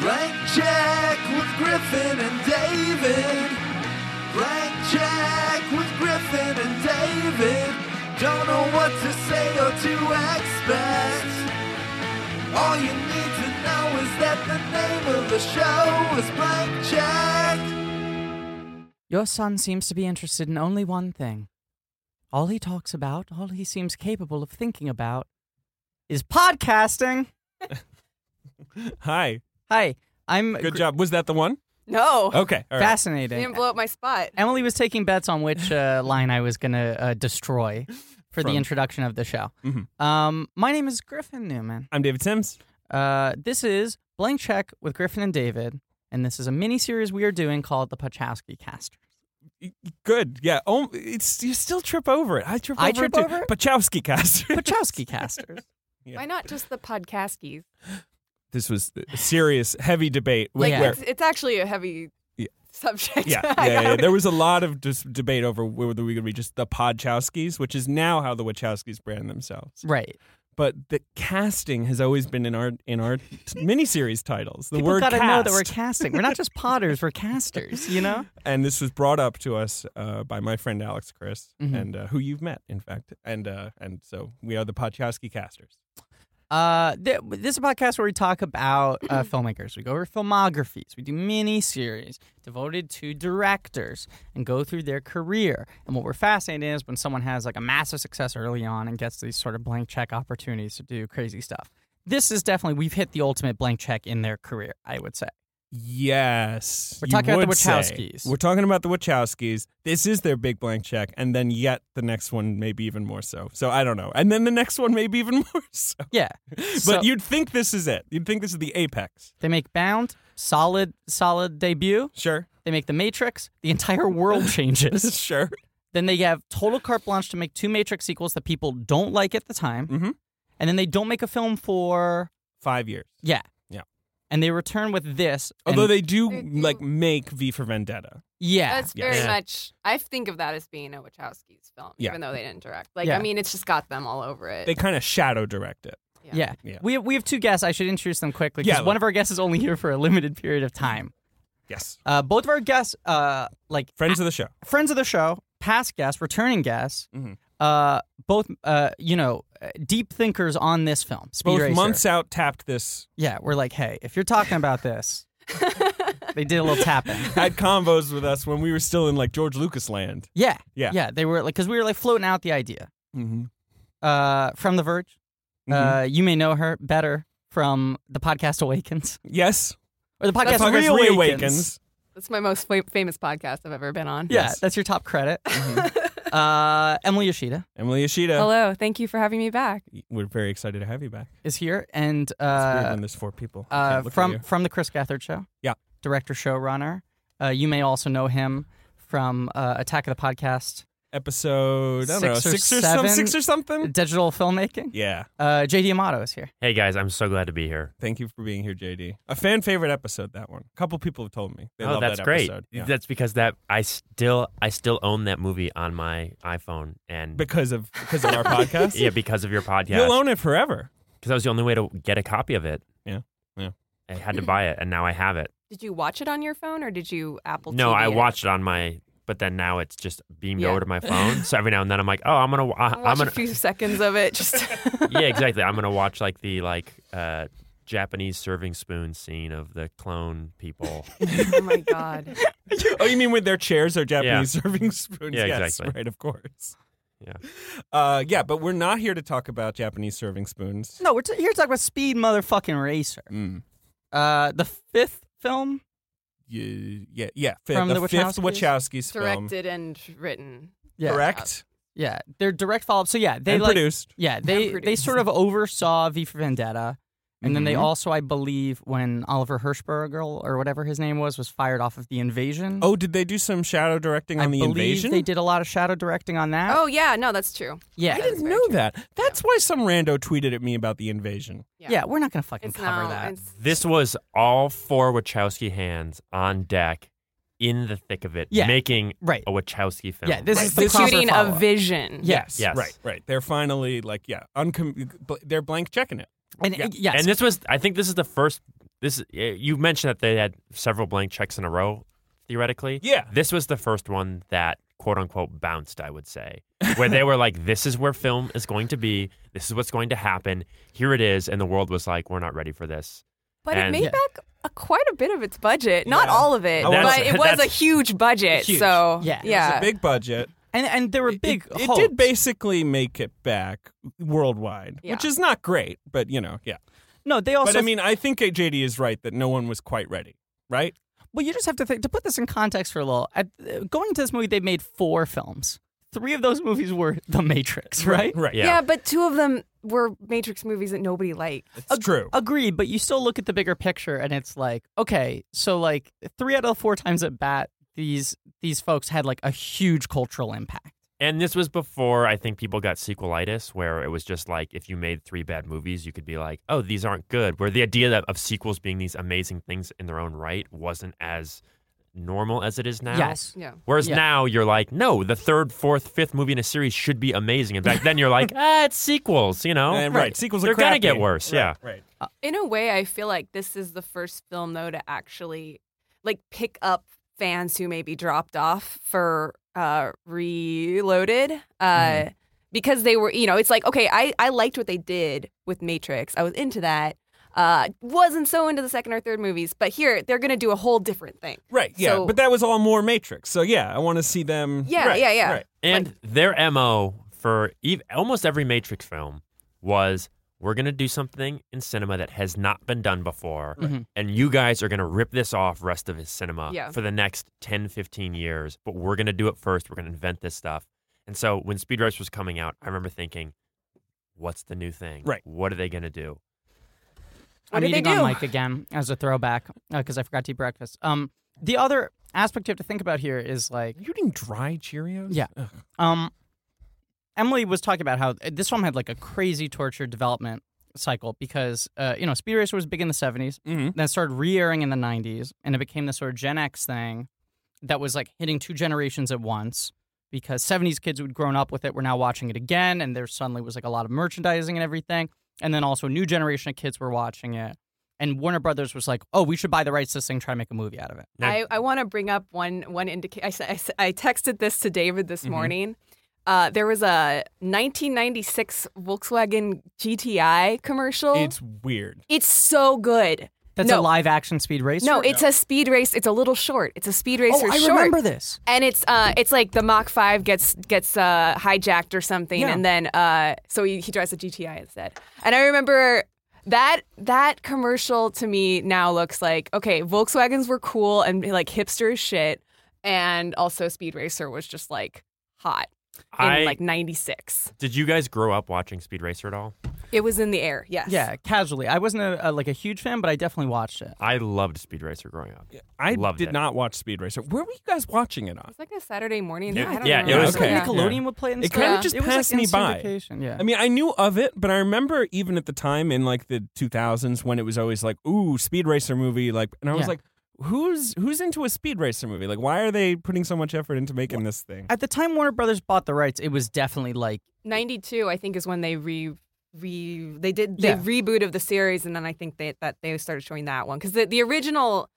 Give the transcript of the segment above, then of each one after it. Blank check with Griffin and David. Blank check with Griffin and David. Don't know what to say or to expect. All you need to know is that the name of the show is Blank Check. Your son seems to be interested in only one thing. All he talks about, all he seems capable of thinking about, is podcasting. Hi. Hi, I'm Good Uh, gr- job. Was that the one? No. Okay. All right. You didn't fascinating. blow up my spot. Emily was taking bets on which uh, line I was going to uh, destroy for From- the introduction of the show. Mhm. Um, my name is Griffin Newman. I'm David Sims. Uh, this is Blank Check with Griffin and David, and this is a mini series we are doing called the Pachowski Casters. Good. Yeah. Oh, it's you still trip over it. I trip over I it trip too. over it? Pachowski cast. Pachowski Casters. Yeah. Why not just the podcaskies? this was a serious, heavy debate. Like Yeah. where- it's, it's actually a heavy Yeah. subject. yeah, yeah, yeah, yeah. There was a lot of dis- debate over whether we could be just the Podchowskis, which is now how the Wachowskis brand themselves. right. But the casting has always been in our in our t- miniseries titles. The People word gotta cast, know that we're casting. We're not just potters, we're casters, you know? and this was brought up to us uh, by my friend Alex Chris, Mhm. and uh, who you've met, in fact, and uh, and so we are the Podchowski casters. Uh, th- this is a podcast where we talk about uh, filmmakers. We go over filmographies. We do mini series devoted to directors and go through their career. And what we're fascinated in is when someone has like a massive success early on and gets these sort of blank check opportunities to do crazy stuff. This is definitely we've hit the ultimate blank check in their career. I would say. Yes. We're you talking about the would say. Wachowskis. We're talking about the Wachowskis. This is their big blank check. And then yet the next one, maybe even more so. So I don't know. And then the next one, maybe even more so. Yeah. But So- you'd think this is it. You'd think this is the apex. They make Bound, solid, solid debut. Sure. They make The Matrix. The entire world changes. sure. Then they have total carte blanche to make two Matrix sequels that people don't like at the time. Mhm. And then they don't make a film for Five years. yeah. Yeah. And they return with this. and- Although they do They do- like make V for Vendetta. Yeah. That's Yeah. very Yeah. much. I think of that as being a Wachowski's film, Yeah. even though they didn't direct. Like, Yeah. I mean, it's just got them all over it. They kind of shadow direct it. Yeah. Yeah. We have, we have two guests. I should introduce them quickly because Yeah, Mm-hmm. one of our guests is only here for a limited period of time. Yes. Uh, both of our guests, uh, like Friends of the show. friends of the show, past guests, returning guests, Mhm. uh, both, uh, you know, uh, deep thinkers on this film. Speed Both Racer. months out tapped this. Yeah. We're like, hey, if you're talking about this, they did a little tapping. Had combos with us when we were still in like George Lucas land. Yeah. Yeah. Yeah. They were like, because we were like floating out the idea Mm-hmm. uh, from The Verge. Uh, you may know her better from the podcast Awakens yes. or the podcast, That's how this Reawakens. reawakens. That's my most fa- famous podcast I've ever been on. Yeah, Yes. Mm-hmm. that's your top credit. uh, Emily Yoshida Emily Yoshida. Hello. Thank you for having me back. We're very excited to have you back. is here, and It's weird uh, when there's four people. I uh, can't look at from you. from the Chris Gathard show. Yeah. director showrunner. Uh, you may also know him from uh, Attack of the Podcast, episode, I don't know, six or six or, seven? Uh, some, six or something. digital filmmaking. Yeah. Uh, JD Amato is here. Hey guys, I'm so glad to be here. Thank you for being here, JD. A fan favorite episode, that one. A couple people have told me. They oh, love that's that great. episode. Yeah. That's because that I still I still own that movie on my iPhone and because of because of our podcast. yeah because of your You'll podcast own it forever. because that was the only way to get a copy of it. Yeah, yeah. I had to buy it and now I have it. Did you watch it on your phone or did you Apple no, TV I it? watched it on my but then now it's just beamed Yeah. over to my phone. So every now and then I'm like, oh, I'm gonna I, I watched I'm gonna a few seconds of it. Just yeah exactly. I'm gonna watch like the like uh, Japanese serving spoon scene of the clone people. oh my god. oh, you mean with their chairs or Japanese serving spoons? Yeah, yes, exactly. right, of course. Yeah. Uh, yeah, but we're not here to talk about Japanese serving spoons. No, we're t- here to talk about Speed Motherfucking Racer. Mm. Uh, the fifth film Yeah, yeah, yeah. Fifth, From the, the fifth Wachowskis film. Directed and written. Yeah. Correct? Yeah, they're direct follow up. So yeah, they and like produced. yeah they And they sort of oversaw V for Vendetta, and then they Mhm. also I believe when Oliver Hirschberger or whatever his name was was fired off of the invasion. Oh, did they do some shadow directing I on the believe invasion? they did a lot of shadow directing on that. Oh yeah, no, that's true. yeah, I that is didn't very know true. that. That's why some rando tweeted at me about the invasion. yeah. We're not gonna fucking It's cover not. that. It's, This was all four Wachowski hands on deck in the thick of it, Yeah. making Right. Oh, a Wachowski film. Yeah, this right, is the proper executing a follow-up. vision. Yes. Yes. Right, right. They're finally like, yeah, uncom- bl- they're blank checking it. And Yeah. yes, And this was I think this is the first This you mentioned that they had several blank checks in a row, theoretically. Yeah. This was the first one that quote unquote bounced, I would say, where they were like, "This is where film is going to be. This is what's going to happen. Here it is," and the world was like, "We're not ready for this." But And- it made Yeah. back a, quite a bit of its budget. Not Yeah. all of it, I wanna but say- it was a that's- huge budget. Huge. So Yeah. It was a yeah. It's a big budget. And and there were It- big. It, it hopes. did basically make it back worldwide, Yeah. which is not great, but you know, yeah. No, they also. But I mean, I think JD is right that no one was quite ready, right? well, you just have to think to put this in context for a little. At, uh, going to this movie, they made four films. Three of those movies were The Matrix, right? Right. Yeah. yeah. but two of them were Matrix movies that nobody liked. It's true. Agreed, but you still look at the bigger picture, and it's like, okay, so like three out of the four times at bat, these these folks had like a huge cultural impact. And this was before I think people got sequelitis, where it was just like if you made three bad movies, you could be like, "Oh, these aren't good." Where the idea that, of sequels being these amazing things in their own right wasn't as normal as it is now. Yes. Yeah. Whereas Yeah. now you're like, no, the third, fourth, fifth movie in a series should be amazing. In fact, then you're like, ah, it's sequels, you know? And Eh, right. Sequels are They're gonna crappy. get worse, Right, yeah. Right. In a way, I feel like this is the first film though to actually like pick up fans who may be dropped off for uh reloaded. Uh Mhm. because they were, you know, it's like, okay, I, I liked what they did with Matrix. I was into that. Uh wasn't so into the second or third movies, but here they're gonna do a whole different thing. Right. Yeah. So- but that was all more Matrix. So yeah, I want to see them. Yeah, right, yeah, yeah. Right. And their MO for ev- almost every Matrix film was we're going to do something in cinema that has not been done before. Mhm. And you guys are going to rip this off rest of his cinema Mm-hmm. Yeah. for the next 10, 15 years. But we're going to do it first. We're going to invent this stuff. And so when Speed Race was coming out, I remember thinking, what's the new thing? Right. What are they going to do? What I'm did they eating on do? Mike again as a throwback because I forgot to eat breakfast. Um, the other aspect you have to think about here is like, Are you eating dry Cheerios? Yeah. Ugh. um, Emily was talking about how this film had like a crazy torture development cycle because uh, you know Speed Racer was big in the '70s, Mhm. then it started re-airing in the '90s, and it became this sort of Gen X thing that was like hitting two generations at once. Because '70s kids who'd grown up with it were now watching it again, and there suddenly was like a lot of merchandising and everything, and then also a new generation of kids were watching it. And Warner Brothers was like, "Oh, we should buy the rights to this thing, try to make a movie out of it." Now- I, I want to bring up one one indicator. I, s- I s- I texted this to David this morning. Uh, there was a 1996 Volkswagen GTI commercial. It's weird. It's so good. That's no, a live action speed racer. no, it's a speed race. It's a little short. It's a speed racer oh, I short. remember this. And it's uh, it's like the Mach Five gets gets uh, hijacked or something, Yeah. and then uh, so he, he drives a GTI instead. And I remember that that commercial to me now looks like okay, Volkswagens were cool and like hipster as shit, and also Speed Racer was just like hot in I- like '96. Did you guys grow up watching Speed Racer at all? It was in the air. Yes. Yeah, casually. I wasn't a, a, like a huge fan, but I definitely watched it. I loved Speed Racer growing up. I Loved did it. not watch Speed Racer. Where were you guys watching it on? It's like a Saturday morning. It- I don't yeah, know. it was- It's like Okay. Nickelodeon Yeah. would play it. And It stuff. kinda just It was, passed like, me in by. syndication, Yeah. I mean, I knew of it, but I remember even at the time in like the 2000s when it was always like, "Ooh, Speed Racer movie," like, and I was Yeah. like, "Who's who's into a Speed Racer movie? Like, why are they putting so much effort into making this thing?" at the time Warner Brothers bought the rights, it was definitely like '92, I think, is when they re re they did the Yeah. reboot of the series, and then I think they that they started showing that one because the, the original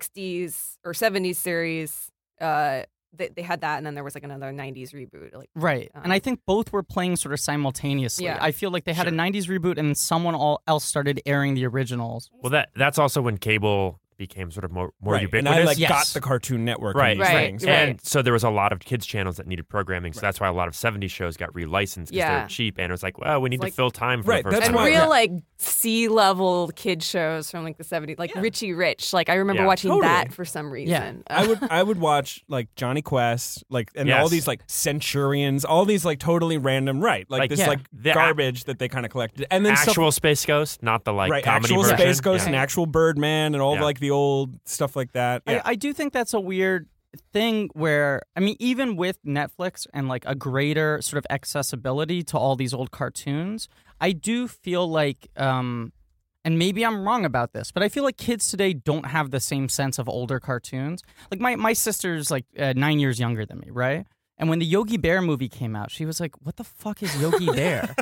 '60s or '70s series, uh, they, they had that, and then there was like another '90s reboot. Like, right. and I think both were playing sort of simultaneously. Yeah. I feel like they had a Sure. '90s reboot, and someone all else started airing the originals. Well, that that's also when cable became sort of more, more right. ubiquitous. And I like Yes. got the Cartoon Network, and Right. these Right. things. and so there was a lot of kids channels that needed programming, so that's why a lot of '70s shows got relicensed because Yeah. they're cheap. And it was like, well, we need to Like- fill time for Right, the first that's and time. why- real Yeah. like C level kid shows from like the '70s, like Richie Rich. Like I remember Yeah. watching Totally. that for some reason. I would I would watch like Johnny Quest, like and all Yes. these like Centurions, all these like totally random, right? Like, Like, this yeah. like The- garbage that they kind of collected, and then stuff actual Space Ghost, not the like right, comedy actual version. Space Ghost Yeah. and actual Birdman and all of, Yeah. like the old stuff like that. Yeah. I, I do think that's a weird thing where I mean, even with Netflix and like a greater sort of accessibility to all these old cartoons, I do feel like um and maybe I'm wrong about this, but I feel like kids today don't have the same sense of older cartoons. Like my my sister's like uh, nine years younger than me, right? And when the Yogi Bear movie came out, she was like, "What the fuck is Yogi Bear?"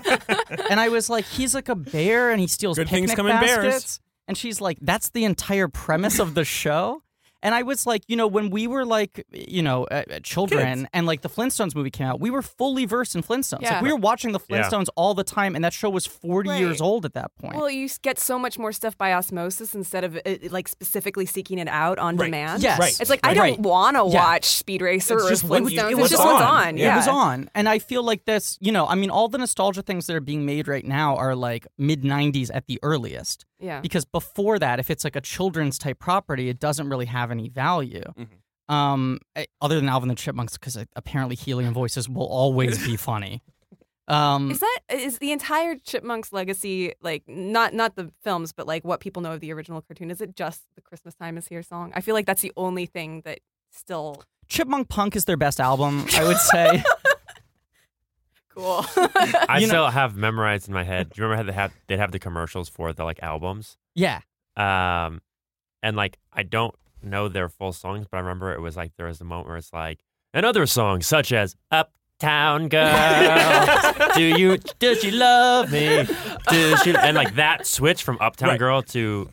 and I was like, "He's like a bear and he steals Good things picnic come in bears. baskets." And she's like, that's the entire premise of the show. And I was like, you know, when we were like, you know, uh, uh, children and like the Flintstones movie came out, we were fully versed in Flintstones. Yeah. Like we were watching the Yeah. Flintstones all the time, and that show was 40 Right. years old at that point. Well, you s- get so much more stuff by osmosis instead of uh, like specifically seeking it out on Right. demand. Yes. Right. It's like I don't Right. want to Yeah. watch Speed Racer It's or just what you- Flintstones. it it's was just what's on. on. Yeah. Yeah. It was on. And I feel like this, you know, I mean, all the nostalgia things that are being made right now are like mid 90s at the earliest. Yeah. Because before that, if it's like a children's type property, it doesn't really have any value. Mm-hmm. Um, I- other than Alvin and the Chipmunks, because apparently helium voices will always be funny. Um, Is that is the entire Chipmunks legacy like not not the films but like what people know of the original cartoon? Is it just the Christmas Time Is Here song? I feel like that's the only thing that still Chipmunk Punk is their best album, I would say. cool. I You know- still have memorized in my head. Do you remember how they have they'd have the commercials for the like albums? yeah. Um, and like I don't know their full songs, but I remember it was like there was a moment where it's like and other songs such as Uptown Girl. do you does she love me? Do she and like that switch from Uptown Right. Girl to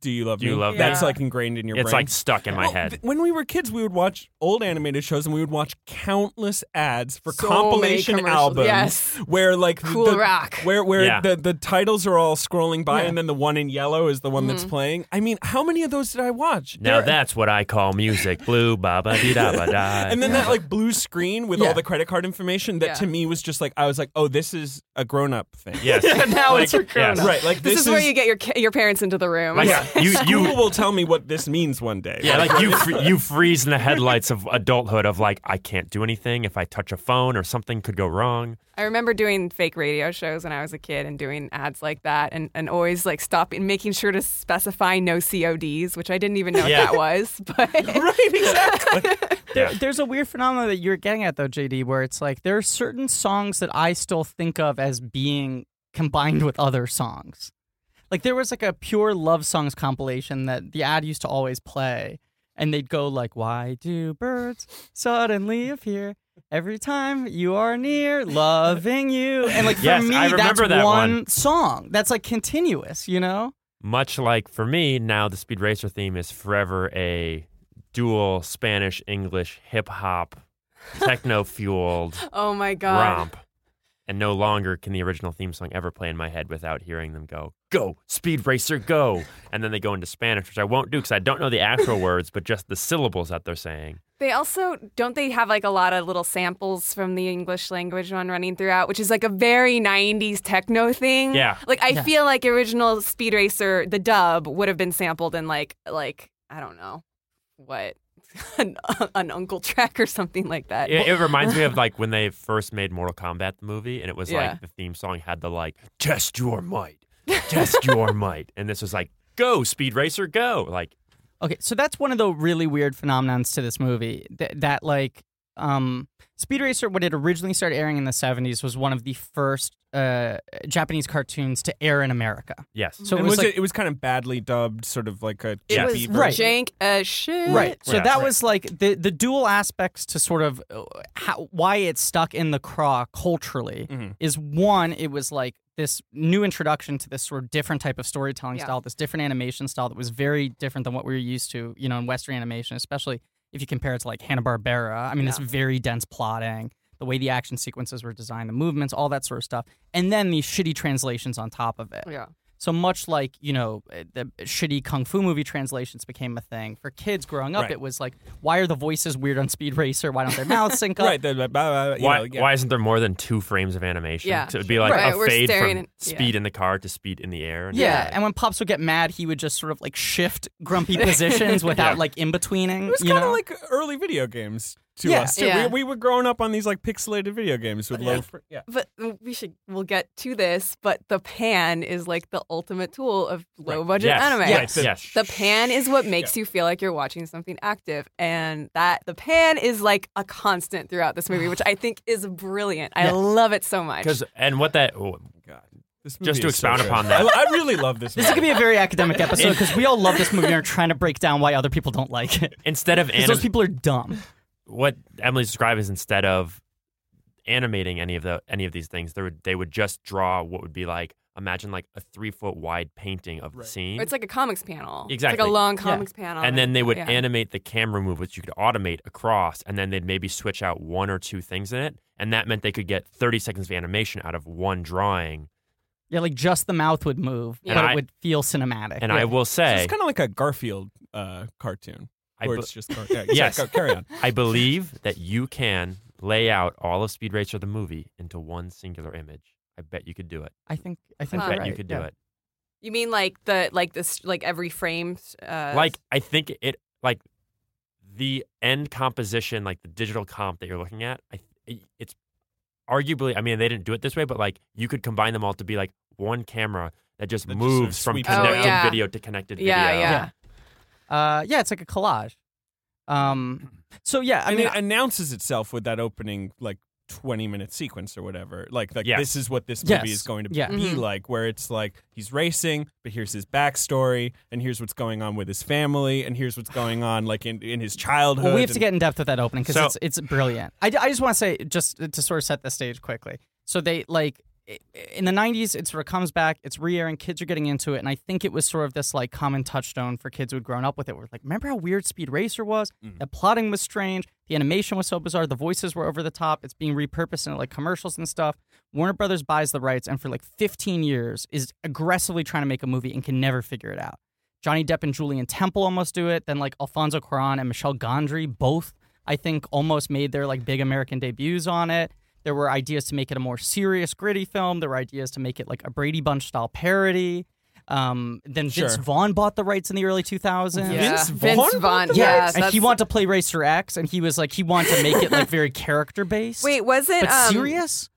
Do you love Do me? You Love Me? That's Yeah. like ingrained in your it's brain. like stuck in my Well, head. th- when we were kids, we would watch old animated shows and we would watch countless ads for So compilation many commercials. albums. Yes. Where like Cool the, rock. Where where Yeah. the, the titles are all scrolling by and then the one in yellow is the one Mm-hmm. that's playing. I mean, how many of those did I watch? now There- that's what I call music. Blue ba ba dee da ba da. and then that like blue screen with Yeah. all the credit card information that Yeah. to me was just like I was like, oh, this is a grown up thing. yes. now Like, it's a yes. grown-up. Right. Like this, this, is, where you get your ki- your parents into the room. Like, you you you will tell me what this means one day. Yeah, like you fr- you freeze in the headlights of adulthood of like I can't do anything if I touch a phone or something could go wrong. I remember doing fake radio shows when I was a kid and doing ads like that and, and always like stopping making sure to specify no CODs, which I didn't even know Yeah. what that was. But right, exactly. There, Yeah. There's a weird phenomenon that you're getting at, though, JD, where it's like there are certain songs that I still think of as being combined with other songs. Like there was like a pure love songs compilation that the ad used to always play, and they'd go like, "Why do birds suddenly appear every time you are near, loving you?" And like for Yes, me, I remember that's that one, one. song that's like continuous, you know? Much like for me now, the Speed Racer theme is forever a dual Spanish English hip hop techno fueled oh my god. romp, and no longer can the original theme song ever play in my head without hearing them go "Go Speed Racer Go," and then they go into Spanish, which I won't do because I don't know the actual words, but just the syllables that they're saying. They also don't they have like a lot of little samples from the English language one running throughout, which is like a very '90s techno thing. Yeah. like I Yeah. feel like original Speed Racer, the dub, would have been sampled in like like I don't know what an, an uncle track or something like that. It, it reminds me of like when they first made Mortal Kombat the movie, and it was Yeah. like the theme song had the like "Test your might, test your might," and this was like "Go Speed Racer, go!" Like Okay, so that's one of the really weird phenomenons to this movie that, that like um Speed Racer when it originally started airing in the 70s was one of the first uh Japanese cartoons to air in America. yes, Mm. So and it was, was like it, it was kind of badly dubbed, sort of like a It It cheapy was version. Right. jank as shit. Right. So Yeah. that Right. was like the the dual aspects to sort of uh, how, why it stuck in the craw culturally Mhm. is one, it was like this new introduction to this sort of different type of storytelling Yeah. style, this different animation style that was very different than what we were used to, you know, in Western animation, especially if you compare it to like Hanna Barbera. I mean, this very dense plotting, the way the action sequences were designed, the movements, all that sort of stuff, and then these shitty translations on top of it. Yeah. So much like, you know, uh, the shitty kung fu movie translations became a thing. For kids growing up, Right. it was like, why are the voices weird on Speed Racer? Why don't their mouths sync up? Right. the- the- blah, blah, you why know, yeah. why isn't there more than two frames of animation? Yeah. So it would be like Right, a we're fade staring from at- yeah. speed in the car to speed in the air. And Yeah. and when Pops would get mad, he would just sort of like shift grumpy positions without Yeah. like in betweening. It was you kind of know? like early video games to Yeah. us. Too. Yeah. We, we were growing up on these like pixelated video games with low. Fr- yeah. But we should we'll get to this, but the pan is like the ultimate tool of low budget Yes. anime. Yes. yes. The pan is what makes you feel like you're watching something active, and that the pan is like a constant throughout this movie, which I think is brilliant. I Yeah. love it so much. because and what that oh, This Just movie to is so expound good. upon that. I, I really love this. this movie. is gonna be a very academic episode because we all love this movie and are trying to break down why other people don't like it. instead of Because anim- those people are dumb. what Emily's described is instead of animating any of the any of these things, they would they would just draw what would be like imagine like a three foot wide painting of the scene. It's like a comics panel. It's like Exactly. a long comics panel. and then they would Yeah. animate the camera move, which you could automate across, and then they'd maybe switch out one or two things in it, and that meant they could get 30 seconds of animation out of one drawing. Yeah, like just the mouth would move, Yeah. but And it I- would feel cinematic. And yeah. I will So say, it's kind of like a Garfield uh, cartoon. I Or bu- it's just car- yeah, yeah, Yes. go- carry on. I believe that you can lay out all of Speed Racer the movie into one singular image. I bet you could do it. I think I I think Huh. you're bet you right, could yeah. do it. You mean like the like this like every frame? Uh, Like I think it like the end composition, like the digital comp that you're looking at. I it- it's arguably. I mean, they didn't do it this way, but like you could combine them all to be like one camera that just That just sort of moves from sweeps it. Oh, connected yeah. video to connected yeah, video. yeah, Uh, yeah, it's like a collage. Um, so yeah, I and mean, it announces itself with that opening like 20 minute sequence or whatever like like Yes. this is what this movie Yes. is going to Yeah. Mm-hmm. be Mhm. like where it's like he's racing but here's his backstory and here's what's going on with his family and here's what's going on like in, in his childhood Well, we have to and- get in depth with that opening because So- it's it's brilliant. I, I just want to say just to sort of set the stage quickly. So they like i- in the '90s, it sort of comes back. It's re-airing. Kids are getting into it, and I think it was sort of this like common touchstone for kids who had grown up with it. We're like, remember how weird Speed Racer was? The plotting was strange. The animation was so bizarre. The voices were over the top. It's being repurposed into like commercials and stuff. Warner Brothers buys the rights, and for like 15 years is aggressively trying to make a movie and can never figure it out. Johnny Depp and Julian Temple almost do it. Then like Alfonso Cuarón and Michelle Gondry both, I think, almost made their like big American debuts on it. There were ideas to make it a more serious, gritty film. There were ideas to make it like a Brady Bunch style parody. Um, then Vince Sure. Vaughn baught the rights in the early 2000s. Yeah. Vince Vince Vaughn? Vaughn. What the- Yeah, and that's- he wanted to play Racer X, and he was like, he wanted to make it like very character based. Wait, wasn't but um, serious?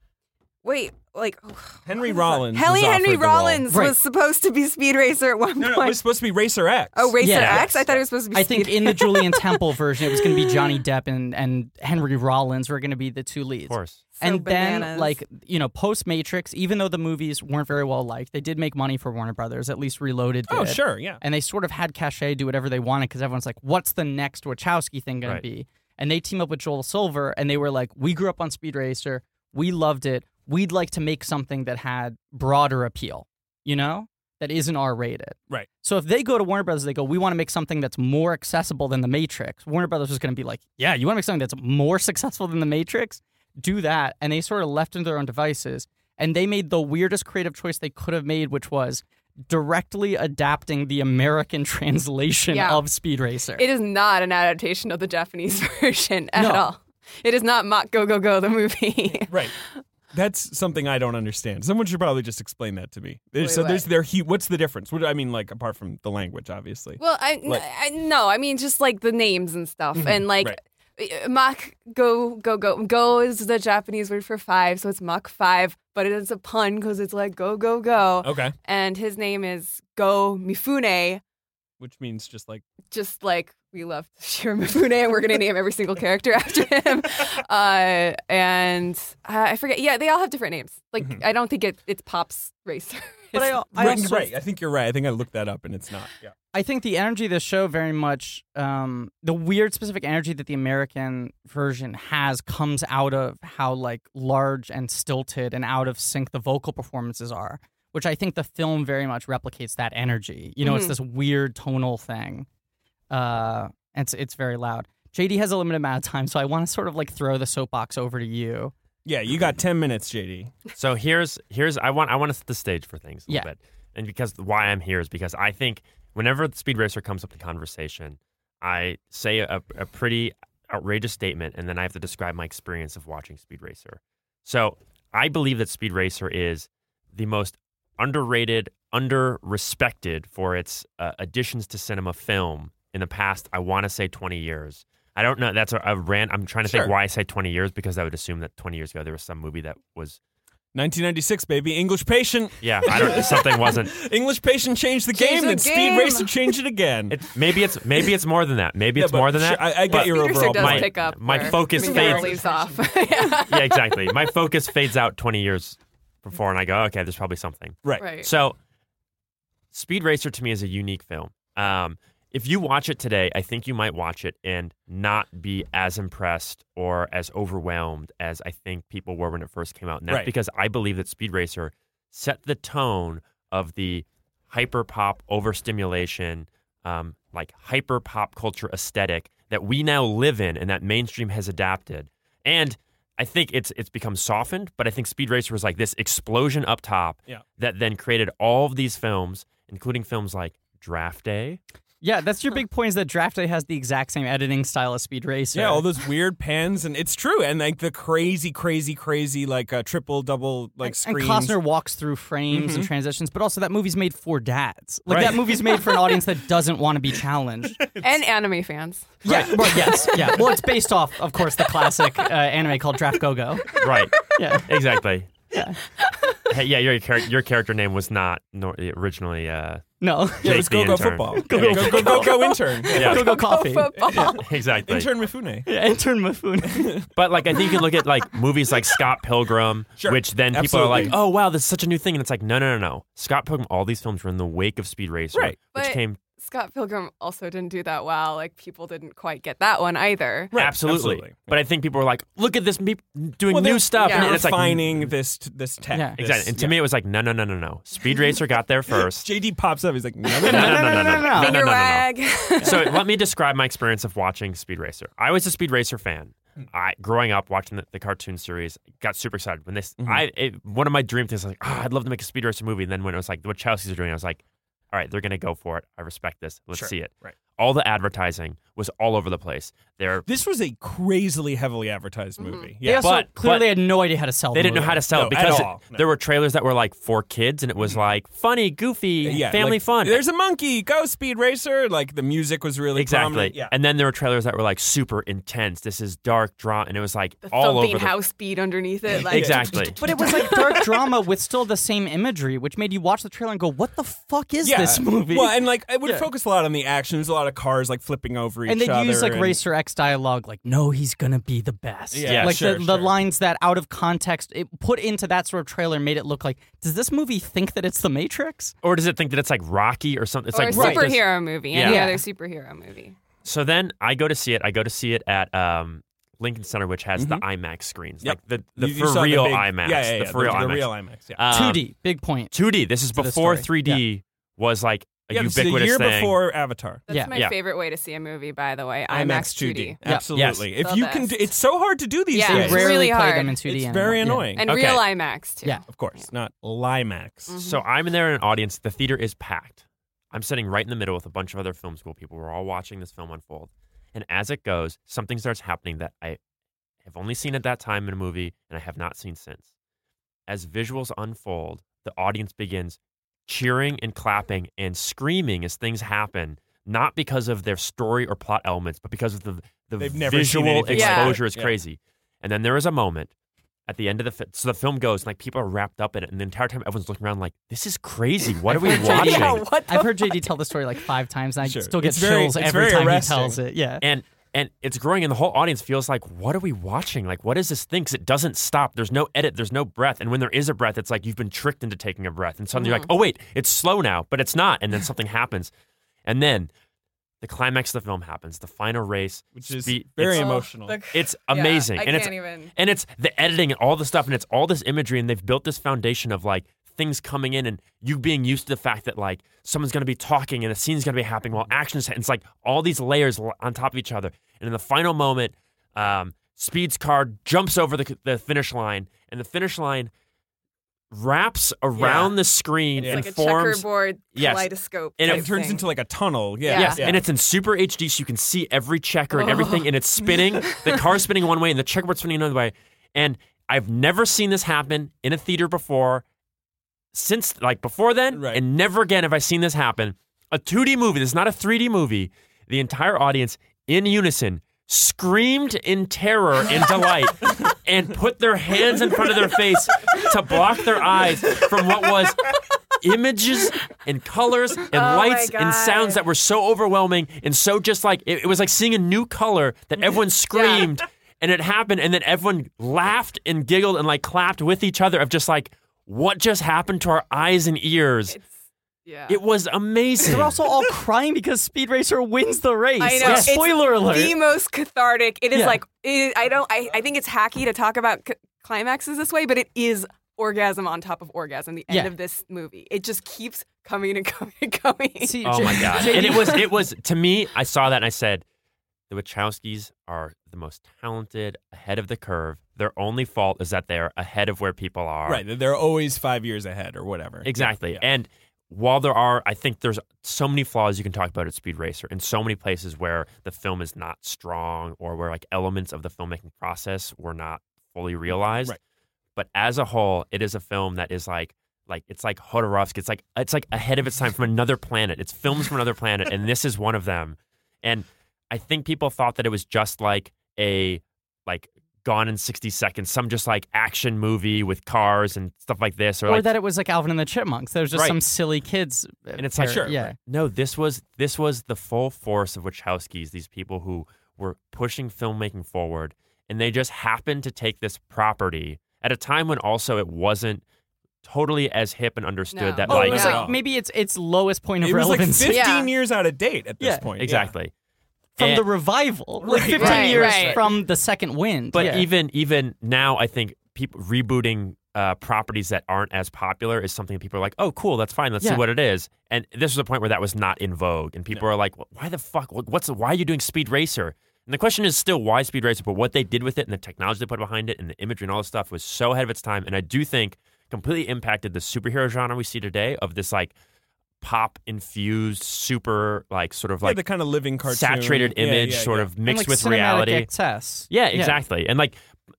Wait, like henry rollins Helly was offered Henry the role. Rollins Right. was supposed to be Speed Racer at one no no it point. was supposed to be racer x oh, Racer Yeah. X. I thought it was supposed to be. I Speed think in the Julian Temple version, it was going to be Johnny Depp and, and Henry Rollins were going to be the two leads. Of course. So and then bananas. like you know post matrix even though the movies weren't very well liked they did make money for warner brothers at least reloaded oh did. sure yeah and they sort of had cachet do whatever they wanted because everyone's like what's the next wachowski thing going Right. to be and they team up with joel silver and they were like we grew up on speed racer we loved it we'd like to make something that had broader appeal you know that isn't r-rated Right. so if they go to warner brothers they go we want to make something that's more accessible than the matrix warner brothers was going to be like yeah you want to make something that's more successful than the matrix do that and they sort of left into their own devices and they made the weirdest creative choice they could have made which was directly adapting the american translation Yeah. of speed racer It is not an adaptation of the Japanese version at No. all. It is not Mock Go Go Go the movie. right that's something I don't understand. Someone should probably just explain that to me. There's- Wait, so there's what? their hu- what's the difference? What I mean, like apart from the language, obviously. Well, I, Like- I no, I mean just like the names and stuff, Mm-hmm. and like uh, Mach go go go go is the Japanese word for five, so it's Mach five, but it is a pun because it's like go go go, okay, and his name is Go Mifune, which means just like. just like we love Shiro Mifune, and we're gonna name every single character after him, uh, and uh, I forget, yeah, they all have different names. Like Mm-hmm. I don't think it it's Pops Racer. but I, I Right, also right. I think you're right. I think I looked that up and it's not. Yeah. I think the energy of the show very much, um, the weird specific energy that the American version has comes out of how like large and stilted and out of sync the vocal performances are, which I think the film very much replicates that energy. You know, it's Mhm. this weird tonal thing. Uh, it's it's very loud. JD has a limited amount of time, so I want to sort of like throw the soapbox over to you. Yeah, you got 10 minutes, JD. So here's here's I want I want to set the stage for things a Yeah. little bit, and because why I'm here is because I think whenever the speed racer comes up in conversation, I say a, a pretty outrageous statement, and then I have to describe my experience of watching Speed Racer. So I believe that Speed Racer is the most underrated, under respected for its uh, additions to cinema film in the past. I want to say 20 years. I don't know. That's a, a rant. I'm trying to Sure. think why I say 20 years because I would assume that 20 years ago there was some movie that was 1996, baby. English Patient. yeah, I don't. Something wasn't. English Patient changed the game, the and Speed game. Racer changed it again. It, maybe it's maybe it's more than that. Maybe Yeah, it's but more than sure, that. I, I get but- your Peter overall does my- point. pick up. my where focus Miguel fades- leaves off. yeah. yeah, exactly. My focus fades out twenty years before, and I go, okay, there's probably something. Right. Right. So, Speed Racer to me is a unique film. Um, if you watch it today, I think you might watch it and not be as impressed or as overwhelmed as I think people were when it first came out. Now, Right. because I believe that Speed Racer set the tone of the hyper pop overstimulation, um, like hyper pop culture aesthetic that we now live in and that mainstream has adapted. And I think it's it's become softened, but I think Speed Racer was like this explosion up top Yeah. that then created all of these films, including films like Draft Day. Yeah, that's your big point is that Draft Day has the exact same editing style as Speed Racer. Yeah, all those weird pens, and it's true. And like the crazy, crazy, crazy, like uh, triple, double, like and screens. Costner walks through frames and transitions, but also that movie's made for dads. Like Mm-hmm. Right. that movie's made for an audience that doesn't want to be challenged. and anime fans. Yeah, well, yes, yeah. Well, it's based off, of course, the classic uh, anime called Draft Go Go. Right. Yeah. Exactly. Yeah. Hey, yeah, your char- your character name was not nor- originally. Uh, No, yeah, Jake it was the go go intern. football. Go, Go go, go go go go intern. Yeah. Go Go Coffee. Football. exactly. Intern Mifune. Yeah, intern Mifune. But like, I think you can look at like movies like Scott Pilgrim, Sure. which then people are like, Absolutely. "Oh wow, this is such a new thing," and it's like, "No, no, no, no." Scott Pilgrim. All these films were in the wake of Speed Racer, Right. which But- came Scott Pilgrim also didn't do that well. Like people didn't quite get that one either. Right, absolutely. absolutely. But I think people were like, "Look at this me doing Well, new they're- stuff," yeah. and We're it's like, finding this this tech. Yeah. this- Exactly. And to yeah. me, it was like, "No, no, no, no, no." Speed Racer got there first. JD pops up. He's like, no, no, no. No, no, no, no, no, no, no, no, Finger no, no. wag. so let me describe my experience of watching Speed Racer. I was a Speed Racer fan. Mm. I growing up watching the, the cartoon series, got super excited when this. Mm-hmm. I it, one of my dream things like, oh, I'd love to make a Speed Racer movie. And then when it was like the Wachowskis are doing, it, I was like, all right, they're gonna go for it. I respect this. Let's Sure. see it. Right. All the advertising was all over the place. They're This was a crazily heavily advertised movie. They Yeah. also but- clearly but- had no idea how to sell. they the didn't know movie. how to sell No, it at because all. No. Mm-hmm. there were trailers that were like for kids, and it was like funny, goofy, Yeah, family like, fun. There's a monkey. Go Speed Racer. Like the music was really Exactly. prominent. Yeah. And then there were trailers that were like super intense. This is dark drama, and it was like the all thumping over the house beat underneath it. Like, Exactly. But it was like dark drama with still the same imagery, which made you watch the trailer and go, "What the fuck is yeah. this movie?" Well, and like it would Yeah. focus a lot on the action. There's a lot of cars like flipping over each and they other. use like and- Racer X dialogue, like "No, he's gonna be the best." Yeah, Yeah, like sure, the, the sure. lines that out of context it put into that sort of trailer made it look like, does this movie think that it's The Matrix? or does it think that it's like Rocky or something? It's or like a right. superhero movie. Yeah. Any Yeah. other superhero movie. So then I go to see it. I go to see it at um, Lincoln Center, which has the IMAX screens, Mm-hmm. Yep. like the, the You- you for saw real big- Yeah, IMAX, yeah, yeah, the for real the, IMAX, real IMAX. Yeah. Um, 2D, big point. 2D. This is To the before story. 3D was like a yeah, this is ubiquitous the year thing. before Avatar. That's Yeah. my Yeah. favorite way to see a movie, by the way. IMAX 2D. Yeah. Absolutely. Yes. If The you can, best. do, it's so hard to do these Yeah. They It's days. rarely really play hard. them in 2D. It's anymore. very Yeah. annoying. And Mm. Okay. real IMAX too. Yeah. of course, not Limax. So I'm in there in an audience. The theater is packed. I'm sitting right in the middle with a bunch of other film school people. We're all watching this film unfold. And as it goes, something starts happening that I have only seen at that time in a movie and I have not seen since. As visuals unfold, the audience begins cheering and clapping and screaming as things happen, not because of their story or plot elements, but because of the, the They've never seen visual anything like that. exposure is Yeah. crazy. And then there is a moment at the end of the film. So the film goes, and like people are wrapped up in it, and the entire time everyone's looking around, like, "This is crazy. What are we watching?" what I've heard JD tell the story like five times, and I Sure. still get It's very- chills it's every very time arresting. he tells it. Yeah. And and it's growing, and the whole audience feels like, "What are we watching? Like, what is this thing?" Because it doesn't stop. There's no edit. There's no breath. And when there is a breath, it's like you've been tricked into taking a breath, and suddenly you're Mm-hmm. like, "Oh wait, it's slow now," but it's not. And then something happens, and then the climax of the film happens. The final race, Which is spe- very it's- emotional. It's amazing, I and it's can't even. and it's the editing and all the stuff, and it's all this imagery, and they've built this foundation of like things coming in, and you being used to the fact that like someone's gonna be talking and a scene's gonna be happening while action's. It's like all these layers l- on top of each other, and in the final moment, um, Speed's car jumps over the, the finish line, and the finish line wraps around the screen It's and like a forms. checkerboard Yes. kaleidoscope. And type it turns thing. into like a tunnel. Yeah. Yes, And it's in super HD, so you can see every checker and everything, and it's spinning. Oh. The car's spinning one way, and the checkerboard's spinning another way. And I've never seen this happen in a theater before, since like before then, Right. and never again have I seen this happen. A 2D movie. This is not a 3D movie. The entire audience in unison screamed in terror and delight and put their hands in front of their face to block their eyes from what was images and colors and Oh my lights and sounds God. that were so overwhelming and so just like it, it was like seeing a new color Mm-hmm. that everyone screamed and it happened and then everyone laughed and giggled and like clapped with each other of just like what just happened to our eyes and ears Yeah. it was amazing They're also all crying because Speed Racer wins the race. I know. Like, It's spoiler alert. the most cathartic. It is Yeah. like it, I don't. I, I think it's hacky to talk about c- climaxes this way, but it is orgasm on top of orgasm. The end Yeah. of this movie, it just keeps coming and coming and coming. See, Oh J- my god! JD And it was it was to me. I saw that and I said, the Wachowskis are the most talented, ahead of the curve. Their only fault is that they're ahead of where people are. Right. They're always five years ahead or whatever. Exactly. Yeah. And while there are, I think there's so many flaws you can talk about at Speed Racer, and so many places where the film is not strong, or where like elements of the filmmaking process were not fully realized. Mm, Right. But as a whole, it is a film that is like, like it's like Hodorovsky. It's like it's like ahead of its time from another planet. It's films from another planet, and this is one of them. And I think people thought that it was just like a like gone in 60 seconds some just like action movie with cars and stuff like this or, or like that it was like Alvin and the Chipmunks. There was just Right. some silly kids. uh, And it's like, parody. sure, yeah. No, this was this was the full force of Wachowskis, these people who were pushing filmmaking forward, and they just happened to take this property at a time when also it wasn't totally as hip and understood No. that Oh, like it was no. like maybe it's its lowest point of It was like relevance 15 Yeah. years out of date at this Yeah. point. exactly. from And- the revival, like Right, 15 right, years right. from the second wind. But yeah. even even now, I think people rebooting uh, properties that aren't as popular is something people are like, oh, cool, that's fine. Let's Yeah. see what it is. And this was a point where that was not in vogue, and people are like, well, why the fuck? What- What's why are you doing Speed Racer? And the question is still why Speed Racer, but what they did with it and the technology they put behind it and the imagery and all this stuff was so ahead of its time. And I do think completely impacted the superhero genre we see today of this like pop infused super like sort of Yeah, like the kind of living cartoon. saturated Yeah, image yeah, sort yeah. of mixed And, like, with cinematic reality. excess. Yeah, exactly. And like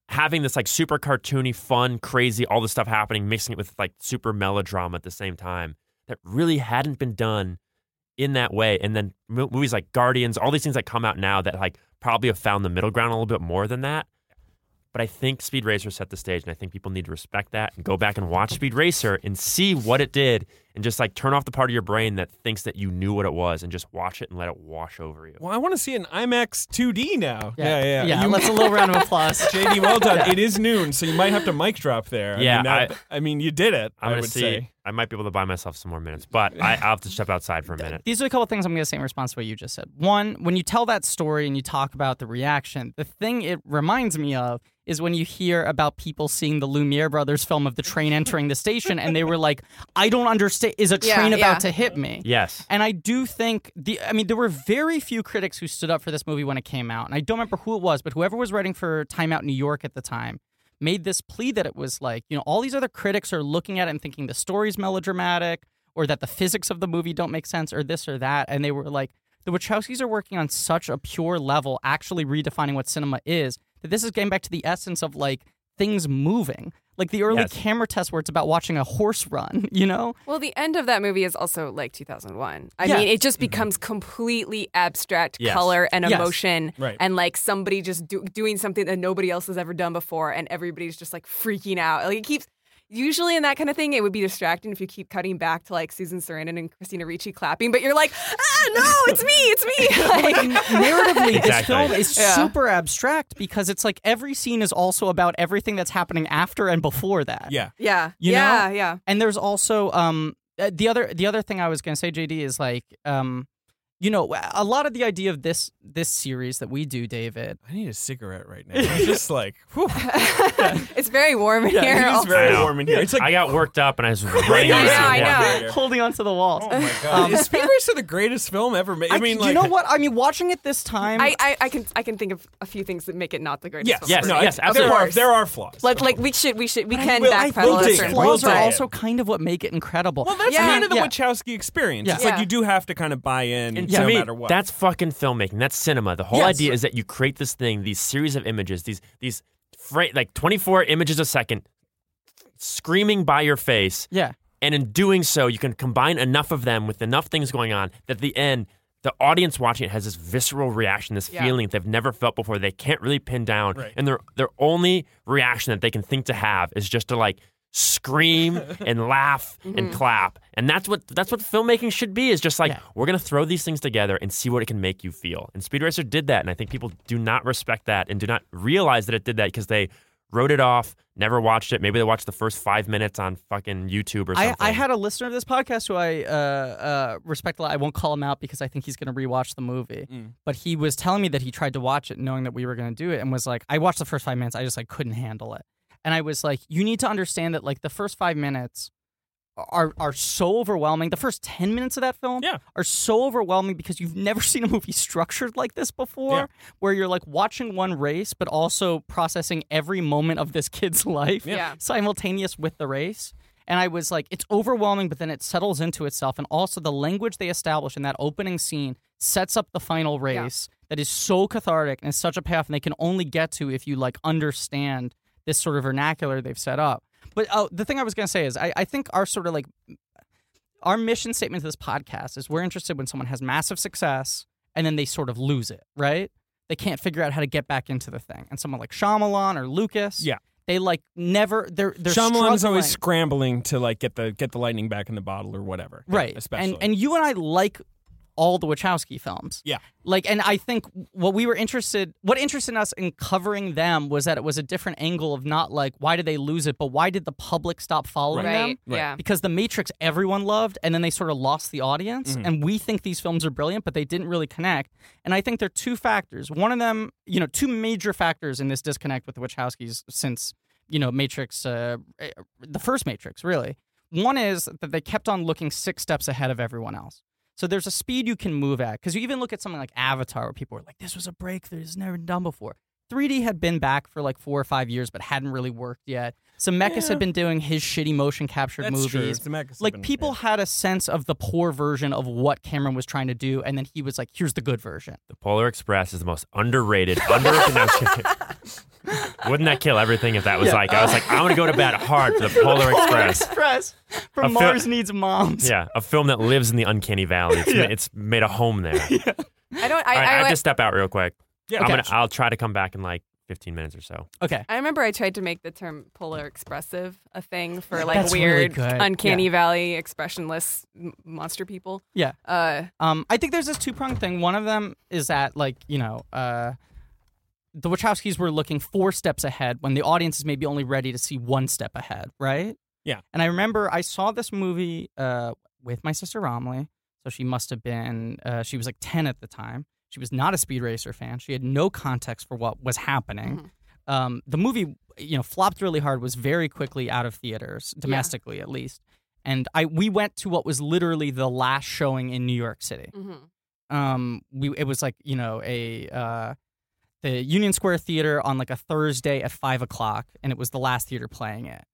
having this like super cartoony, fun, crazy, all this stuff happening, mixing it with like super melodrama at the same time that really hadn't been done in that way. And then mo- movies like Guardians, all these things that come out now that like probably have found the middle ground a little bit more than that. But I think Speed Racer set the stage, and I think people need to respect that and go back and watch Speed Racer and see what it did, and just like turn off the part of your brain that thinks that you knew what it was, and just watch it and let it wash over you. Well, I want to see an IMAX 2D now. Yeah, Yeah, yeah. You- let's a little round of applause. JD, well done. It is noon, so you might have to mic drop there. Yeah, I mean, that- I mean you did it. I'm I gonna would see. say. I might be able to buy myself some more minutes, but I, I'll have to step outside for a minute. These are a couple of things I'm going to say in response to what you just said. One, when you tell that story and you talk about the reaction, the thing it reminds me of is when you hear about people seeing the Lumiere brothers film of the train entering the station and they were like, I don't understand. Is a Yeah, train about yeah. to hit me? Yes. And I do think the I mean there were very few critics who stood up for this movie when it came out. And I don't remember who it was, but whoever was writing for Time Out New York at the time made this plea that it was like, you know, all these other critics are looking at it and thinking the story's melodramatic or that the physics of the movie don't make sense or this or that and they were like the Wachowskis are working on such a pure level actually redefining what cinema is that this is getting back to the essence of like things moving. Like the early Yes. camera test where it's about watching a horse run, you know? Well, the end of that movie is also like 2001. I Yeah. Mm-hmm. mean, it just becomes completely abstract Yes. color and Yes. emotion, Right. and like somebody just do- doing something that nobody else has ever done before, and everybody's just like freaking out. Like it keeps. Usually in that kind of thing, it would be distracting if you keep cutting back to like Susan Sarandon and Christina Ricci clapping, but you're like, ah, no, it's me, it's me. Like, narratively, Exactly. this film is Yeah. super abstract because it's like every scene is also about everything that's happening after and before that. Yeah. yeah, You know? yeah, yeah. And there's also um uh, the other the other thing I was going to say, JD, is like um you know a lot of the idea of this this series that we do, David. I need a cigarette right now. I'm just like, whew. It's very warm in here. It is also. I very know. warm in here. It's like, I got worked up and I was running. I out of know, I the know. water. Yeah. Holding onto the walls. oh my god, is Speed Racer the greatest film ever made? I mean, do like, you know what? I mean, watching it this time, I, I, I can I can think of a few things that make it not the greatest. Yes, film Yes, ever no, made. yes, I- absolutely. There Of are, course. there are flaws. Like, like we should, we should, we can will- I will backpedal. take at it. certain We'll flaws points. are take it. also kind of what make it incredible. Well, that's Yeah. kind of the Yeah. Wachowski experience. Yeah. It's like Yeah. you do have to kind of buy in, And no to me, matter what. that's fucking filmmaking. That's cinema. The whole Yes. idea is that you create this thing, these series of images, these these fra- like 24 images a second, screaming by your face, yeah. and in doing so, you can combine enough of them with enough things going on that at the end, the audience watching it has this visceral reaction, this Yeah. feeling they've never felt before. They can't really pin down, Right. and their their only reaction that they can think to have is just to like scream and laugh and clap. And that's what that's what filmmaking should be. Is just like Yeah. we're gonna throw these things together and see what it can make you feel. And Speed Racer did that, and I think people do not respect that and do not realize that it did that because they. Wrote it off, never watched it. Maybe they watched the first five minutes on fucking YouTube or something. I, I had a listener of this podcast who I uh, uh, respect a lot. I won't call him out because I think he's going to rewatch the movie. But he was telling me that he tried to watch it knowing that we were going to do it and was like, I watched the first five minutes. I just like couldn't handle it. and I was like, you need to understand that like the first five minutes are are so overwhelming. The first ten minutes of that film Yeah. are so overwhelming because you've never seen a movie structured like this before, Yeah. where you're like watching one race but also processing every moment of this kid's life Yeah. simultaneous with the race. And I was like, it's overwhelming, but then it settles into itself. And also, the language they establish in that opening scene sets up the final race that is so cathartic and such a payoff. And they can only get to if you like understand this sort of vernacular they've set up. But oh, the thing I was going to say is, I, I think our sort of like our mission statement to this podcast is we're interested when someone has massive success and then they sort of lose it, right? They can't figure out how to get back into the thing. And someone like Shyamalan or Lucas, Yeah. they like never they're they're Shyamalan is always struggling. scrambling to like get the get the lightning back in the bottle or whatever. Yeah, right, Especially and and you and I like all the Wachowski films, yeah, like and i think what we were interested what interested us in covering them was that it was a different angle of not like why did they lose it but why did the public stop following them Right. Right. Yeah. because the matrix everyone loved and then they sort of lost the audience and we think these films are brilliant but they didn't really connect and i think there are two factors one of them you know two major factors in this disconnect with the wachowskis since you know matrix uh, eh, the first matrix really one is that they kept on looking six steps ahead of everyone else so there's a speed you can move at because you even look at something like avatar where people were like this was a breakthrough this has never been done before 3D had been back for like four or five years, but hadn't really worked yet. Zemeckis had been doing his shitty motion captured that's movies true. Zemeckis has like been- people yeah. had a sense of the poor version of what Cameron was trying to do, and then he was like, "Here's the good version." The Polar Express is the most underrated, under. no, I'm just kidding. Wouldn't that kill everything if that was like? I was like, I'm gonna go to bat hard for the Polar Express. Express I from feel- Mars needs moms. Yeah, a film that lives in the uncanny valley. It's, ma- it's made a home there. I don't. All right, I, I, I, have to step out real quick. Yeah. I'm Okay. gonna, I'll try to come back in like 15 minutes or so. Okay. I remember I tried to make the term polar expressive a thing for like That's really weird, good. uncanny Yeah. valley, expressionless m- monster people. Yeah. Uh, Um, I think there's this two pronged thing. One of them is that, like, you know, uh, the Wachowskis were looking four steps ahead when the audience is maybe only ready to see one step ahead, right? Yeah. And I remember I saw this movie uh, with my sister Romley. So she must have been, uh, she was like 10 at the time. She was not a Speed Racer fan. She had no context for what was happening. Um, the movie, you know, flopped really hard, was very quickly out of theaters, domestically at least. And I we went to what was literally the last showing in New York City Mm-hmm. mhm. um we it was like you know a uh the union square theater on like a thursday at five o'clock and it was the last theater playing it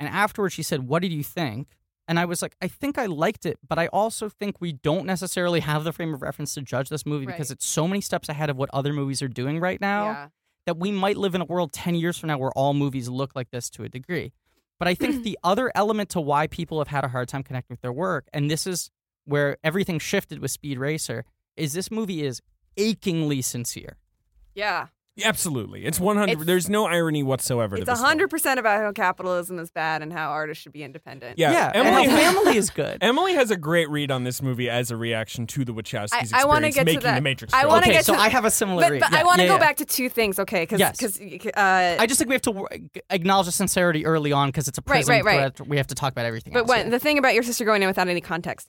and afterwards she said what did you think and i was like i think i liked it but i also think we don't necessarily have the frame of reference to judge this movie because Right. it's so many steps ahead of what other movies are doing right now Yeah. that we might live in a world 10 years from now where all movies look like this to a degree. But I think the other element to why people have had a hard time connecting with their work, and this is where everything shifted with Speed Racer, is this movie is achingly sincere. Yeah. absolutely. It's 100. It's- there's no irony whatsoever. to It's this film. 100% about how capitalism is bad and how artists should be independent. Yeah. and Emily, how family is good. Emily has a great read on this movie as a reaction to the Wachowskis' I- I experience wanna get to making that. the Matrix. I film. wanna okay, get so to- I have a similar But, read. but Yeah, I want to yeah, go yeah. back to two things, okay? Because Yes. uh, I just think we have to wor- acknowledge the sincerity early on because it's a Right, prism right, right. thread. We have to talk about everything. But else when here. the thing about your sister going in without any context,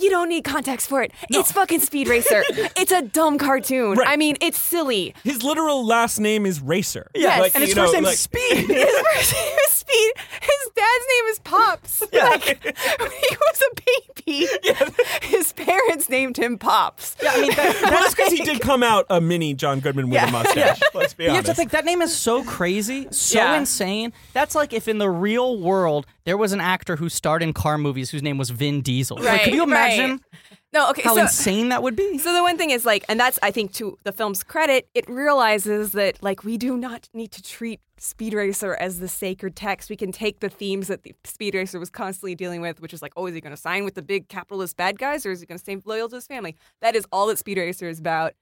you don't need context for it. It's fucking Speed Racer. it's a dumb cartoon. Right. I mean, it's silly. His literal last name is Racer. Yes. Like, and his you know, first name like- is Speed. His first name is Speed. His dad's name is Pops. Like when he was a baby, his parents named him Pops. Yeah, I mean, Well, that's because he did come out a mini John Goodman with a mustache. Let's be You honest. have to think that name is so crazy, so Yeah. insane. That's like if in the real world there was an actor who starred in car movies whose name was Vin Diesel. Like, Right, can you imagine right. no, okay. how so, insane that would be? so the one thing is like, and that's I think to the film's credit, it realizes that like we do not need to treat Speed Racer as the sacred text. We can take the themes that the Speed Racer was constantly dealing with, which is like, oh, is he going to sign with the big capitalist bad guys, or is he going to stay loyal to his family? That is all that Speed Racer is about.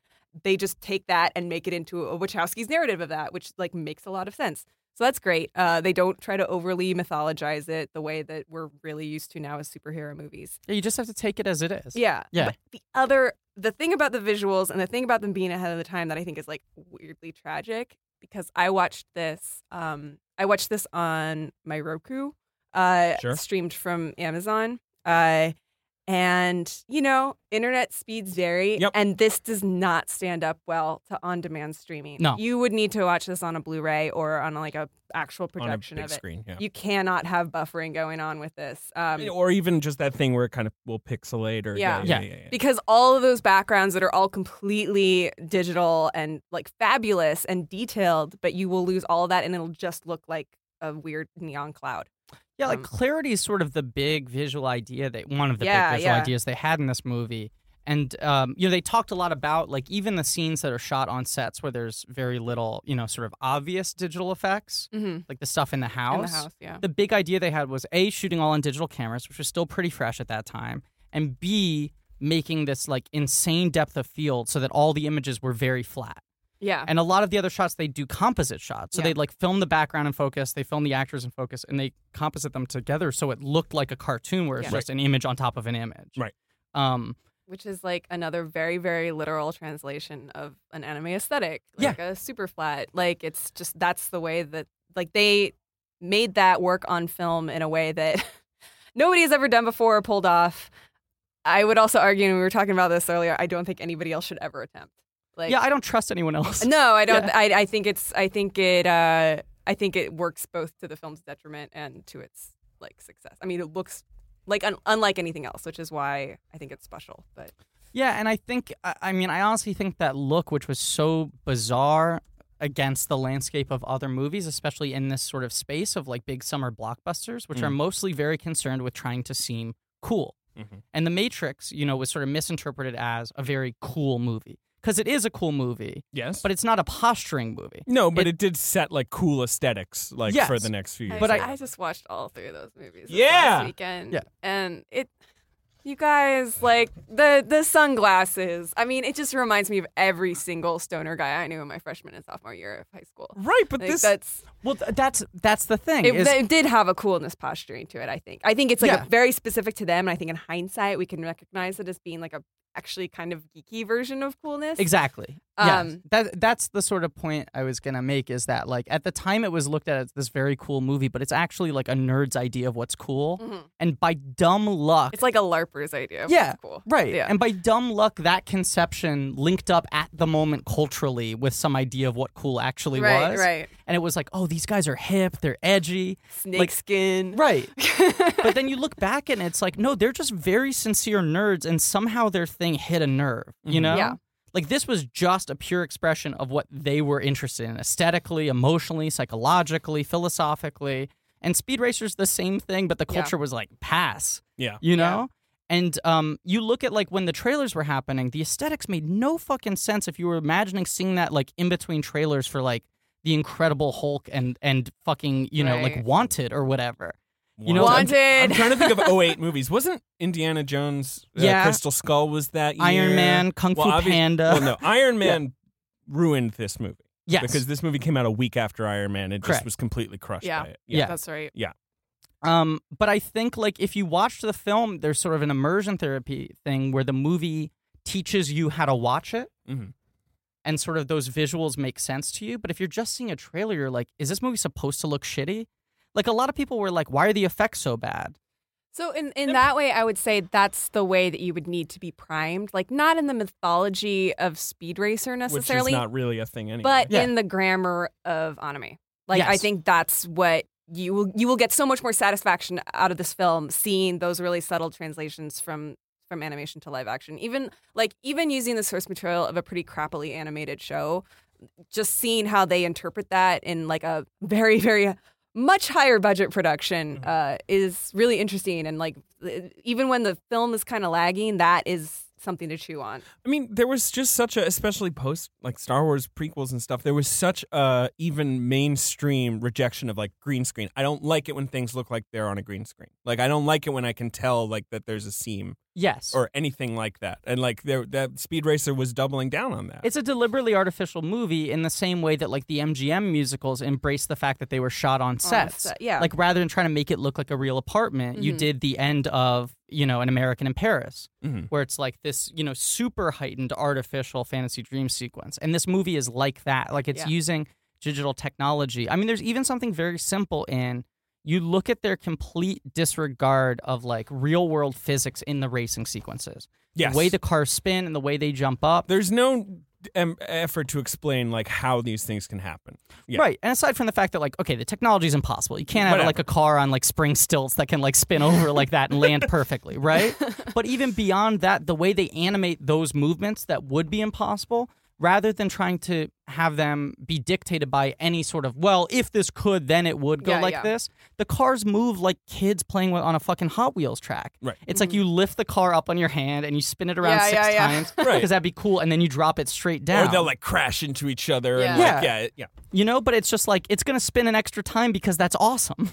They just take that and make it into a Wachowski's narrative of that, which like makes a lot of sense. So that's great. Uh, they don't try to overly mythologize it the way that we're really used to now as superhero movies. Yeah, you just have to take it as it is. Yeah. Yeah. But the other, the thing about the visuals and the thing about them being ahead of the time that I think is like weirdly tragic because I watched this, um, I watched this on my Roku, uh, Sure. streamed from Amazon. Uh, And, you know, internet speeds vary. Yep. And this does not stand up well to on demand streaming. No. You would need to watch this on a Blu ray or on like a actual on a production big of it. screen. Yeah. You cannot have buffering going on with this. Um, or even just that thing where it kind of will pixelate or Yeah. yeah, Yeah. yeah, yeah. because all of those backgrounds that are all completely digital and like fabulous and detailed, but you will lose all that and it'll just look like a weird neon cloud. Yeah, like Um, clarity is sort of the big visual idea that one of the Yeah, big visual yeah. ideas they had in this movie. And um, you know, they talked a lot about like even the scenes that are shot on sets where there's very little, you know, sort of obvious digital effects, Mm-hmm. like the stuff in the house. In the house, yeah. The big idea they had was A, shooting all on digital cameras, which was still pretty fresh at that time, and B, making this like insane depth of field so that all the images were very flat. Yeah. And a lot of the other shots, they do composite shots. So Yeah. they like film the background in focus, they film the actors in focus, and they composite them together so it looked like a cartoon where it's Yeah. just an image on top of an image. Right. Um, Which is like another very, very literal translation of an anime aesthetic. Yeah. Like a super flat. Like it's just that's the way that like they made that work on film in a way that nobody has ever done before or pulled off. I would also argue, and we were talking about this earlier, I don't think anybody else should ever attempt. Like yeah, I don't trust anyone else. No, I don't I, I think it's I think it uh I think it works both to the film's detriment and to its like success. I mean it looks like un- unlike anything else, which is why I think it's special. But Yeah, and I think, I, I mean, I honestly think that look, which was so bizarre against the landscape of other movies, especially in this sort of space of like big summer blockbusters, which are mostly very concerned with trying to seem cool. Mhm. And The Matrix, you know, was sort of misinterpreted as a very cool movie because it is a cool movie, Yes. but it's not a posturing movie. no, but it, it- did set like cool aesthetics like Yes. for the next few years. But I, I- just watched all three of those movies. this Yeah. last weekend. Yeah. and it, you guys like the the sunglasses. I mean, it just reminds me of every single stoner guy I knew in my freshman and sophomore year of high school. right, but Like this that's Well, th- that's that's the thing. it, is- they did have a coolness posturing to it. I think. I think it's like Yeah. a very specific to them, and I think in hindsight we can recognize it as being like a actually kind of geeky version of coolness. Exactly. Yeah. Um, that that's the sort of point I was gonna make is that like at the time it was looked at as this very cool movie, but it's actually like a nerd's idea of what's cool. Mhm. And by dumb luck It's like a LARPer's idea. of Yeah, what's cool. Right. Yeah. And by dumb luck that conception linked up at the moment culturally with some idea of what cool actually right. was. Right. And it was like, oh, these guys are hip, they're edgy. Snake Like- skin. Right. but then you look back and it's like, no, they're just very sincere nerds and somehow their thing hit a nerve, you know? Mm-hmm. Yeah. Like this was just a pure expression of what they were interested in aesthetically, emotionally, psychologically, philosophically. And Speed Racer's the same thing, but the Yeah. culture was like, pass, yeah. you know? And um, you look at like when the trailers were happening, the aesthetics made no fucking sense if you were imagining seeing that like in between trailers for like the Incredible Hulk and and fucking you know like Right. Wanted or whatever. You know, Wanted. I'm Wanted. trying to think of 08 movies. Wasn't Indiana Jones uh, Yeah. Crystal Skull was that Iron year? Man, Kung Fu Well, obvi- Panda. Well, no, Iron Man ruined this movie Yes. because this movie came out a week after Iron Man. It just Correct. was completely crushed Yeah. by it. Yeah. That's right. um, but I think like if you watch the film, there's sort of an immersion therapy thing where the movie teaches you how to watch it. Mhm. And sort of those visuals make sense to you. But if you're just seeing a trailer, you're like, is this movie supposed to look shitty? Like a lot of people were like, why are the effects so bad? So in in that way, I would say that's the way that you would need to be primed. Like not in the mythology of Speed Racer Which necessarily, is not really a thing anyway. but Yeah. in the grammar of anime. Like I Yes. think that's what you will you will get so much more satisfaction out of this film seeing those really subtle translations from from animation to live action. Even like even using the source material of a pretty crappily animated show, just seeing how they interpret that in like a very very much higher budget production Mm-hmm. uh, is really interesting and like uh, even when the film is kind of lagging, that is something to chew on. I mean, there was just such a, especially post like Star Wars prequels and stuff. There was such a even mainstream rejection of like green screen. I don't like it when things look like they're on a green screen. Like I don't like it when I can tell like that there's a seam Yes. or anything like that. And like there, that Speed Racer was doubling down on that. it's a deliberately artificial movie in the same way that like the MGM musicals embraced the fact that they were shot on sets. set, yeah. Like rather than trying to make it look like a real apartment, you Mhm. did the end of, you know, an American in Paris. Mhm. where it's like this, you know, super heightened artificial fantasy dream sequence. And this movie is like that. Like it's Yeah. using digital technology. I mean, there's even something very simple in you look at their complete disregard of like real world physics in the racing sequences. Yes. The way the cars spin and the way they jump up. There's no um, effort to explain like how these things can happen. Yeah. Right. And aside from the fact that like, okay, the technology is impossible. You can't have Whatever. like a car on like spring stilts that can like spin over like that and land perfectly, right? But even beyond that, the way they animate those movements that would be impossible, rather than trying to have them be dictated by any sort of, well, if this could, then it would go Yeah, like yeah. this. The cars move like kids playing with, on a fucking Hot Wheels track. Right. Mm-hmm. It's like you lift the car up on your hand and you spin it around Yeah, six yeah, yeah. times because Right. that'd be cool, and then you drop it straight down Or they'll like crash into each other and Yeah. like yeah, it- yeah. you know but it's just like it's gonna spin an extra time because that's awesome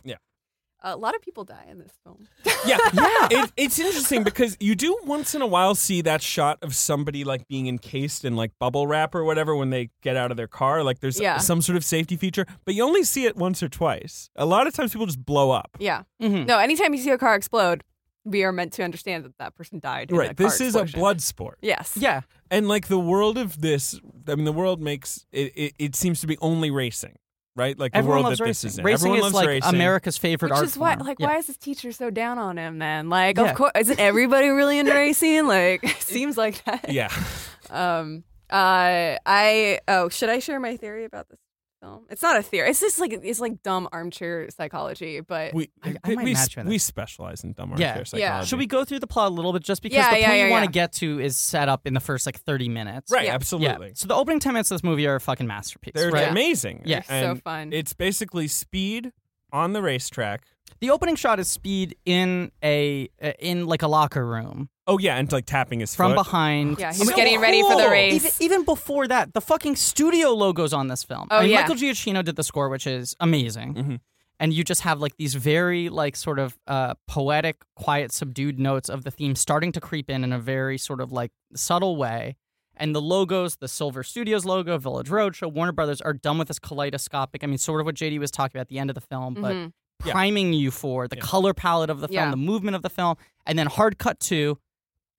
A lot of people die in this film. Yeah, yeah. It, it's interesting because you do once in a while see that shot of somebody like being encased in like bubble wrap or whatever when they get out of their car. Like there's Yeah. some sort of safety feature, but you only see it once or twice. A lot of times people just blow up. Yeah. Mm-hmm. Mhm. No, anytime you see a car explode, we are meant to understand that that person died. in Right. that car This is a explosion. blood sport. Yes. yeah And like the world of this, I mean, the world makes it, it, it seems to be only racing, right? Like the everyone world loves that racing this is in. racing Everyone is loves like racing. america's favorite Which art is why, form. like, Yeah. why is his teacher so down on him then? Like, Yeah. of course, isn't everybody really into racing? Like, it seems like that. Yeah. Um, uh, I oh, should I share my theory about this film? It's not a theory. It's just like it's like dumb armchair psychology, but We, I- I might we, match with we it. specialize in dumb Yeah. armchair Yeah. psychology. should we go through the plot a little bit just because Yeah, the yeah, point yeah, you want yeah. to get to is set up in the first like 30 minutes Right, Yeah. absolutely. yeah so the opening 10 minutes of this movie are a fucking masterpiece They're right Yeah. amazing. Yeah. they're so And fun. It's basically speed on the racetrack. the opening shot is speed in a uh, in like a locker room Oh yeah, and like tapping his from foot. behind yeah, So he's getting ready for the cool. race. Even, even before that, the fucking studio logos on this film. Oh, I mean, yeah. Michael Giacchino did the score, which is amazing. Mhm. And you just have like these very like sort of uh, poetic, quiet, subdued notes of the theme starting to creep in in a very sort of like subtle way. And the logos, the Silver Studios logo, Village Roadshow, Warner Brothers are done with this kaleidoscopic. I mean, sort of what JD was talking about at the end of the film, but Mhm. Yeah. priming you for the Yeah. color palette of the film, Yeah. the movement of the film, and then hard cut to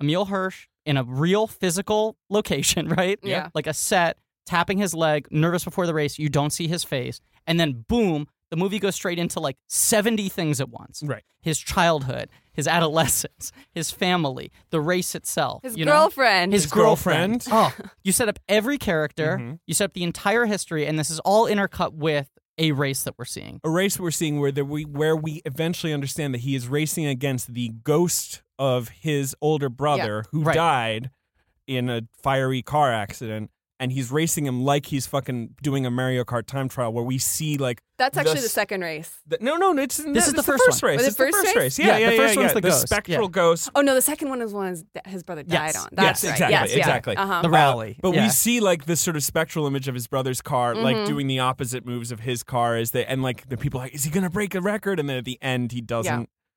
Emil Hirsch in a real physical location, right? Yeah. Like a set, tapping his leg, nervous before the race. You don't see his face. And then boom, the movie goes straight into like 70 things at once. Right. His childhood, his adolescence, his family, the race itself. his you know? girlfriend. His, His girlfriend. girlfriend. oh, you set up every character, Mhm. you set up the entire history, and this is all intercut with a race that we're seeing. Uh-huh. A race we're seeing where the, we where we eventually understand that he is racing against the ghost of his older brother who Right. died in a fiery car accident. And he's racing him like he's fucking doing a Mario Kart time trial, where we see like That's actually the the, s- second race. the, no, no, it's this is the the first first one. race. Was it It's the first first race? race, yeah, Yeah, yeah, the first yeah, one's yeah. the ghost, yeah. spectral ghost Oh no, the second one is one his, da- his brother died Yes. on. That's yes, right. exactly, yes, yeah. exactly. Uh-huh. The rally. Uh, But Yeah. Mm-hmm. we see like this sort of spectral image of his brother's car, like doing the opposite moves of his car as they and like the people are like, is he gonna break a record? And then at the end he doesn't.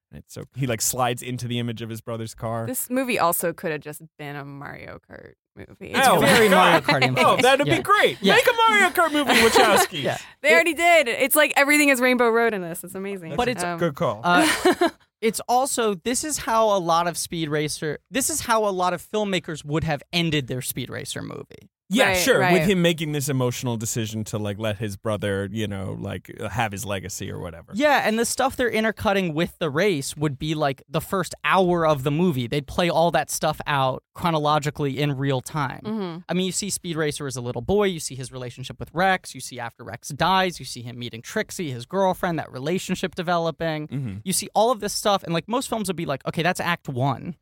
And It's so he like slides into the image of his brother's car. This movie also could have just been a Mario Kart movie. It's Oh, very my Mario God. Kart Oh, influenced. that'd Yeah. be great! Yeah. Make a Mario Kart movie, Wachowski. Yeah. they already did. It's like everything is Rainbow Road in this. It's amazing. But it's- Um, Good call. Uh, it's also this is how a lot of speed racer. This is how a lot of filmmakers would have ended their speed racer movie. yeah, right, sure. right. With him making this emotional decision to like let his brother, you know, like have his legacy or whatever. Yeah, and the stuff they're intercutting with the race would be like the first hour of the movie. They'd play all that stuff out chronologically in real time. I mean, you see Speed Racer as a little boy. You see his relationship with Rex. You see after Rex dies. You see him meeting Trixie, his girlfriend. That relationship developing. Mm-hmm. You see all of this stuff, and like most films would be like, okay, that's Act One.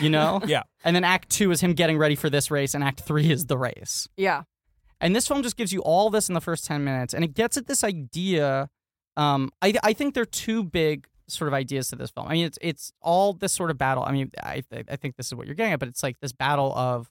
You know? Yeah. And then act two is him getting ready for this race, and act three is the race. yeah. And this film just gives you all this in the first 10 minutes, and it gets at this idea. Um, I, I think there are two big sort of ideas to this film. I mean, it's, it's all this sort of battle. I mean, I, I think this is what you're getting at, but it's like this battle of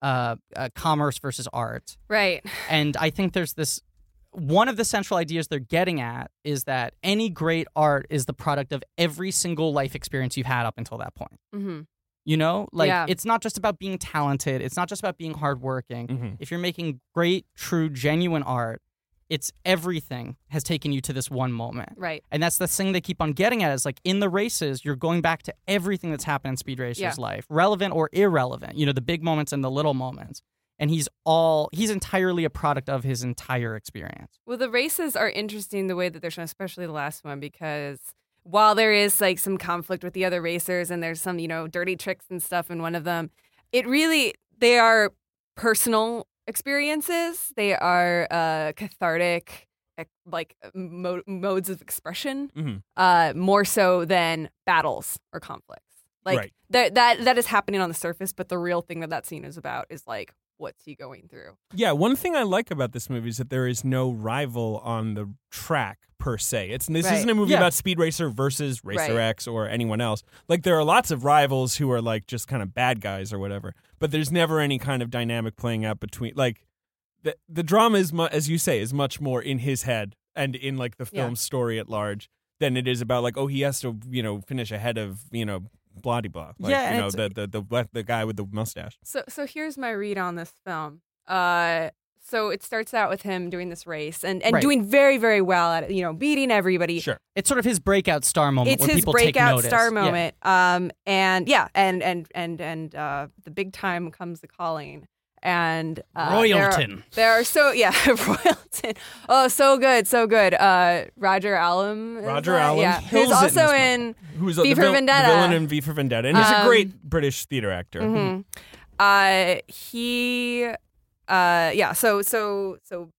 uh, uh, commerce versus art. Right. And I think there's this one of the central ideas they're getting at is that any great art is the product of every single life experience you've had up until that point. Mm-hmm. You know, like Yeah. it's not just about being talented. It's not just about being hardworking. Mhm. If you're making great, true, genuine art, it's everything has taken you to this one moment. Right. And that's the thing they keep on getting at is like in the races, you're going back to everything that's happened in Speed Racer's Yeah. life, relevant or irrelevant, you know, the big moments and the little moments. and he's all he's entirely a product of his entire experience. Well, the races are interesting the way that they're shown, especially the last one, because while there is like some conflict with the other racers and there's some, you know, dirty tricks and stuff in one of them, it really, they are personal experiences. They are uh, cathartic, ec- like uh, mo- modes of expression, Mhm. uh, more so than battles or conflicts. Like Right. that, that, that is happening on the surface, but the real thing that that scene is about is like, what's he going through? Yeah, one thing I like about this movie is that there is no rival on the track per se. It's this Right. isn't a movie Yeah. about Speed Racer versus Racer Right. X or anyone else. Like there are lots of rivals who are like just kind of bad guys or whatever, but there's never any kind of dynamic playing out between like the the drama is mu- as you say is much more in his head and in like the Yeah. film story at large than it is about like oh he has to you know finish ahead of you know blah de blah like Yeah, and you know the it's- the, the the guy with the mustache So so here's my read on this film. Uh so it starts out with him doing this race and, and Right. doing very, very well at it, you know, beating everybody. sure It's sort of his breakout star moment. It's where his people take breakout notice. star Yeah. moment. Um and yeah, and and and and uh the big time comes the calling. And uh, there are- Royalton. There are, so yeah, Royalton. Oh, so good, so good. Uh Roger Allen. is Roger that? Allen Yeah. kills Who's it in also this in who's V the, for vil- the Vendetta. villain in V for Vendetta, and he's a Um, great British theater actor. Mhm. Uh, he, uh, yeah. So so so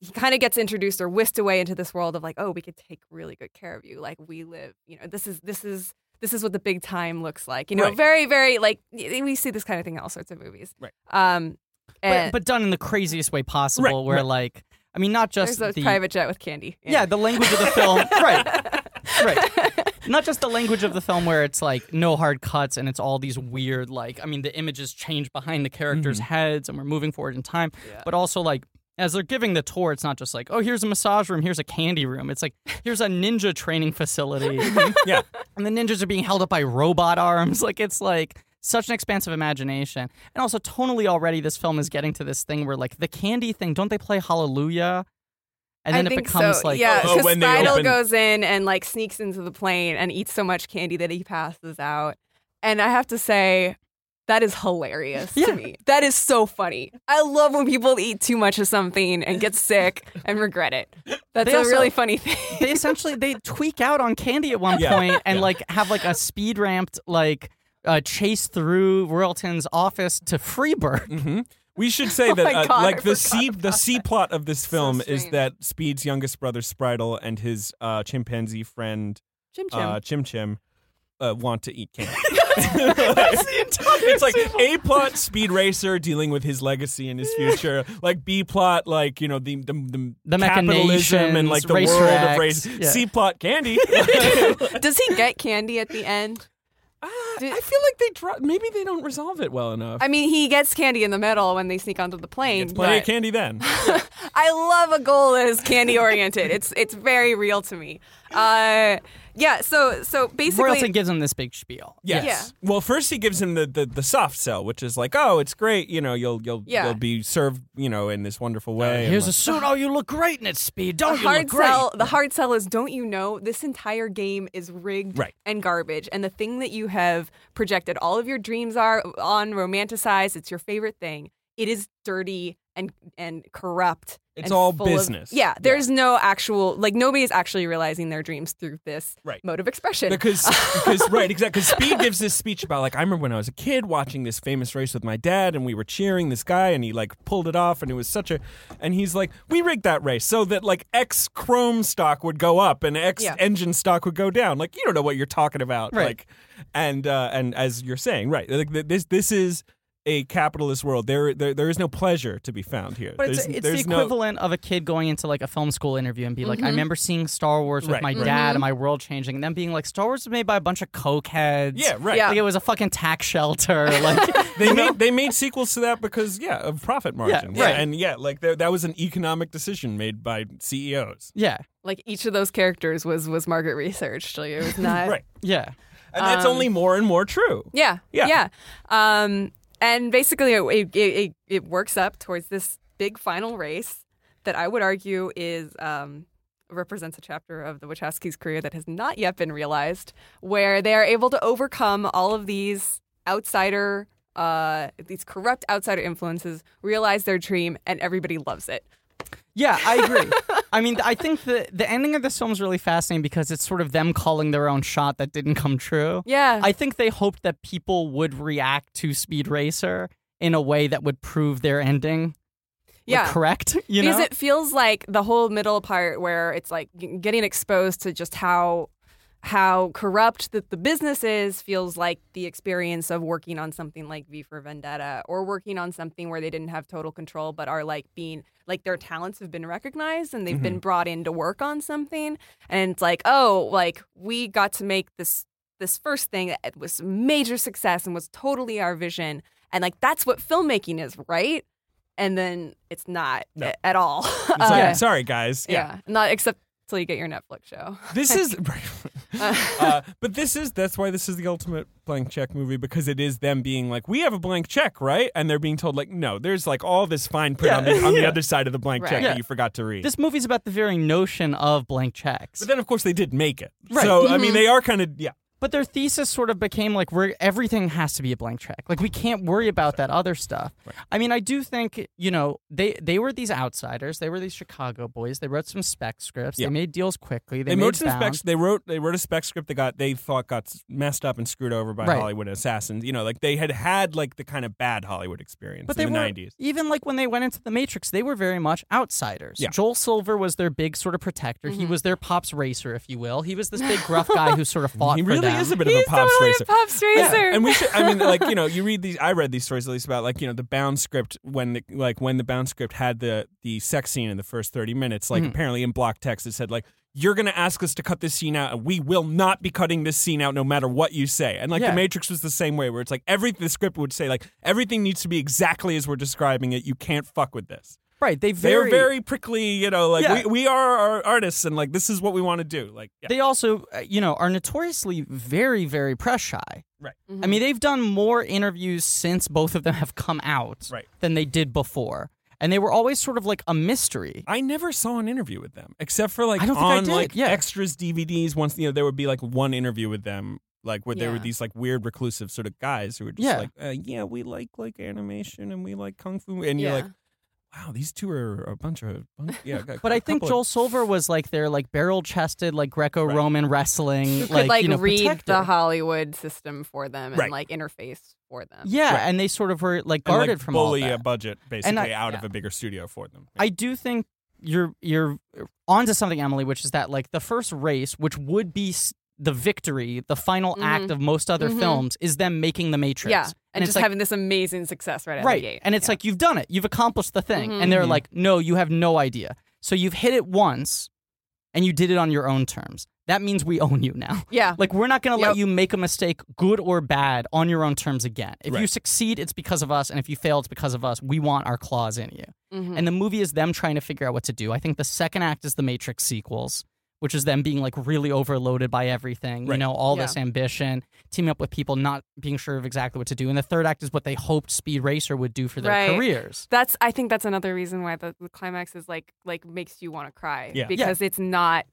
he kind of gets introduced or whisked away into this world of like, oh, we could take really good care of you. Like we live, you know, this is this is this is what the big time looks like. You know, Right. very very like y- we see this kind of thing in all sorts of movies. Right. Um, But, and but done in the craziest way possible, Right, where right. like I mean, not there's just a the private jet with candy. yeah, the language of the film, right? Right. Not just the language of the film where it's like no hard cuts and it's all these weird like I mean the images change behind the characters' Mm-hmm. heads and we're moving forward in time, but also like as they're giving the tour, it's not just like oh here's a massage room, here's a candy room. It's like here's a ninja training facility, and Yeah, the ninjas are being held up by robot arms. Like it's like such an expansive imagination, and also tonally already this film is getting to this thing where like the candy thing, don't they play Hallelujah? And I then it think becomes so. like yeah, Oh, because when they Spinal open- goes in and like sneaks into the plane and eats so much candy that he passes out. And I have to say, that is hilarious Yeah. to me. That is so funny. I love when people eat too much of something and get sick and regret it. That's They a also- really funny thing. they essentially they tweak out on candy at one Yeah, point and yeah. like have like a speed ramped like uh, chase through Royalton's office to Freebird. hmm we should say that Oh my uh, God, I like the forgot C the C plot of this film is strange. that Speed's youngest brother Spritel and his uh, chimpanzee friend Chim chim. uh, Chim Chim. Uh, want to eat candy. it's like A plot speed racer dealing with his legacy and his future. Like B plot, like you know the the, the, The capitalism and machinations, like the racer world of acts, race. yeah. C plot candy. Does he get candy at the end? Did- Uh, I feel like they draw. Maybe they don't resolve it well enough. I mean, he gets candy in the middle when they sneak onto the plane. It's plenty but- of candy then. I love a goal that is candy oriented. It's it's very real to me. Uh, yeah. So so basically, Royalton gives him this big spiel. Yes. Well, first he gives him the, the, the soft sell, which is like, oh, it's great. You know, you'll you'll Yeah. you'll be served, you know, in this wonderful way. Here's a and suit. Oh, you look great in it, Speed. the Don't you look hard great? sell. The hard sell is don't you know this entire game is rigged Right. and garbage, and the thing that you have projected all of your dreams are on romanticized. It's your favorite thing. It is dirty and and corrupt. It's and all full of- business. yeah, Yeah. there's no actual like nobody's actually realizing their dreams through this Right. mode of expression. because because right exactly because Speed gives this speech about like I remember when I was a kid watching this famous race with my dad and we were cheering this guy and he like pulled it off and it was such a and he's like we rigged that race so that like X chrome stock would go up and X Yeah. engine stock would go down like you don't know what you're talking about Right. like and uh, and as you're saying right like th- this this is. A capitalist world. There, there, there is no pleasure to be found here. But it's, There's- it's the there's no- equivalent of a kid going into like a film school interview and be like, I remember seeing Star Wars with Right, my right. dad and my world changing, and then being like, Star Wars was made by a bunch of cokeheads. Yeah, right. Yeah. Like it was a fucking tax shelter. Like They made they made sequels to that because yeah, of profit margin. right. And yeah, like there, that was an economic decision made by E CEOs. Yeah. like each of those characters was was market researched. Like it was not Right. Yeah. And that's Um, only more and more true. Yeah, Yeah. yeah. Um, and basically, it, it, it, it works up towards this big final race that I would argue is um, represents a chapter of the Wachowskis' career that has not yet been realized, where they are able to overcome all of these outsider uh, these corrupt outsider influences realize their dream, and everybody loves it. Yeah, I agree. I mean, I think the the ending of this film is really fascinating because it's sort of them calling their own shot that didn't come true. Yeah. I think they hoped that people would react to Speed Racer in a way that would prove their ending. like, Yeah. correct. You because know, it feels like the whole middle part where it's like g- getting exposed to just how how corrupt that the business is feels like the experience of working on something like V for Vendetta or working on something where they didn't have total control but are like being like their talents have been recognized and they've Mm-hmm. been brought in to work on something and it's like oh like we got to make this this first thing that was major success and was totally our vision and like that's what filmmaking is right and then it's not No. a- at all. It's like, Uh, Sorry, guys. Yeah. yeah. not except till you get your Netflix show. This is. Uh, uh, but this is that's why this is the ultimate blank check movie because it is them being like we have a blank check right and they're being told like no there's like all this fine print on, the, on the other side of the blank Right. check Yeah. that you forgot to read this movie's about the very notion of blank checks. but then of course they did make it Right. so I mean they are kind of yeah But their thesis sort of became like we're, everything has to be a blank check. Like we can't worry about that other stuff. I mean, I do think you know they they were these outsiders. They were these Chicago boys. They wrote some spec scripts. Yeah. They made deals quickly. They, they, made wrote some bounds. specs they wrote they wrote a spec script they got they thought got messed up and screwed over by Right. Hollywood assassins you know like they had had like the kind of bad Hollywood experience But they in the were 90s even like when they went into the Matrix, they were very much outsiders. Yeah. Joel Silver was their big sort of protector. He was their pops racer, if you will. He was this big gruff guy who sort of fought he for really them. is a bit he's of a pops totally racer a pop racer. and we should i mean like you know you read these i read these stories at least about like you know the bound script when the, like when the bound script had the the sex scene in the first 30 minutes Mm-hmm. like apparently in block text it said like you're going to ask us to cut this scene out and we will not be cutting this scene out no matter what you say and like Yeah. the matrix was the same way where it's like every the script would say like everything needs to be exactly as we're describing it you can't fuck with this right. They they're very, very, prickly you know like Yeah. we, we are our artists and like this is what we want to do like yeah. they also uh, you know are notoriously very very press shy. right Mm-hmm. I mean, they've done more interviews since both of them have come out Right. than they did before, and they were always sort of like a mystery. I never saw an interview with them except for like I don't think I on did, like yeah. extras DVDs. Once you know there would be like one interview with them, like where there were Yeah. these like weird reclusive sort of guys who were just Yeah. like, uh, yeah, we like like animation and we like kung fu, and you're Yeah. like, wow, these two are a bunch of bunch, yeah. a But I think couple Joel of- Silver was like their like barrel chested like Greco Roman wrestling who could like, like you know, read protector. the Hollywood system for them and Right. like interface for them. Yeah, Right. and they sort of were like and, guarded like, from all bully that. a budget basically out of yeah. a bigger studio for them. I do think you're you're onto something, Emily, which is that like the first race, which would be s- the victory, the final act of most other Mhm. films, is them making the Matrix. Mm-hmm. Yeah. And, it's just like, having this amazing success right out of right, the gate. and it's Yeah. Mm-hmm. like you've done it, you've accomplished the thing, and they're Mhm. like, no, you have no idea. So you've hit it once, and you did it on your own terms. That means we own you now. yeah. Like we're not going to Yep. let you make a mistake, good or bad, on your own terms again. If you Right. succeed, it's because of us, and if you fail, it's because of us. We want our claws in you. Mm-hmm. Mhm. And the movie is them trying to figure out what to do. I think the second act is the Matrix sequels, which is them being like really overloaded by everything, you Right. know, all Yeah. this ambition, teaming up with people, not being sure of exactly what to do. And the third act is what they hoped Speed Racer would do for their Right. careers. That's I think that's another reason why the, the climax is like like makes you want to cry Yeah. because it's not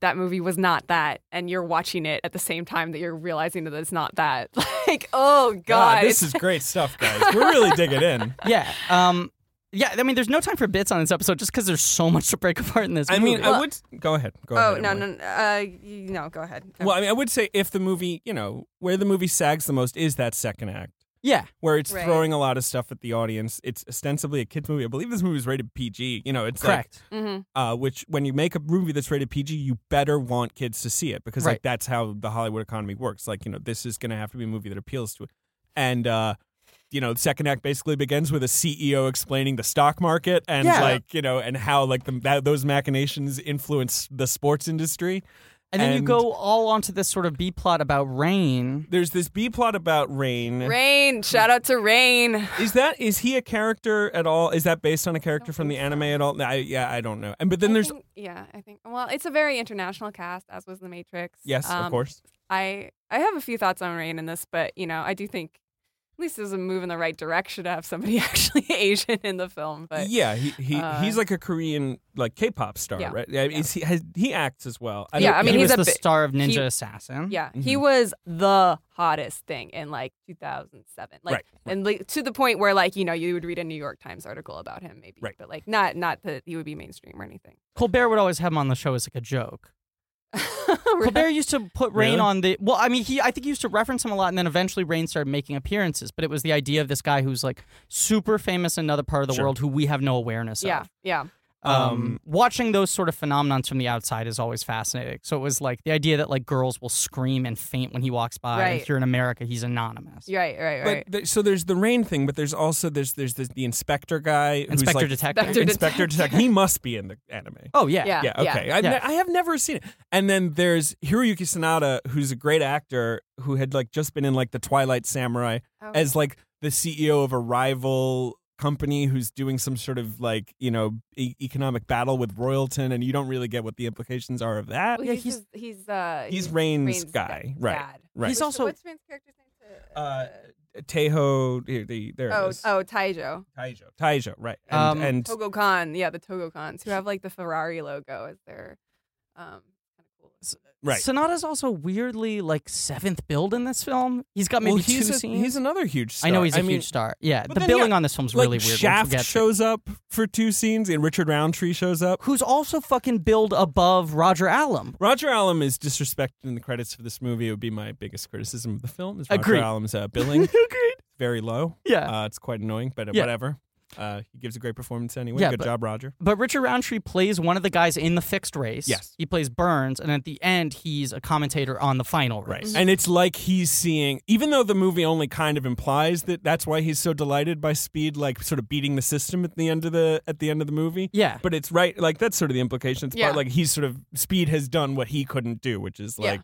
that movie was not that and you're watching it at the same time that you're realizing that it's not that. Like, oh god. God, Ah, this it's- is great stuff, guys. We're really digging in. Yeah. Um, yeah, I mean, there's no time for bits on this episode just because there's so much to break apart in this I movie. mean, I would go ahead. Go Oh, ahead, no, Emily. no, no, uh, you, no, go ahead. Well, I mean, I would say if the movie, you know, where the movie sags the most is that second act. yeah. where it's Right. throwing a lot of stuff at the audience. It's ostensibly a kids movie. I believe this movie is rated PG. You know, it's Correct. Mhm. like uh, which when you make a movie that's rated PG, you better want kids to see it because Right. like that's how the Hollywood economy works. Like you know, this is going to have to be a movie that appeals to it. And uh, you know, the second act basically begins with a CEO explaining the stock market and Yeah. like you know, and how like the, that, those machinations influence the sports industry. and then you and- go all onto this sort of B plot about rain. There's this B plot about Rain. Rain, shout out to Rain. Is that is he a character at all? Is that based on a character from the anime at all? I, yeah, I don't know. And but then I there's think- yeah, I think. Well, it's a very international cast, as was The Matrix. yes, of Um, course. I I have a few thoughts on Rain in this, but you know, I do think at least it was a move in the right direction to have somebody actually Asian in the film. But yeah, he, he uh, he's like a Korean like K-pop star, Yeah. right? Yeah, Is he has, he acts as well. Yeah, don't- I mean, he he's was a the bi- star of Ninja he- Mm-hmm. Assassin. Yeah, he was the hottest thing in like 2007, like Right, and like, to the point where like you know you would read a New York Times article about him maybe, Right. but like not not that he would be mainstream or anything. Colbert would always have him on the show as like a joke. Colbert used to put Rain Really? on the. Well, I mean, he I think he used to reference him a lot, and then eventually Rain started making appearances. But it was the idea of this guy who's like super famous in another part of the Sure. world who we have no awareness yeah, of. yeah, Um, Um, watching those sort of phenomenons from the outside is always fascinating. So it was like the idea that like girls will scream and faint when he walks by. And Right. here in America, he's anonymous. You're right, right, but right. th- so there's the rain thing, but there's also there's there's the, the inspector guy, who's Inspector like, Detective. Inspector Det- inspector detective. He must be in the anime. oh yeah. yeah, Yeah, okay. I, Yeah. I have never seen it. And then there's Hiroyuki Sanada, who's a great actor who had like just been in like the Twilight Samurai Oh. as like the CEO of a rival company who's doing some sort of like you know e- economic battle with Royalton, and you don't really get what the implications are of that. Well, yeah, he's he's- his- he's uh, he's he's Rain's Rain's guy, da- right? dad. Right. He's What's- also- what's Rain's character's name? Uh, Teho, the, the, there oh, it is. oh, Taijo, Taijo, Taijo, right? And, Um, and Togo Khan, yeah, the Togo Khans who have like the Ferrari logo as their um. kinda cool. right. Sonata's also weirdly like seventh build in this film. He's got maybe well, he's two a, scenes. he's another huge. Star. I know he's a mean, huge star. Yeah, but the then, billing yeah, on this film's like really weird. Shaft once we get to- shows up for two scenes, and Richard Roundtree shows up. who's also fucking billed above Roger Allam. Roger Allam is disrespected in the credits for this movie. It would be my biggest criticism of the film. Is Roger Agreed. Allam's uh, billing Agreed. very low? Yeah. uh, it's quite annoying, but uh, Yeah. whatever. Uh, he gives a great performance anyway. Yeah, Good but- job, Roger. But Richard Roundtree plays one of the guys in the fixed race. Yes. He plays Burns, and at the end, he's a commentator on the final Right, Mm-hmm. race. and it's like he's seeing, even though the movie only kind of implies that that's why he's so delighted by Speed, like sort of beating the system at the end of the at the end of the movie. Yeah. but it's right, like that's sort of the implication. It's Yeah. part, like he's sort of Speed has done what he couldn't do, which is Yeah. like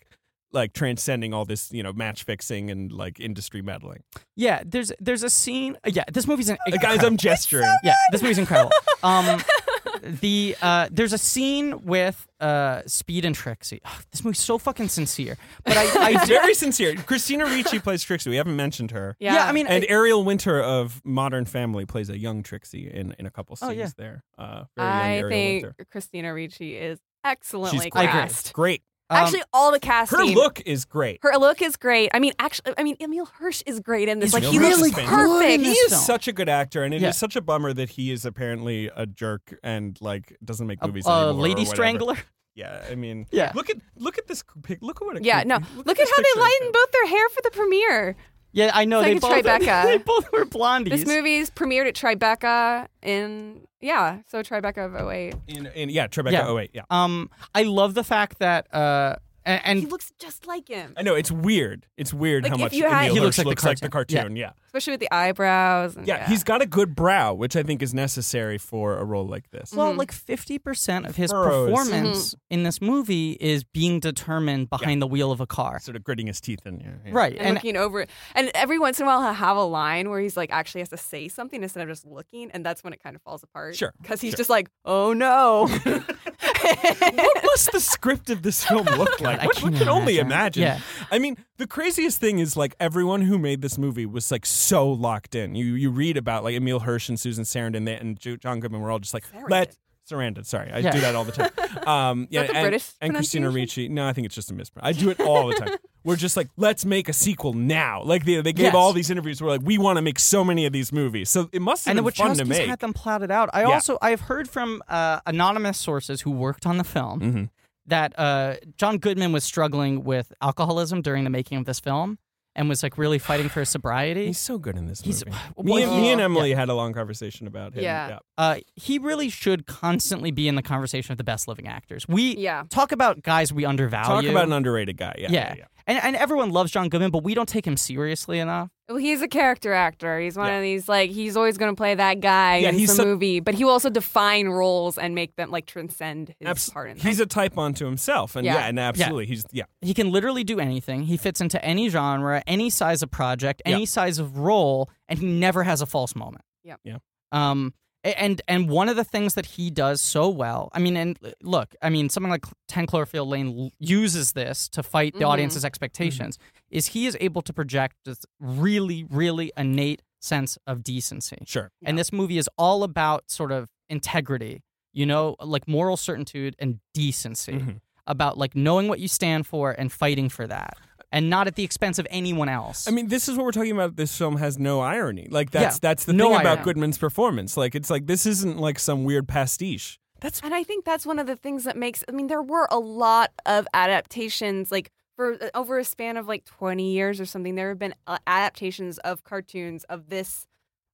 like transcending all this, you know, match fixing and like industry meddling. Yeah, there's there's a scene. Yeah, this movie's an, Uh, guys, I'm gesturing. yeah, this movie's incredible. Um, the uh, there's a scene with uh, Speed and Trixie. Ugh, this movie's so fucking sincere, but I, I do. Very sincere. Christina Ricci plays Trixie. We haven't mentioned her. Yeah. I mean, And Ariel Winter of Modern Family plays a young Trixie in, in a couple scenes Oh, yeah. there. Uh, very young I Ariel think Winter. Christina Ricci is excellently She's great. I agree. cast. Great. I- um, actually, all the casting. Her look is great. her look is great. I mean, actually, I mean, Emil Hirsch is great in this. He's like, he really looks good. perfect. He He is is film. such a good actor, and it is Yeah. such a bummer that he is apparently a jerk and like doesn't make a, movies a anymore. or lady whatever. strangler. Yeah, I mean, Yeah. Look at look at this pic. Look at what. A Yeah, creepy- no. Look, at this how picture they of lightened him. both their hair for the premiere. Yeah, I know It's they like both a Tribeca. they both were blondies. This movie's premiered at Tribeca in yeah, so Tribeca of 08. In, in, yeah, Tribeca. Yeah. Oh wait, yeah. Um, I love the fact that uh, a- and, He looks just like him, I know it's weird. It's weird Like, how if much you had- Emile He looks Hirsch like the cartoon. Yeah. cartoon. Yeah. especially with the eyebrows. And, Yeah, he's got a good brow, which I think is necessary for a role like this. mm-hmm. Well, like 50% of his Furrows. performance in this movie is being determined behind the wheel of a car. sort of gritting his teeth in. Yeah, yeah. Right. And, And looking over, and every once in a while, he'll have a line where he's like actually has to say something instead of just looking, and that's when it kind of falls apart. Sure, because he's sure. just like, "Oh no!" what must the script of this film look like? I What one can't can only imagine. imagine. Yeah. I mean, the craziest thing is like everyone who made this movie was like so locked in. You you read about like Emil Hirsch and Susan Sarandon they- and Ju- John Goodman were all just like let Sarandon. Sorry, I Yeah. do that all the time. Um, yeah, that the and, British and Christina Ricci. No, I think it's just a misprint. I do it all the time. We're just like, let's make a sequel now. Like they, they gave Yes. all these interviews. We're like, we want to make so many of these movies. So it must have and the been fun to Wachowskis make. had them plotted out. I also I've heard from uh, anonymous sources who worked on the film Mhm. that uh, John Goodman was struggling with alcoholism during the making of this film and was like really fighting for his sobriety. He's so good in this He's- movie. well, me, and, me and yeah. Emily had a long conversation about him. Yeah. Uh, he really should constantly be in the conversation of the best living actors. We Yeah. talk about guys we undervalue. Talk about an underrated guy. Yeah. yeah. And, and everyone loves John Goodman, but we don't take him seriously enough. Well, he's a character actor. He's one Yeah. of these like he's always going to play that guy Yeah, in he's some so- movie, but he will also define roles and make them like transcend his Abs- part in them. he's a type onto himself. And yeah, Yeah. and absolutely. He's, yeah. he can literally do anything. He fits into any genre, any size of project, any size of role, and he never has a false moment. Yep. Yeah. Um, A- And and one of the things that he does so well, I mean, and uh, look, I mean, something like Ten Cloverfield Lane l- uses this to fight the Mhm. audience's expectations. Is he is able to project this really, really innate sense of decency. Sure. And this movie is all about sort of integrity, you know, like moral certitude and decency, Mm-hmm. Mhm. about like knowing what you stand for and fighting for that, and not at the expense of anyone else. I mean, this is what we're talking about. This film has no irony. Like that's Yeah. that's the No thing about irony. Goodman's performance. Like it's like this isn't like some weird pastiche. That's And I think that's one of the things that makes. I mean, there were a lot of adaptations, like for uh, over a span of like twenty years or something. There have been uh, adaptations of cartoons of this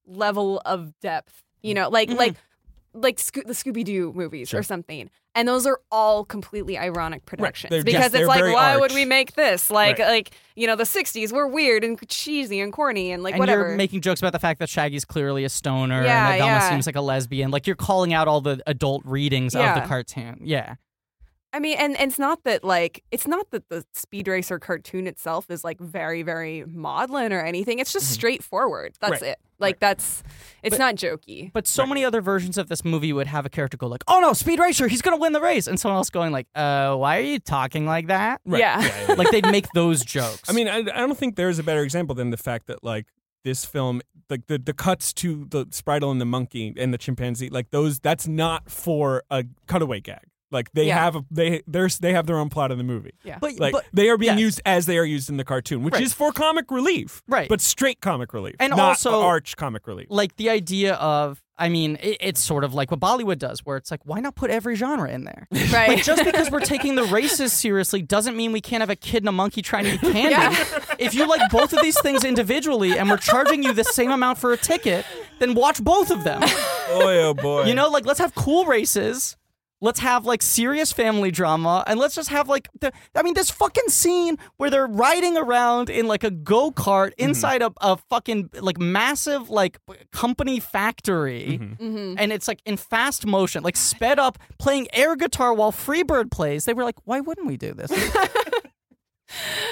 level of depth. You know, like like like Sco- the Scooby Doo movies Mm-hmm. Sure. or something. And those are all completely ironic productions They're just- because they're it's like, very why arch. would we make this? Like Right. like you know, the '60s were weird and cheesy and corny and like and whatever. you're making jokes about the fact that Shaggy's clearly a stoner Yeah, and Adama yeah. seems like a lesbian. Like you're calling out all the adult readings of the Yeah. cartoon. Yeah. I mean, and, and it's not that like it's not that the Speed Racer cartoon itself is like very very maudlin or anything. It's just straightforward. That's Right. it. Like that's it's not jokey. But so many other versions of this movie would have a character go like, "Oh no, Speed Racer, he's going to win the race." And someone else going like, "Uh, why are you talking like that?" right. Yeah. like they'd make those jokes. I mean, I, I don't think there is a better example than the fact that like this film, like the, the cuts to the Spritel and the monkey and the chimpanzee, like those, that's not for a cutaway gag. Like they Yeah. have a, they they're, they have their own plot in the movie. Yeah. but, Like but they are being yes. used as they are used in the cartoon, which Right. is for comic relief, Right. But straight comic relief, And not also- arch comic relief. like the idea of I mean, it, it's sort of like what Bollywood does, where it's like, why not put every genre in there? Right. Like just because we're taking the races seriously doesn't mean we can't have a kid and a monkey trying to eat candy. If you like both of these things individually and we're charging you the same amount for a ticket, then watch both of them. Boy, oh boy, You know, like let's have cool races. Let's have like serious family drama, and let's just have like the. I mean, this fucking scene where they're riding around in like a go kart inside a, a fucking like massive like company factory, and it's like in fast motion, like sped up, playing air guitar while Freebird plays. They were like, why wouldn't we do this?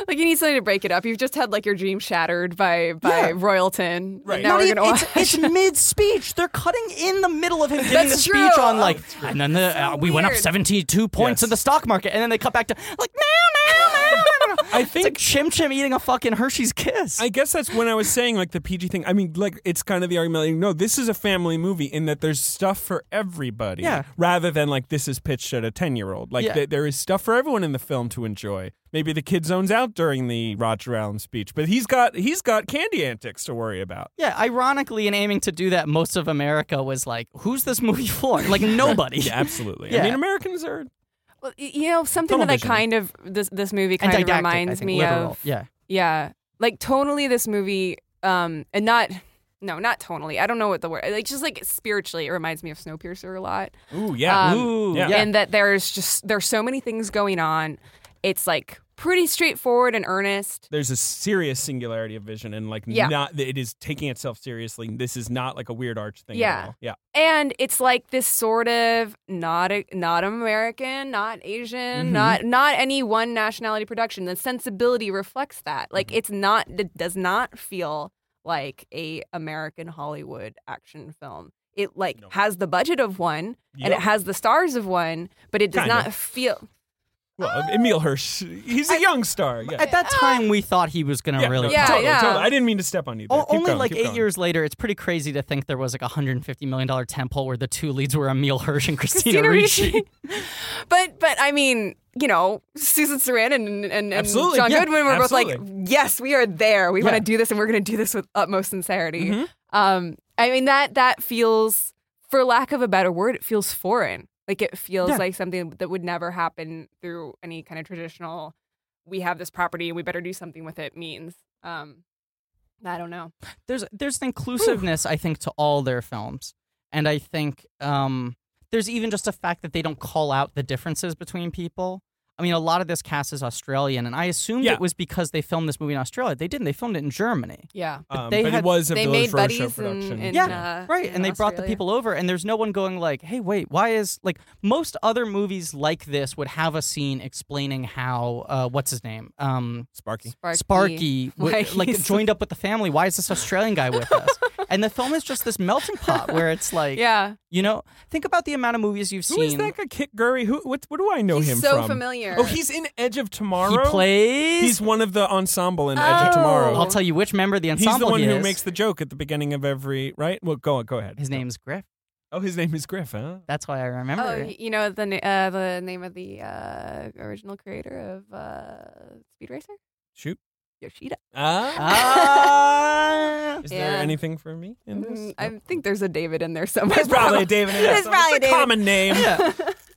like you need something to break it up. You've just had like your dream shattered by by Yeah. Royalton. Right. And now Not we're even- gonna watch. It's, it's mid speech. They're cutting in the middle of him giving That's the true. speech on like, and then the, uh, we went up weird. seventy two points in Yes. the stock market, and then they cut back to like, no, no, no, no, no. I It's think like Chim Chim eating a fucking Hershey's Kiss. I guess that's when I was saying like the PG thing. I mean, like it's kind of the argument. Like, no, this is a family movie in that there's stuff for everybody. Yeah. Rather than like this is pitched at a ten year old. Like Yeah. th- there is stuff for everyone in the film to enjoy. Maybe the kid zones out during the Roger Allen speech, but he's got he's got candy antics to worry about. yeah, ironically, in aiming to do that, most of America was like, "Who's this movie for?" Like nobody. Yeah, absolutely. Yeah. I mean, Americans are Well, y- you know something that I Television. kind of this this movie And kind of didactic, I reminds think, me literal. of. Yeah. Yeah. Like tonally this movie um and not no, not tonally. I don't know what the word. Like just like spiritually it reminds me of Snowpiercer a lot. ooh yeah Um, ooh, yeah. yeah. and that there's just there's so many things going on. It's like pretty straightforward and earnest. There's a serious singularity of vision, and like Yeah. not it is taking itself seriously. This is not like a weird arch thing. Yeah. At all. Yeah. And it's like this sort of not a, not American, not Asian, Mm-hmm. not not any one nationality production. The sensibility reflects that. Mm-hmm. Like it's not it does not feel like a American Hollywood action film. It like No. has the budget of one and Yep. it has the stars of one, but it does Kind not of. feel Well, Emil Hirsch, he's a young star. Yeah. At that time, we thought he was gonna Yeah, really. no, Yeah, totally, yeah. totally. I didn't mean to step on you. There. O- Keep only going, like keep eight going. years later, it's pretty crazy to think there was like a hundred fifty million dollar temple where the two leads were Emil Hirsch and Christina, Christina Ricci. Ricci. But but I mean, you know, Susan Sarandon and, and, and Absolutely, John yeah, Goodman were both absolutely. like, yes, we are there. We want Yeah. Mm-hmm. to do this, and we're going to do this with utmost sincerity. Um, I mean that that feels, for lack of a better word, it feels foreign. Like it feels Yeah. like something that would never happen through any kind of traditional. We have this property, and we better do something with it. Means. Um, I don't know. there's there's an inclusiveness I think to all their films, and I think um, there's even just a fact that they don't call out the differences between people. I mean, a lot of this cast is Australian, and I assumed Yeah. it was because they filmed this movie in Australia. They didn't. They filmed it in Germany. Yeah. Um, they but had- it was a they Village made Roadshow buddies in- production. in, Yeah, uh, right. in and they brought the Australia. people over, and there's no one going like, "Hey, wait, why is like most other movies like this would have a scene explaining how uh, what's his name, um, Sparky. Sparky, w- Like, like he's- joined up with the family. Why is this Australian guy with us?" and the film is just this melting pot where it's like, Yeah. you know, think about the amount of movies you've Who seen. is that guy? Kit Gurry. Who? What? What do I know He's him so from? familiar. Oh, he's in Edge of He Tomorrow. plays. He's one of the ensemble in Edge of Oh. Tomorrow. I'll tell you which member of the He's ensemble the one he who is. makes the joke at the beginning of every right. Well, go on, go ahead. His name's Griff. Oh, his name is Griff. Huh? That's why I remember. Oh, it. y- you know the na- uh, the name of the uh, original creator of uh, Speed Racer? Shoot. Yoshida. Ah. Is there Yeah. anything for me in this? Mm, No. I think there's a David in there somewhere. There's probably a David. in there There's somewhere. probably a it's a David. common name. Yeah.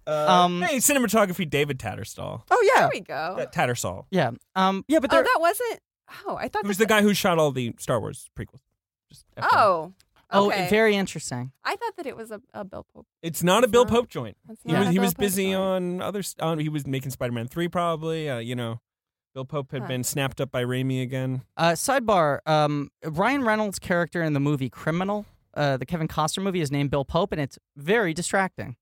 Uh, Um, hey, cinematography David Tatterstall. oh yeah. There we go. Uh, Tattersall. Yeah. Um. Yeah, but oh, there. that wasn't. Oh, I thought Who's the that's- guy who shot all the Star Wars prequels? Just FYI. Oh, oh, okay. very interesting. I thought that it was a, a Bill Pope. it's not a It's Bill not- Pope joint. That's He not was, a he Bill was Pope busy song. on other. s- On, he was making Spider-Man three, probably. Uh, you know, Bill Pope had Huh. been snapped up by Raimi again. Uh, sidebar: um, Ryan Reynolds' character in the movie Criminal, uh, the Kevin Costner movie, is named Bill Pope, and it's very distracting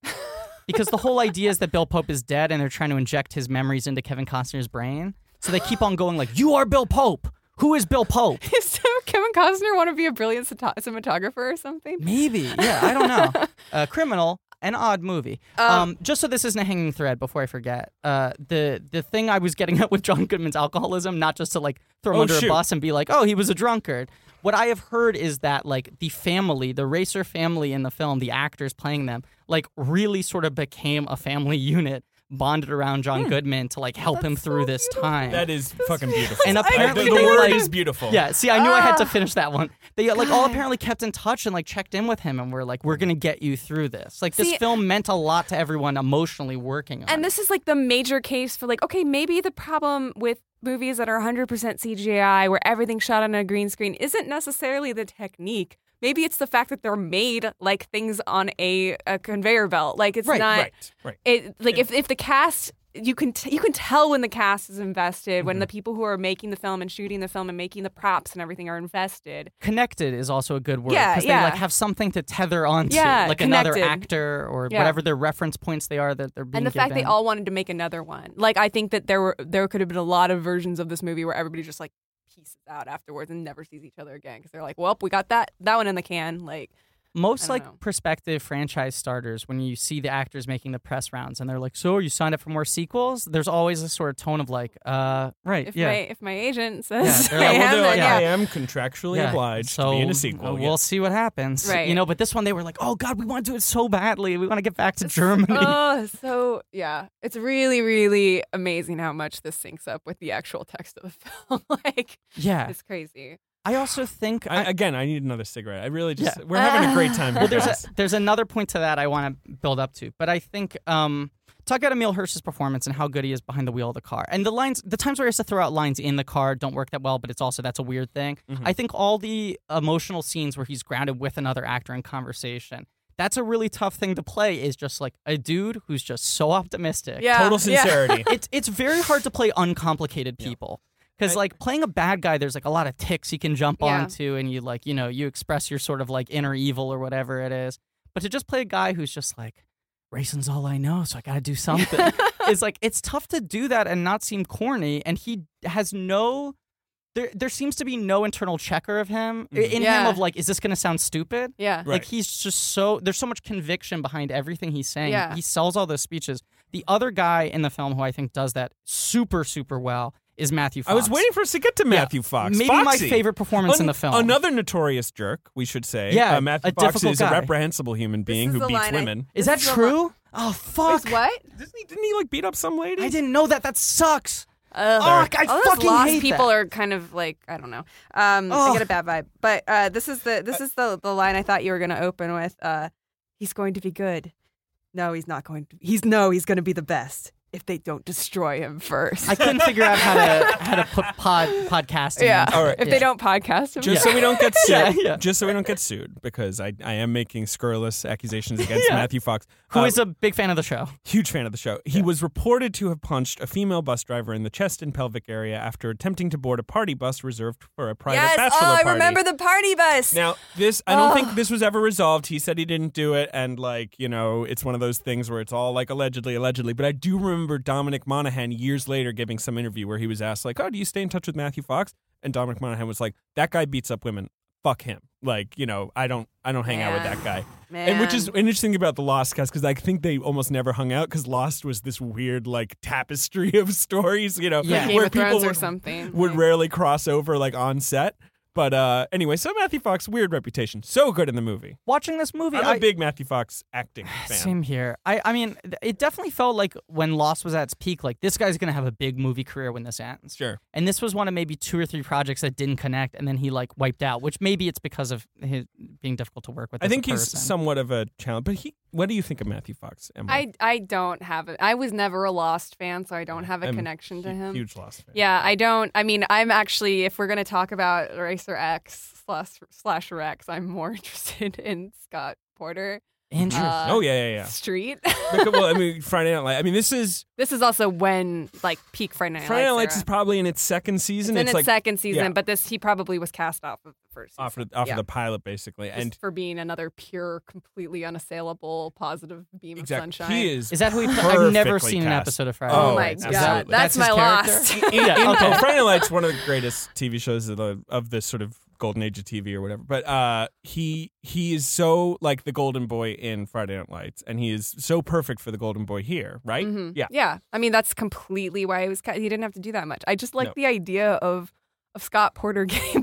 because the whole idea is that Bill Pope is dead, and they're trying to inject his memories into Kevin Costner's brain. So they keep on going like, "You are Bill Pope. Who is Bill Pope? Does Kevin Costner want to be a brilliant cito- cinematographer or something? Maybe. Yeah, I don't know. Uh, criminal, an odd movie. Um, just so this isn't a hanging thread before I forget, uh, the the thing I was getting at with John Goodman's alcoholism, not just to like throw him Oh, under shoot. a bus and be like, oh, he was a drunkard. What I have heard is that like the family, the racer family in the film, the actors playing them, like really sort of became a family unit bonded around John Goodman to like help him through this time. That is fucking beautiful. And I- apparently the, the they, word like- is beautiful. Yeah, see, I knew I had Ah. to finish that one. They like all apparently kept in touch and like checked in with him and were like, "We're gonna get you through this." Like See- this film meant a lot to everyone emotionally working on. And it. this is like the major case for like, okay, maybe the problem with movies that are 100% CGI, where everything's shot on a green screen, isn't necessarily the technique. Maybe it's the fact that they're made like things on a, a conveyor belt. Like it's Right, not Right. Right. it like if if the cast you can t- you can tell when the cast is invested when the people who are making the film and shooting the film and making the props and everything are invested. connected is also a good word Yeah, because yeah. they like have something to tether onto, Yeah, like another connected. actor or Yeah. whatever their reference points they are that they're being. and the fact they given. all wanted to make another one. Like I think that there were there could have been a lot of versions of this movie where everybody just like pieces out afterwards and never sees each other again because they're like, well, we got that that one in the can. Like I Most don't like know. prospective franchise starters, when you see the actors making the press rounds and they're like, "So you signed up for more sequels?" There's always a sort of tone of like, "Uh, right, if yeah." my if my agent says Yeah, they're Yeah, I well, am, they're then like, I yeah. am contractually Yeah, obliged so to be in a uh, sequel. We'll see what happens, Right. You know, but this one they were like, "Oh God, we want to do it so badly. We want to get back to Germany." Oh, so yeah, it's really, really amazing how much this syncs up with the actual text of the film. like, yeah, it's crazy. I also think I, I- again, I need another cigarette. I really just Yeah. we're having a great time. well, here, there's a, guys. there's another point to that I want to build up to, but I think um, talk about Emil Hirsch's performance and how good he is behind the wheel of the car, and the lines, the times where he has to throw out lines in the car don't work that well, but it's also that's a weird thing. Mm-hmm. I think all the emotional scenes where he's grounded with another actor in conversation. That's a really tough thing to play. Is just like a dude who's just so optimistic. Yeah, total yeah. sincerity. it's it's very hard to play uncomplicated people because like playing a bad guy there's like a lot of ticks you can jump Yeah. onto and you like you know you express your sort of like inner evil or whatever it is but to just play a guy who's just like racing's all i know so i gotta do something it's like it's tough to do that and not seem corny and he has no there, there seems to be no internal checker of him Mhm. in him Yeah. of like is this gonna sound stupid Yeah. Right. like he's just so there's so much conviction behind everything he's saying. Yeah. He sells all those speeches. The other guy in the film who I think does that super super well is Matthew Fox. I was waiting for us to get to Matthew Fox. Maybe Foxy. my favorite performance An- in the film. Another notorious jerk, we should say. Yeah, Uh, Matthew a Fox difficult is a guy. reprehensible human being is who the beats line I- women. Is that This is a true? Oh fuck. There's what? Didn't he, didn't he like beat up some lady? I didn't know that. That sucks. Ugh. Fuck, I All those fucking lost hate people that. are kind of like I don't know. Um, I Ugh. get a bad vibe. But uh, this is the this is the the line I thought you were going to open with. Uh, he's going to be good. No, he's not going to. He's no, he's going to be the best. if they don't destroy him first. I couldn't figure out how to how to put pod podcasting. yeah. All right. If Yeah. they don't podcast him. Just so we don't get sued. Yeah, yeah. Just so we don't get sued, because I, I am making scurrilous accusations against Yeah. Matthew Fox, Who uh, is a big fan of the show? huge fan of the show. He was reported to have punched a female bus driver in the chest and pelvic area after attempting to board a party bus reserved for a private yes. bachelor Oh, I party. remember the party bus. Now, this I don't think this was ever resolved. He said he didn't do it, and like you know, it's one of those things where it's all like allegedly, allegedly. But I do remember Dominic Monaghan years later giving some interview where he was asked like, "Oh, do you stay in touch with Matthew Fox?" And Dominic Monaghan was like, "That guy beats up women. Fuck him. Like you know, I don't, I don't hang out with Man. that guy." And which is Man. an interesting about the Lost cast because I think they almost never hung out because Lost was this weird like tapestry of stories, you know, Yeah. Game where of people Thrones or would- something. would Like- rarely cross over like on set. But uh, anyway, so Matthew Fox, weird reputation, so good in the movie. Watching this movie, I'm I- a big Matthew Fox acting fan. Same here. I, I mean, th- it definitely felt like when Lost was at its peak, like this guy's going to have a big movie career when this ends. Sure. And this was one of maybe two or three projects that didn't connect and then he like wiped out, which maybe it's because of his being difficult to work with. I as a think he's person. somewhat of a challenge, but he. What do you think of Matthew Fox? Emily? I, I don't have it. I was never a Lost fan, so I don't have a I'm connection to Hu- him. Huge loss. Fan. Yeah, I don't. I mean, I'm actually, if we're going to talk about Racer X slash, slash Rex, I'm more interested in Scott Porter Interesting. Uh, Oh yeah, yeah, Street. yeah. Because, well, I mean, Friday Night Lights. I mean, this is this is also when, like, peak Friday Night Friday Night Lights. Lights is era. probably in its second It's season. in its like second season, yeah. but this he probably was cast off of the first season. off of, off Yeah. of the pilot, basically, Just and for being another pure, completely unassailable, positive beam of exactly, sunshine. he is. Is that who he pla- I've never perfectly seen an cast. episode of Friday. Oh, Oh, my Night Lights. god, Is that- that's, my his lost. character? in, yeah, okay. oh, Friday Night Light's one of the greatest TV shows of the of this sort of golden age of TV or whatever. But uh, he he is so like the golden boy in Friday Night Lights, and he is so perfect for the golden boy here, right? Mhm. Yeah. Yeah. I mean, that's completely why he was cut. He didn't have to do that much. I just like No. the idea of of Scott Porter getting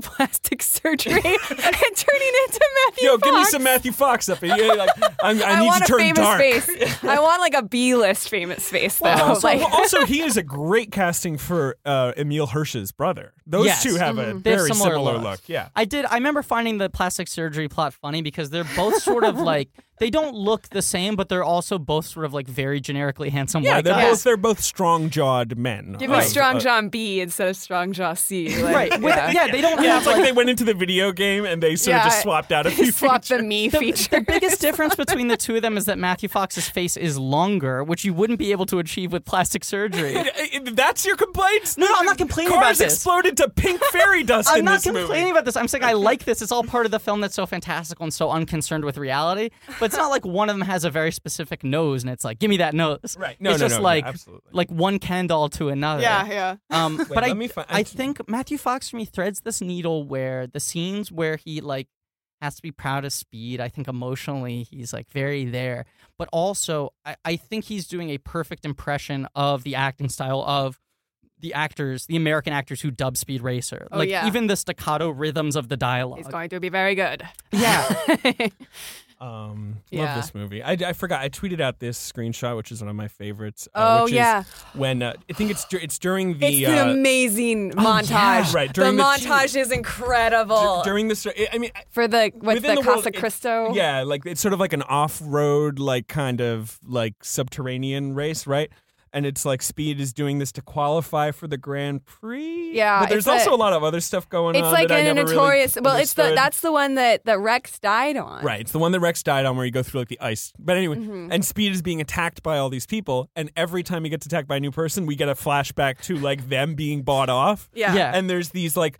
plastic surgery and turning into Matthew. Yo, give me Fox. some Matthew Fox up in here. Like, I'm, I, I, need to want a turn famous dark. face. Oh I want like a B list famous face though. Uh, so- like, well, also, he is a great casting for uh, Emil Hirsch's brother. Those Yes. two have Mm-hmm. a They have very similar similar, looks. look. Yeah. I did. I remember finding the plastic surgery plot funny because they're both sort of like they don't look the same, but they're also both sort of like very generically handsome Yeah, white they're guys. both they're both strong jawed men. give Uh, me Strong uh, John B instead of Strong Jaw C. Like, Right. with- Yeah. yeah, they don't Yeah, have it's like they went into the video game and they sort Yeah, of I- just swapped out a few Swap features. the me the, feature. the biggest difference between the two of them is that Matthew Fox's face is longer, which you wouldn't be able to achieve with plastic surgery. I- I- That's your complaint? No, no, I'm not complaining Cars about this. exploded to pink fairy dust I'm in not this movie. complaining about this. I'm saying I like this. It's all part of the film that's so fantastical and so unconcerned with reality. But it's not like one of them has a very specific nose and it's like, give me that nose. Right. No, it's no, just no, no, like absolutely. like one Ken doll to another. yeah, yeah. Um, but I, let me fi- I I- think Matthew Fox for me threads this needle where the scenes where he like has to be proud of speed. I think emotionally he's like very there, but also I, I think he's doing a perfect impression of the acting style of the actors, the American actors who dub Speed Racer. Oh, like yeah. even the staccato rhythms of the dialogue. He's going to be very good. yeah. Um, Yeah. Love this movie. I, I forgot. I tweeted out this screenshot, which is one of my favorites. Uh, Oh, which yeah. Is when uh, I think it's dur- it's during the It's uh, an amazing montage. Right, during the, the- montage is incredible. dur- during the. sur- I- I mean, For the what's within the, world, Casa it- Cristo? Yeah, like it's sort of like an off-road, like kind of like subterranean race, right? And it's like Speed is doing this to qualify for the Grand Prix. Yeah, but there's it's also a- a, lot of other stuff going It's on. like that I a never really notorious. well, it's the understood. that's the one that that Rex died on. Right, it's the one that Rex died on, where you go through like the ice. But anyway, Mm-hmm. and Speed is being attacked by all these people, and every time he gets attacked by a new person, we get a flashback to like them being bought off. Yeah. Yeah. and there's these like,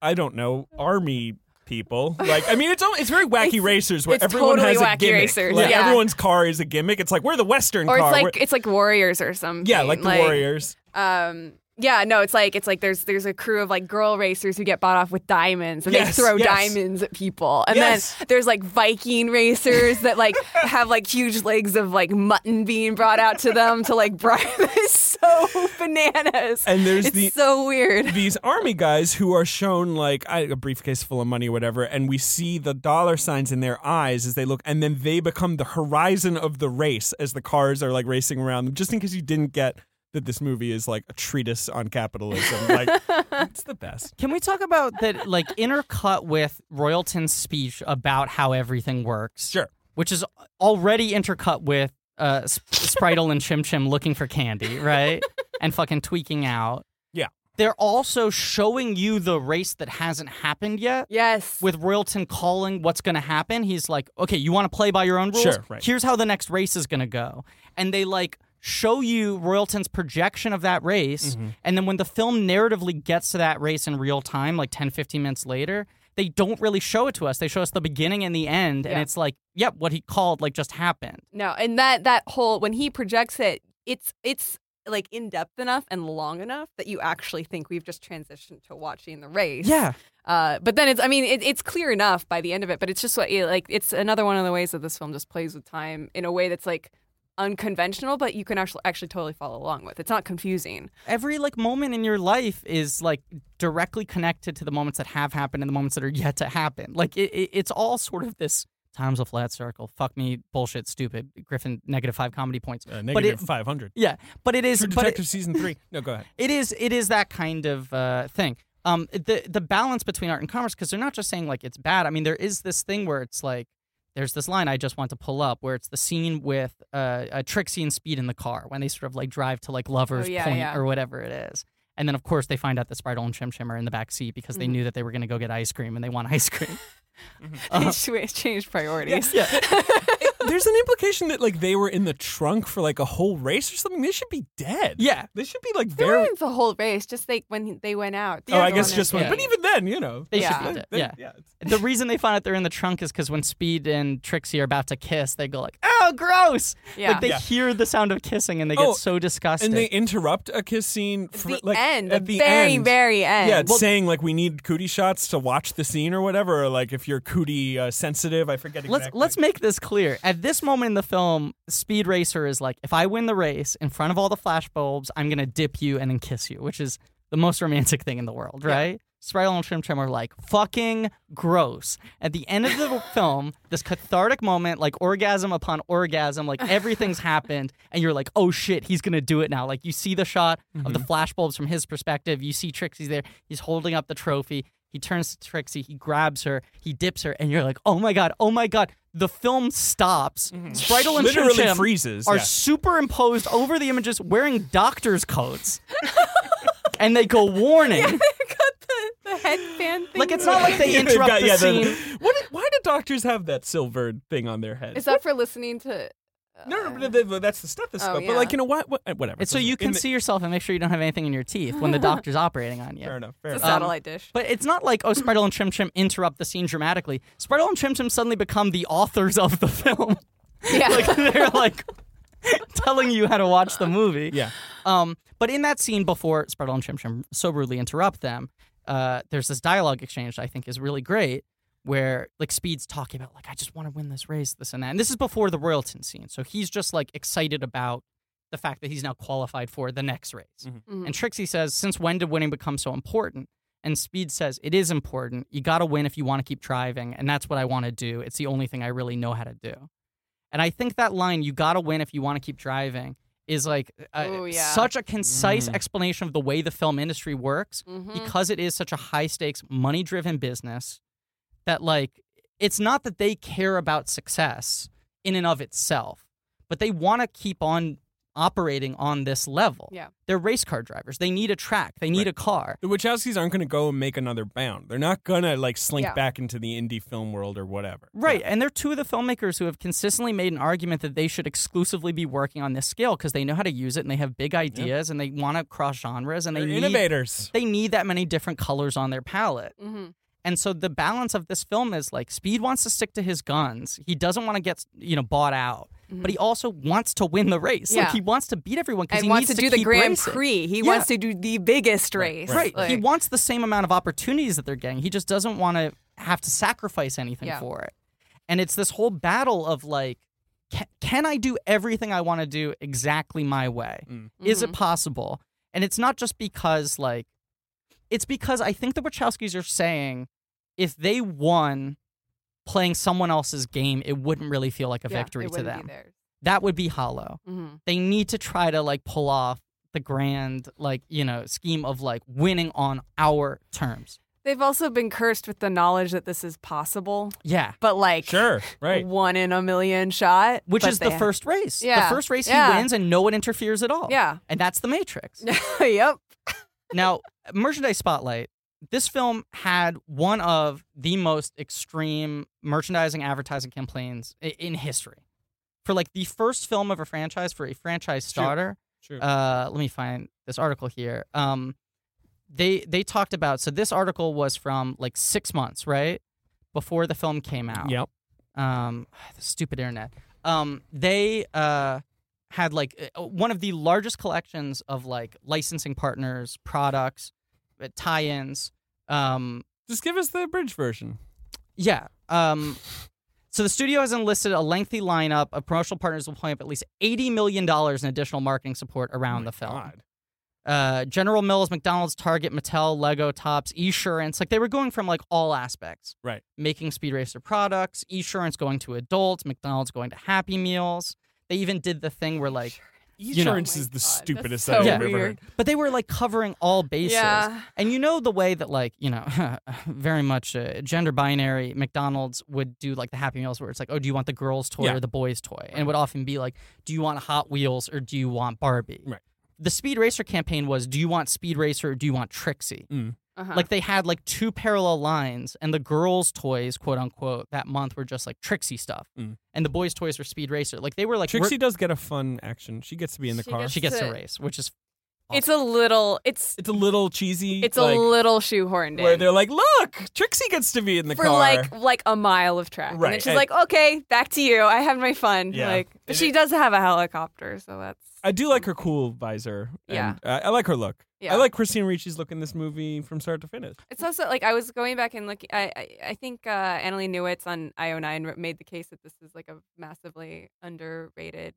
I don't know, army people. Like, I mean, it's al- it's very wacky It's- racers where it's everyone totally has a wacky gimmick. racers, Like, yeah. everyone's car is a gimmick. It's like we're the Western Or it's car. like We're- it's like Warriors or something. yeah, like the Warriors. Um. Yeah. No. It's like it's like there's there's a crew of like girl racers who get bought off with diamonds and Yes, they throw yes. diamonds at people. And Yes. then there's like Viking racers that like have like huge legs of like mutton being brought out to them to like bribe. it's so bananas. And there's it's the- so weird. These army guys who are shown like I- a briefcase full of money or whatever, and we see the dollar signs in their eyes as they look, and then they become the horizon of the race as the cars are like racing around them. Just in case you didn't get that this movie is like a treatise on capitalism, like it's the best. Can we talk about that like intercut with Royalton's speech about how everything works? Sure. Which is already intercut with uh, Sp- Spritel and Chim Chim looking for candy, right? and fucking tweaking out. Yeah. They're also showing you the race that hasn't happened yet. Yes. With Royalton calling what's going to happen, he's like, okay, you want to play by your own rules? Sure, right. Here's how the next race is going to go. And they like show you Royalton's projection of that race. Mm-hmm. And then when the film narratively gets to that race in real time, like 10, 15 minutes later, they don't really show it to us. They show us the beginning and the end. And Yeah. it's like, yep, what he called like just happened. no, and that that whole when he projects it, it's it's like in depth enough and long enough that you actually think we've just transitioned to watching the race. Uh, but then it's I mean it, it's clear enough by the end of it, but it's just what it, like it's another one of the ways that this film just plays with time in a way that's like unconventional, but you can actually actually totally follow along with. It's not confusing. every like moment in your life is like directly connected to the moments that have happened and the moments that are yet to happen. Like it, it, it's all sort of this times a flat circle. Fuck me, bullshit, stupid. Griffin negative five comedy points. Uh, but it, negative 500. yeah, but it is, True but Detective it, season three. No, go ahead. it is, it is that kind of uh, thing. Um, the the balance between art and commerce because they're not just saying like it's bad. I mean, there is this thing where it's like. There's this line I just want to pull up where it's the scene with uh, uh, Trixie and Speed in the car when they sort of like drive to like Lover's Oh, yeah, Point yeah. or whatever it is. And then, of course, they find out that Spritel and Chim Chim are in the back seat because they Mm-hmm. knew that they were going to go get ice cream and they want ice cream. Uh-huh. It's it's changed priorities. yeah. There's an implication that like they were in the trunk for like a whole race or something. They should be dead. Yeah. They should be like They were very. in the whole race, just like when they went out. Oh, I guess just one. one. Yeah. But even then, you know, They Yeah. should be dead. they- Yeah. yeah. The reason they find out they're in the trunk is because when Speed and Trixie are about to kiss, they go like, oh, gross. Yeah. Like they Yeah. hear the sound of kissing and they get Oh, so disgusted. And they interrupt a kiss scene for, the like end, at the the very, end. very end. Yeah, it's Well- saying like we need cootie shots to watch the scene or whatever. Or, like if you're cootie uh, sensitive, I forget exactly. let's let's make this clear. At this moment in the film, Speed Racer is like, if I win the race in front of all the flashbulbs, I'm gonna dip you and then kiss you, which is the most romantic thing in the world, right? Spiral and Trim Trim are like fucking gross. At the end of the film, this cathartic moment, like orgasm upon orgasm, like everything's happened, and you're like, oh shit, he's gonna do it now. Like you see the shot of Mm-hmm. the flashbulbs from his perspective, you see Trixie's there, he's holding up the trophy, he turns to Trixie, he grabs her, he dips her, and you're like, oh my god, oh my god. The film stops. Spritel and Literally Chim Chim freezes, are yeah. superimposed over the images wearing doctor's coats. and they go, warning. the headband thing. Like, it's not like they They've interrupt got- the yeah, scene. what, did- why do doctors have that silvered thing on their head? Is that for listening to? no, no, but th- that's the stethoscope. Oh, yeah. But like you know what? what whatever. It's so Doesn't- you in can the- see yourself and make sure you don't have anything in your teeth when the doctor's operating on you. Fair enough. Fair It's a enough. satellite dish. But it's not like, oh, Spritel and Chim Chim interrupt the scene dramatically. Spritel and Chim Chim suddenly become the authors of the film. Yeah. like, they're like telling you how to watch the movie. Uh, Yeah. Um, but in that scene before Spritel and Chim Chim so rudely interrupt them, uh, there's this dialogue exchange that I think is really great where like Speed's talking about like I just want to win this race, this and that. And this is before the Royalton scene. So he's just like excited about the fact that he's now qualified for the next race. Mhm. And Trixie says, "Since when did winning become so important?" And Speed says, "It is important. You got to win if you want to keep driving, and that's what I want to do. It's the only thing I really know how to do." And I think that line, "You got to win if you want to keep driving," is like uh, Ooh, yeah. such a concise Mm. explanation of the way the film industry works Mhm. because it is such a high stakes, money driven business that, like, it's not that they care about success in and of itself, but they want to keep on operating on this level. Yeah. They're race car drivers. They need a track, they need Right. a car. The Wachowskis aren't going to go and make another bound. They're not going to like slink Yeah. back into the indie film world or whatever. Right. And they're two of the filmmakers who have consistently made an argument that they should exclusively be working on this scale because they know how to use it and they have big ideas and they want to cross genres and They're they need, innovators. they need that many different colors on their palette. Mhm. And so the balance of this film is like Speed wants to stick to his guns. He doesn't want to get you know bought out, but he also wants to win the race. Like Mm-hmm. he Yeah. wants to beat everyone because and he wants needs to do the keep Grand racing. Prix. He Yeah. wants to do the biggest race. Right. he Like- wants the same amount of opportunities that they're getting. He just doesn't want to have to sacrifice anything Yeah. for it. And it's this whole battle of like, can, can I do everything I want to do exactly my way? Mm. Is mm-hmm. it possible? And it's not just because like, it's because I think the Wachowskis are saying if they won playing someone else's game, it wouldn't really feel like a Yeah, victory it to wouldn't be them. Mm-hmm. theirs. That would be hollow Mhm. they need to try to like pull off the grand like you know scheme of like winning on our terms They've also been cursed with the knowledge that this is possible, Yeah. but like Sure, right. one in a million shot. Which but is the they- first race. Yeah. The first race Yeah. he wins and no one interferes at all. Yeah. And that's the Matrix. yep. now, merchandise spotlight. This film had one of the most extreme merchandising advertising campaigns i- in history. For like the first film of a franchise for a franchise Sure. starter, Sure. uh, let me find this article here. Um, they they talked about so this article was from like six months right before the film came out. yep. Um, the stupid internet. Um, they uh had like uh, one of the largest collections of like licensing partners, products, uh, tie-ins. Um, Just give us the bridge version. yeah. Um, so the studio has enlisted a lengthy lineup of promotional partners will point up at least eighty million dollars in additional marketing support around the film. God. uh, General Mills, McDonald's, Target, Mattel, Lego, Tops, Esurance. Like they were going from like all aspects. Right. Making Speed Racer products, Esurance going to adults, McDonald's going to Happy Meals. They even did the thing where like, You know- Insurance Oh my is the God, stupidest that's I've so ever weird. heard. but they were like covering all bases. Yeah. And you know the way that like you know very much uh, gender binary McDonald's would do like the Happy Meals where it's like oh do you want the girls toy Yeah. or the boys toy and it would often be like do you want Hot Wheels or do you want Barbie. Right. The Speed Racer campaign was do you want Speed Racer or do you want Trixie. Uh-huh. Like they had like two parallel lines, and the girls' toys, quote unquote, that month were just like Trixie stuff, Mm. and the boys' toys were Speed Racer. Like they were like Trixie does get a fun action. She gets to be in the She car. we're- she gets to to- race, which is it's a little. It's it's a little cheesy. it's like, a little shoehorned where in they're like, "Look, Trixie gets to be in the for car." like like a mile of track, and Right, then she's I- like, "Okay, back to you. I had my fun." Yeah. Like, but And she it- does have a helicopter, so that's I do like her cool visor. Yeah. and, uh, I like her look. Yeah. I like Christine Ricci's look in this movie from start to finish. It's also like I was going back and looking. I I, I think uh, Annalie Newitz on IO9 wr- made the case that this is like a massively underrated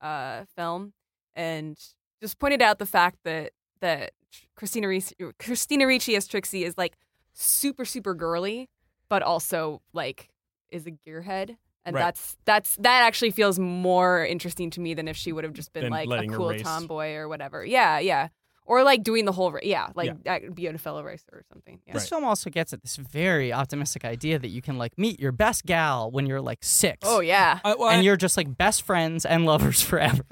uh, film, and just pointed out the fact that that Christina Ricci, Christina Ricci as Trixie is like super super girly, but also like is a gearhead. And Right. that's that's that actually feels more interesting to me than if she would have just been Than like a letting her cool race. tomboy or whatever. Yeah, yeah or like doing the whole ra- yeah like Yeah. that be a fellow racer or something yeah. this film also gets at this very optimistic idea that you can like meet your best gal when you're like six. oh yeah I, well, I- And you're just like best friends and lovers forever.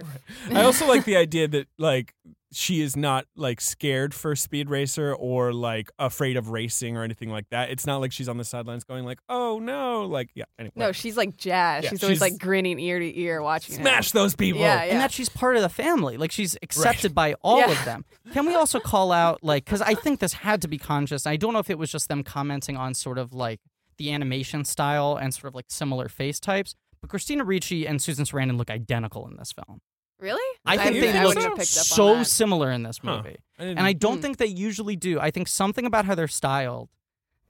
I also like the idea that like she is not like scared for Speed Racer or like afraid of racing or anything like that. It's not like she's on the sidelines going like, "Oh no!" Like, yeah. Anyway, no she's like jazz Yeah, she's always she's- like grinning ear to ear watching it. smash those people. yeah, yeah. And that she's part of the family. Like she's accepted by all Yeah. of them. Can we also call out like because I think this had to be conscious. I don't know if it was just them commenting on sort of like the animation style and sort of like similar face types. But Christina Ricci and Susan Sarandon look identical in this film. really I think you didn't- they think I look wouldn't have picked up so on that. similar in this Huh. movie, I didn't- and I don't Hmm. think they usually do. I think something about how they're styled,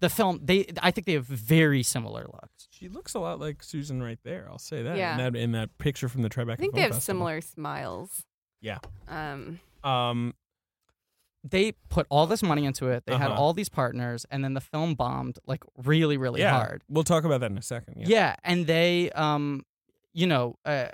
the film they I think they have very similar looks. she looks a lot like Susan right there. I'll say that. Yeah. In that, in that picture from the Tribeca. I think they have similar smiles Yeah. um Um, they put all this money into it. They had Uh-huh. all these partners, and then the film bombed like really, really yeah. hard. We'll talk about that in a second. Yeah. and they, um, you know, uh,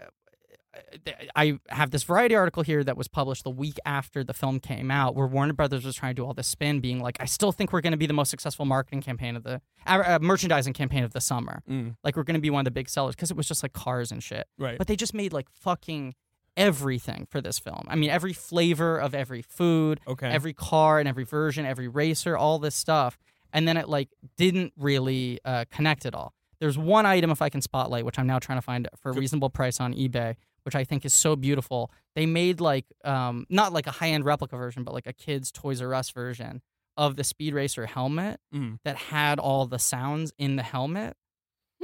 I have this Variety article here that was published the week after the film came out, where Warner Brothers was trying to do all this spin, being like, "I still think we're going to be the most successful marketing campaign of the uh, uh, merchandising campaign of the summer. Mm, Like, we're going to be one of the big sellers because it was just like cars and shit." right. but they just made like fucking everything for this film. I mean, every flavor of every food, Okay. every car and every version, every racer, all this stuff, and then it like didn't really uh, connect at all. There's one item if I can spotlight, which I'm now trying to find for a reasonable price on eBay, which I think is so beautiful. They made like um, not like a high end replica version, but like a kids Toys R Us version of the Speed Racer helmet Mm. that had all the sounds in the helmet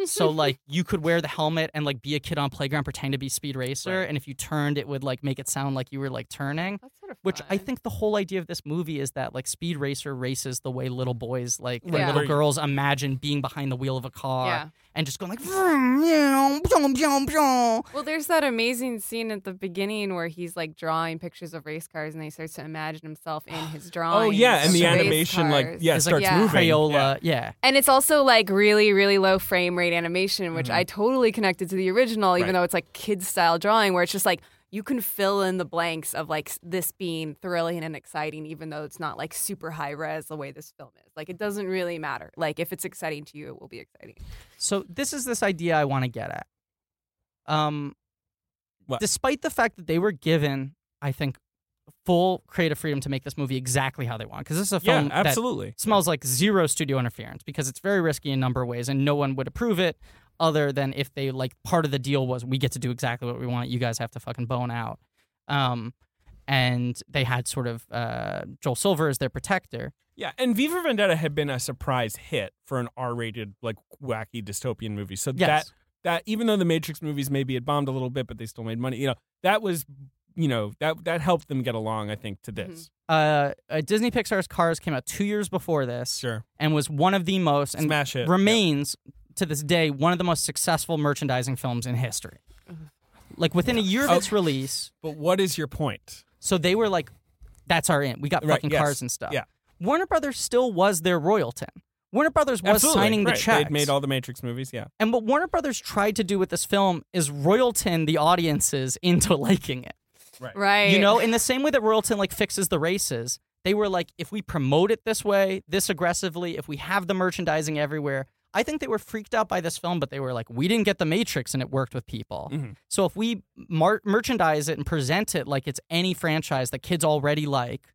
so like you could wear the helmet and like be a kid on playground pretend to be speed racer Right. and if you turned it would like make it sound like you were like turning that's sort of which i fun. think the whole idea of this movie is that like speed racer races the way little boys like and Right. little Yeah. girls imagine being behind the wheel of a car yeah and just going like vroom, meow, pjong, pjong, pjong. well there's that amazing scene at the beginning where he's like drawing pictures of race cars and he starts to imagine himself in his drawing Oh yeah, and so the race animation like yeah It's starts yeah. moving. crayola yeah, And it's also like really, really low frame rate animation, which I totally connected to the original, even Mm-hmm. Right. though it's like kids style drawing, where it's just like you can fill in the blanks of like s- this being thrilling and exciting, even though it's not like super high res the way this film is. Like it doesn't really matter. Like if it's exciting to you, it will be exciting. So this is this idea I want to get at. Um, What? despite the fact that they were given, I think, full creative freedom to make this movie exactly how they want, because this is a Yeah, film that absolutely. smells like zero studio interference because it's very risky in a number of ways, and no one would approve it other than if they like part of the deal was we get to do exactly what we want. You guys have to fucking bone out. Um, and they had sort of uh, Joel Silver as their protector. Yeah, and Viva Vendetta had been a surprise hit for an R-rated, like wacky dystopian movie. So Yes. that that even though the Matrix movies maybe had bombed a little bit, but they still made money. You know, that was you know that that helped them get along. I think to this. uh, uh, Disney Pixar's Cars came out two years before this Sure, and was one of the most and smash it. remains to this day one of the most successful merchandising films in history. Like within a Oh. year of its release, But what is your point? so they were like, "That's our in. We got Right, fucking yes. cars and stuff." Yeah. Warner Brothers still was their royalty. Warner Brothers was Absolutely, signing right. the checks. They'd made all the Matrix movies. Yeah, and what Warner Brothers tried to do with this film is royalton the audiences into liking it. Right. You know, in the same way that Royalton like fixes the races, they were like, if we promote it this way, this aggressively, if we have the merchandising everywhere, I think they were freaked out by this film, but they were like, we didn't get the Matrix and it worked with people. Mm-hmm. So if we mar- merchandise it and present it like it's any franchise that kids already like,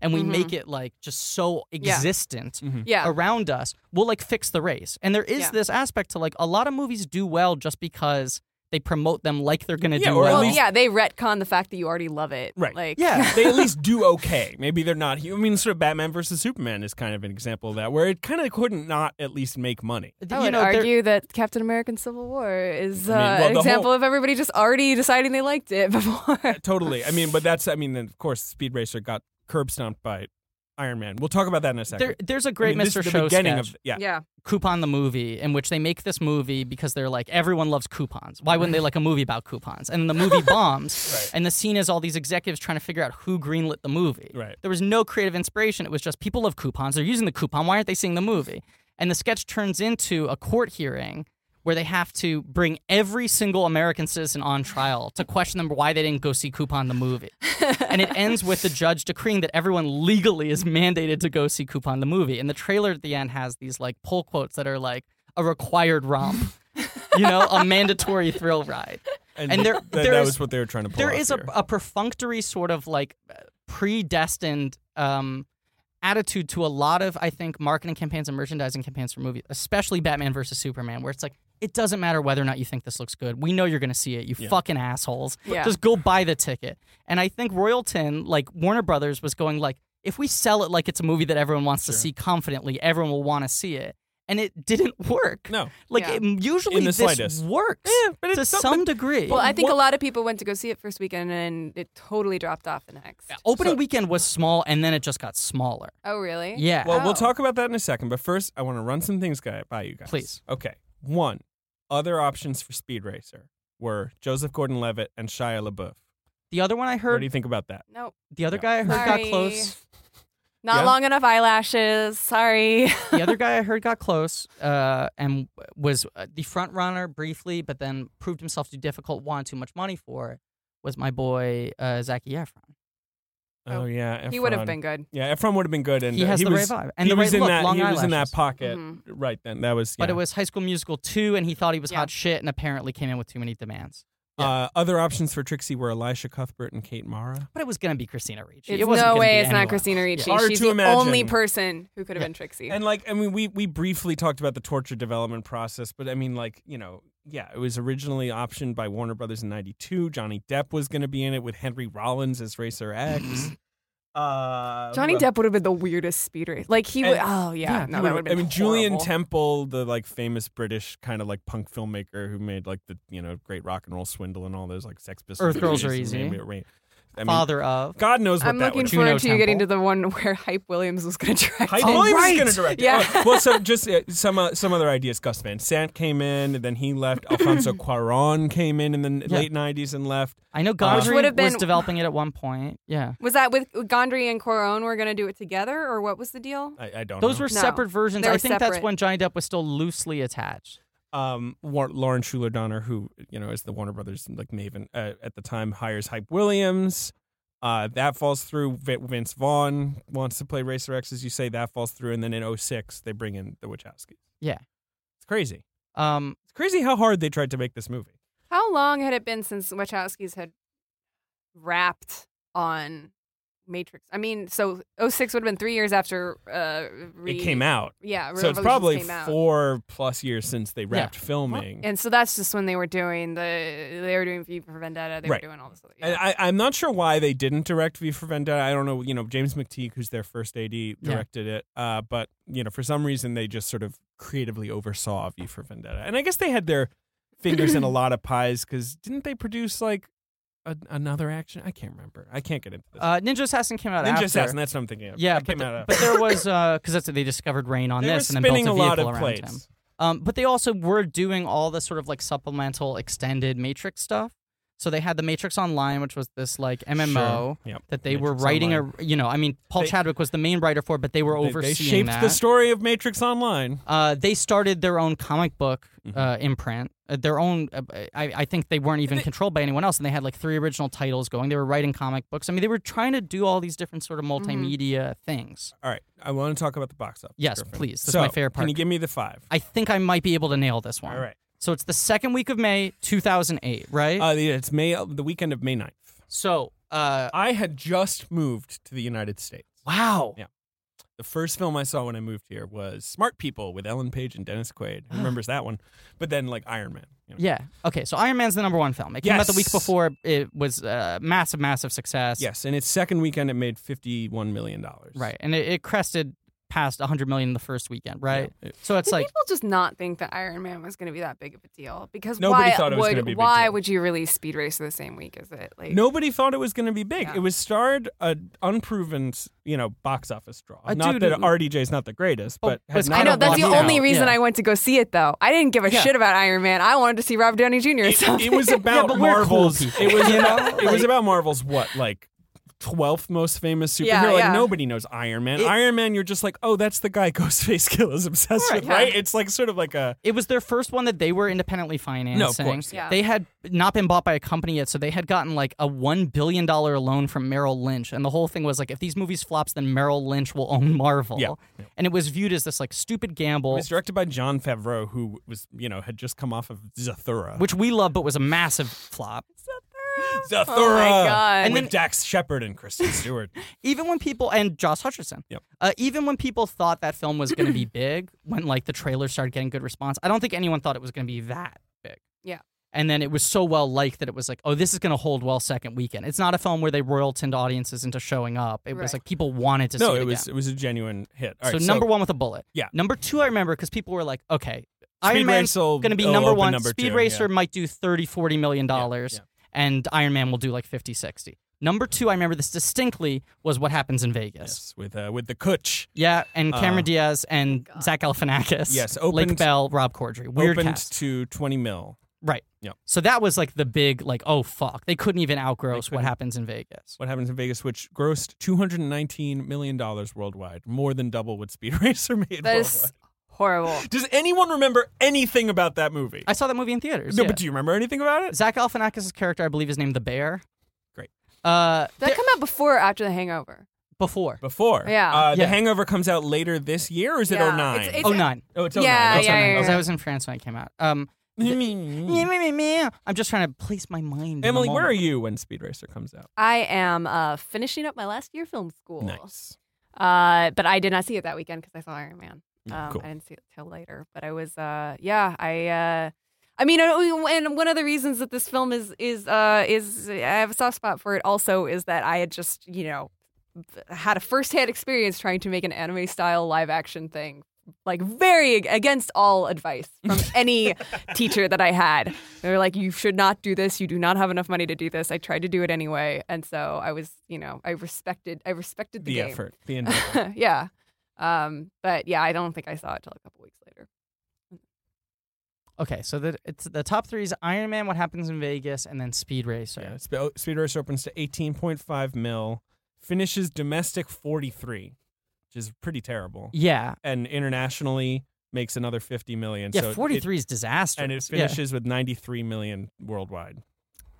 and we make it like just so existent Mm-hmm. Yeah. around us will like fix the race. And there is Yeah. this aspect to like a lot of movies do well just because they promote them like they're going to Yeah, do or at well. Well, least- yeah, they retcon the fact that you already love it. Right. Like yeah. they at least do okay. Maybe they're not. I mean, sort of Batman versus Superman is kind of an example of that, where it kind of couldn't not at least make money. I would you know, there- argue that Captain American Civil War is uh, I mean, well, an the example whole- of everybody just already deciding they liked it before. Totally. I mean, but that's. I mean, of course, Speed Racer got curb stomped by Iron Man. We'll talk about that in a second. There, there's a I great mean, this Mr. is the Show beginning sketch, of yeah. Coupon the Movie, in which they make this movie because they're like, everyone loves coupons. Why wouldn't they like a movie about coupons? And the movie bombs. And the scene is all these executives trying to figure out who greenlit the movie. Right. There was no creative inspiration. It was just people love coupons. They're using the coupon. Why aren't they seeing the movie? And the sketch turns into a court hearing where they have to bring every single American citizen on trial to question them why they didn't go see Coupon the movie. and it ends with the judge decreeing that everyone legally is mandated to go see Coupon the movie. And the trailer at the end has these like pull quotes that are like a required romp, you know, a mandatory thrill ride. And, And there- th- there that is- was what they were trying to pull. There off is a, here. a perfunctory sort of like predestined um, attitude to a lot of I think marketing campaigns and merchandising campaigns for movies, especially Batman versus Superman, where it's like it doesn't matter whether or not you think this looks good. We know you're going to see it. You fucking assholes. Yeah. Just go buy the ticket. And I think Royalton, like Warner Brothers, was going like, if we sell it like it's a movie that everyone wants to see confidently, everyone will want to see it. And it didn't work. No. Like Yeah. it, usually In the this slightest. works but it to don't- some degree. Well, I think a lot of people went to go see it first weekend and it totally dropped off the next. Opening weekend was small, and then it just got smaller. Oh, really? Yeah. Well, Oh. we'll talk about that in a second. But first, I want to run some things guy- by you guys. Please. Okay. One, other options for Speed Racer were Joseph Gordon-Levitt and Shia LaBeouf. the other one I What heard, do you think about that? Nope. the other Yeah. guy I heard got Sorry. close. Not Yeah? long enough eyelashes. Sorry. The other guy I heard got close, uh, and was uh, the front runner briefly, but then proved himself too difficult, wanted too much money for it. Was my boy uh, Zaki Efron? Oh. Oh, yeah, Efron. he would have been good. Yeah, Efron would have been good. And He uh, has the was, right vibe and he the right was in look, that. long he was in that eyelashes. Mm-hmm. pocket Mhm. right then. That was. Yeah. But it was High School Musical two, and he thought he was Yeah. hot shit, and apparently came in with too many demands. Uh, other options for Trixie were Elisha Cuthbert and Kate Mara. But it was gonna be Christina Ricci. It's it wasn't no gonna way be it's anyone not Christina else. Ricci. Hard She's to the imagine. only person who could have been Trixie. And like, I mean, we we briefly talked about the torture development process, but I mean, like, you know, yeah, it was originally optioned by Warner Brothers in '92. Johnny Depp was going to be in it with Henry Rollins as Racer Mm-hmm. X. uh, Johnny who else? Depp would have been the weirdest speed race. Like he And- would. Oh yeah, no, Who would- that would have I been. mean, Julian horrible. Temple, the like famous British kind of like punk filmmaker who made like the you know great rock and roll swindle and all those like Sex Pistols. Earth Girls Are movies and Easy. Maybe It Rain- I mean, Father of. God knows what I'm that looking would Juno forward to you getting Temple. to the one where Hype Williams was going to direct. Hype it. Williams is going to direct. it. Yeah. Oh, well, so just uh, some uh, some other ideas. Gus Van Sant came in, and then he left. Alfonso Cuaron came in in the Yeah. late '90s and left. I know Uh, Which Gondry would have was been- developing it at one point. Yeah. Was that with Gondry and Coron? We're going to do it together, or what was the deal? I, I don't. Those know. were separate versions. they I were think that's separate. when Johnny Depp was still loosely attached. um, War- Lauren Schuler Donner, who you know is the Warner Brothers like maven uh, at the time, hires Hype Williams. Uh, that falls through. V- Vince Vaughn wants to play Racer X, as you say. That falls through, and then in 06, they bring in the Wachowskis. Yeah. it's crazy. Um, It's crazy how hard they tried to make this movie. How long had it been since Wachowskis had wrapped on Matrix? I mean, so 06 would have been three years after uh, re- it came out, Yeah, so it's Revolutions probably came out. four plus years since they wrapped filming. And so that's just when they were doing the they were doing V for Vendetta. They Right. were doing all this. Other, And I, I'm not sure why they didn't direct V for Vendetta. I don't know. You know, James McTeague, who's their first AD, directed it. Uh, but you know, for some reason, they just sort of creatively oversaw V for Vendetta. And I guess they had their fingers in a lot of pies because didn't they produce like a, another action? I can't remember. I can't get into this. uh, Ninja Assassin came out Ninja after. Assassin. That's what I'm thinking of. Yeah, that but, came the- out after. but there was because that's they discovered rain on They were this and then built spinning a a vehicle lot of around plates. him. Um, but they also were doing all the sort of like supplemental extended Matrix stuff. So they had the Matrix Online, which was this like MMO Sure. Yep. that they were Matrix writing Online. a you know I mean Paul They- Chadwick was the main writer for, it, but they were They- they, overseeing shaped that. the story of Matrix Online. Uh, they started their own comic book Mhm. uh, imprint, uh, their own. Uh, I, I think they weren't even controlled by anyone else, and they had like three original titles going. They were writing comic books. I mean, they were trying to do all these different sort of multimedia things. All right, I want to talk about the box office. Yes, Griffin. please. That's so, my favorite Can part. you give me the five? I think I might be able to nail this one. All right. So it's the second week of May, two thousand eight, right? Uh, yeah, it's May the weekend of May 9th. so, uh, I had just moved to the United States. wow. Yeah. The first film I saw when I moved here was Smart People with Ellen Page and Dennis Quaid. Who remembers that one? But then like Iron Man. you know. Yeah. Okay. So Iron Man's the number one film. It came out the week Yes. before. It was uh, massive, massive success. Yes, and its second weekend it made fifty-one million dollars. Right. And it, it crested past 100 million the first weekend, right? Yeah. So it's Did like people just not think that Iron Man was going to be that big of a deal because Nobody why thought it was would gonna be a big why deal. would you release Speed Racer the same week as it? Like Nobody thought it was going to be big. Yeah. It was starred an unproven, you know, box office draw. Uh, not dude, that it- RDJ's not the greatest, Oh, but but it's had kind I not know a that's the blockbuster. blocked only out. reason Yeah. I went to go see it though. I didn't give a Yeah. shit about Iron Man. I wanted to see Rob Downey Jr. or It- It, something. was about but we're cool Marvel's. people, it was you about, know? it was Like- about Marvel's what like. 12th most famous superhero. Yeah, Like yeah. nobody knows Iron Man. It- Iron Man, you're just like, oh, that's the guy Ghostface Kill is obsessed Right, with, yeah. right? It's like sort of like a it was their first one that they were independently financing. course, yeah. They had not been bought by a company yet, so they had gotten like a one billion dollar loan from Merrill Lynch, and the whole thing was like, if these movies flops, then Merrill Lynch will own Marvel. Yeah. And it was viewed as this like stupid It gamble, was directed by John Favreau, who was you know had just come off of Zathura. which we love, but was a massive flop. Zathura? Oh my God. And And with then- Dax Shepard and Kristen Stewart. even when people and Josh Hutcherson, Yep. uh, even when people thought that film was going to be big, when like the trailer started getting good response, I don't think anyone thought it was going to be that big. Yeah. And then it was so well liked that it was like, oh, this is going to hold well second weekend. It's not a film where they royal tinned audiences into showing up. It was Right. like people wanted to no, see it, it was again. it was a genuine hit. All so right, number one with a bullet. Yeah. Number two, I remember because people were like, okay, Speed Iron Man's Racer will- going to be will number open one. number Speed two, Racer yeah. might do 30, 40 million dollars, yeah. and Iron Man will do like 50, 60. Number two, I remember this distinctly was what happens in Vegas. yes, with uh, with the Kutch. Yeah, and Cameron Uh, Diaz and Zach Galifianakis. Yes, Lake opened- Bell, Rob Corddry. Weird opened cast. to twenty mil. Right. Yep. So that was like the big, like, oh fuck, they couldn't even outgross what couldn't. happens in Vegas. What happens in Vegas, which grossed two hundred and nineteen million dollars worldwide, more than double what Speed Racer made. that worldwide. is horrible. Does anyone remember anything about that movie? I saw that movie in theaters. no, yeah. but do you remember anything about it? Zach Galifianakis' character, I believe, is named the Bear. Great. Uh, That there- come out before or after The Hangover? before. Before, Yeah. Uh, Yeah. The Hangover comes out later this year, or is it Yeah. oh nine? It's- Oh nine. oh, it's Yeah, 09. yeah, That's Okay. what I meant, yeah, 'cause yeah. Hmm. I was in France when it came out. Um, I'm just trying to place my mind. in the Emily, where moment. are you when Speed Racer comes out? I am uh, finishing up my last year film school. Nice. Uh, but I did not see it that weekend because I saw Iron Man. Yeah, Um, cool. I didn't see it till later. But I was, uh, yeah, I. Uh, I mean, I- and one of the reasons that this film is is uh, is I have a soft spot for it. Also, is that I had just you know had a firsthand experience trying to make an anime style live action thing, like very ag- against all advice from any teacher that I had. They were like, "You should not do this. You do not have enough money to do this." I tried to do it anyway, and so I was, you know, I respected I respected the, The game. effort, the endeavor. yeah. Um, but yeah, I don't think I saw it till a couple weeks later. Okay, so the it's the top three is Iron Man, What Happens in Vegas, and then Speed Racer. Yeah, Sp- oh, Speed Racer opens to 18.5 mil, finishes domestic 43, which is pretty terrible. Yeah. And internationally, makes another 50 million. Yeah, so it- 43 is disastrous. and it finishes with 93 million worldwide.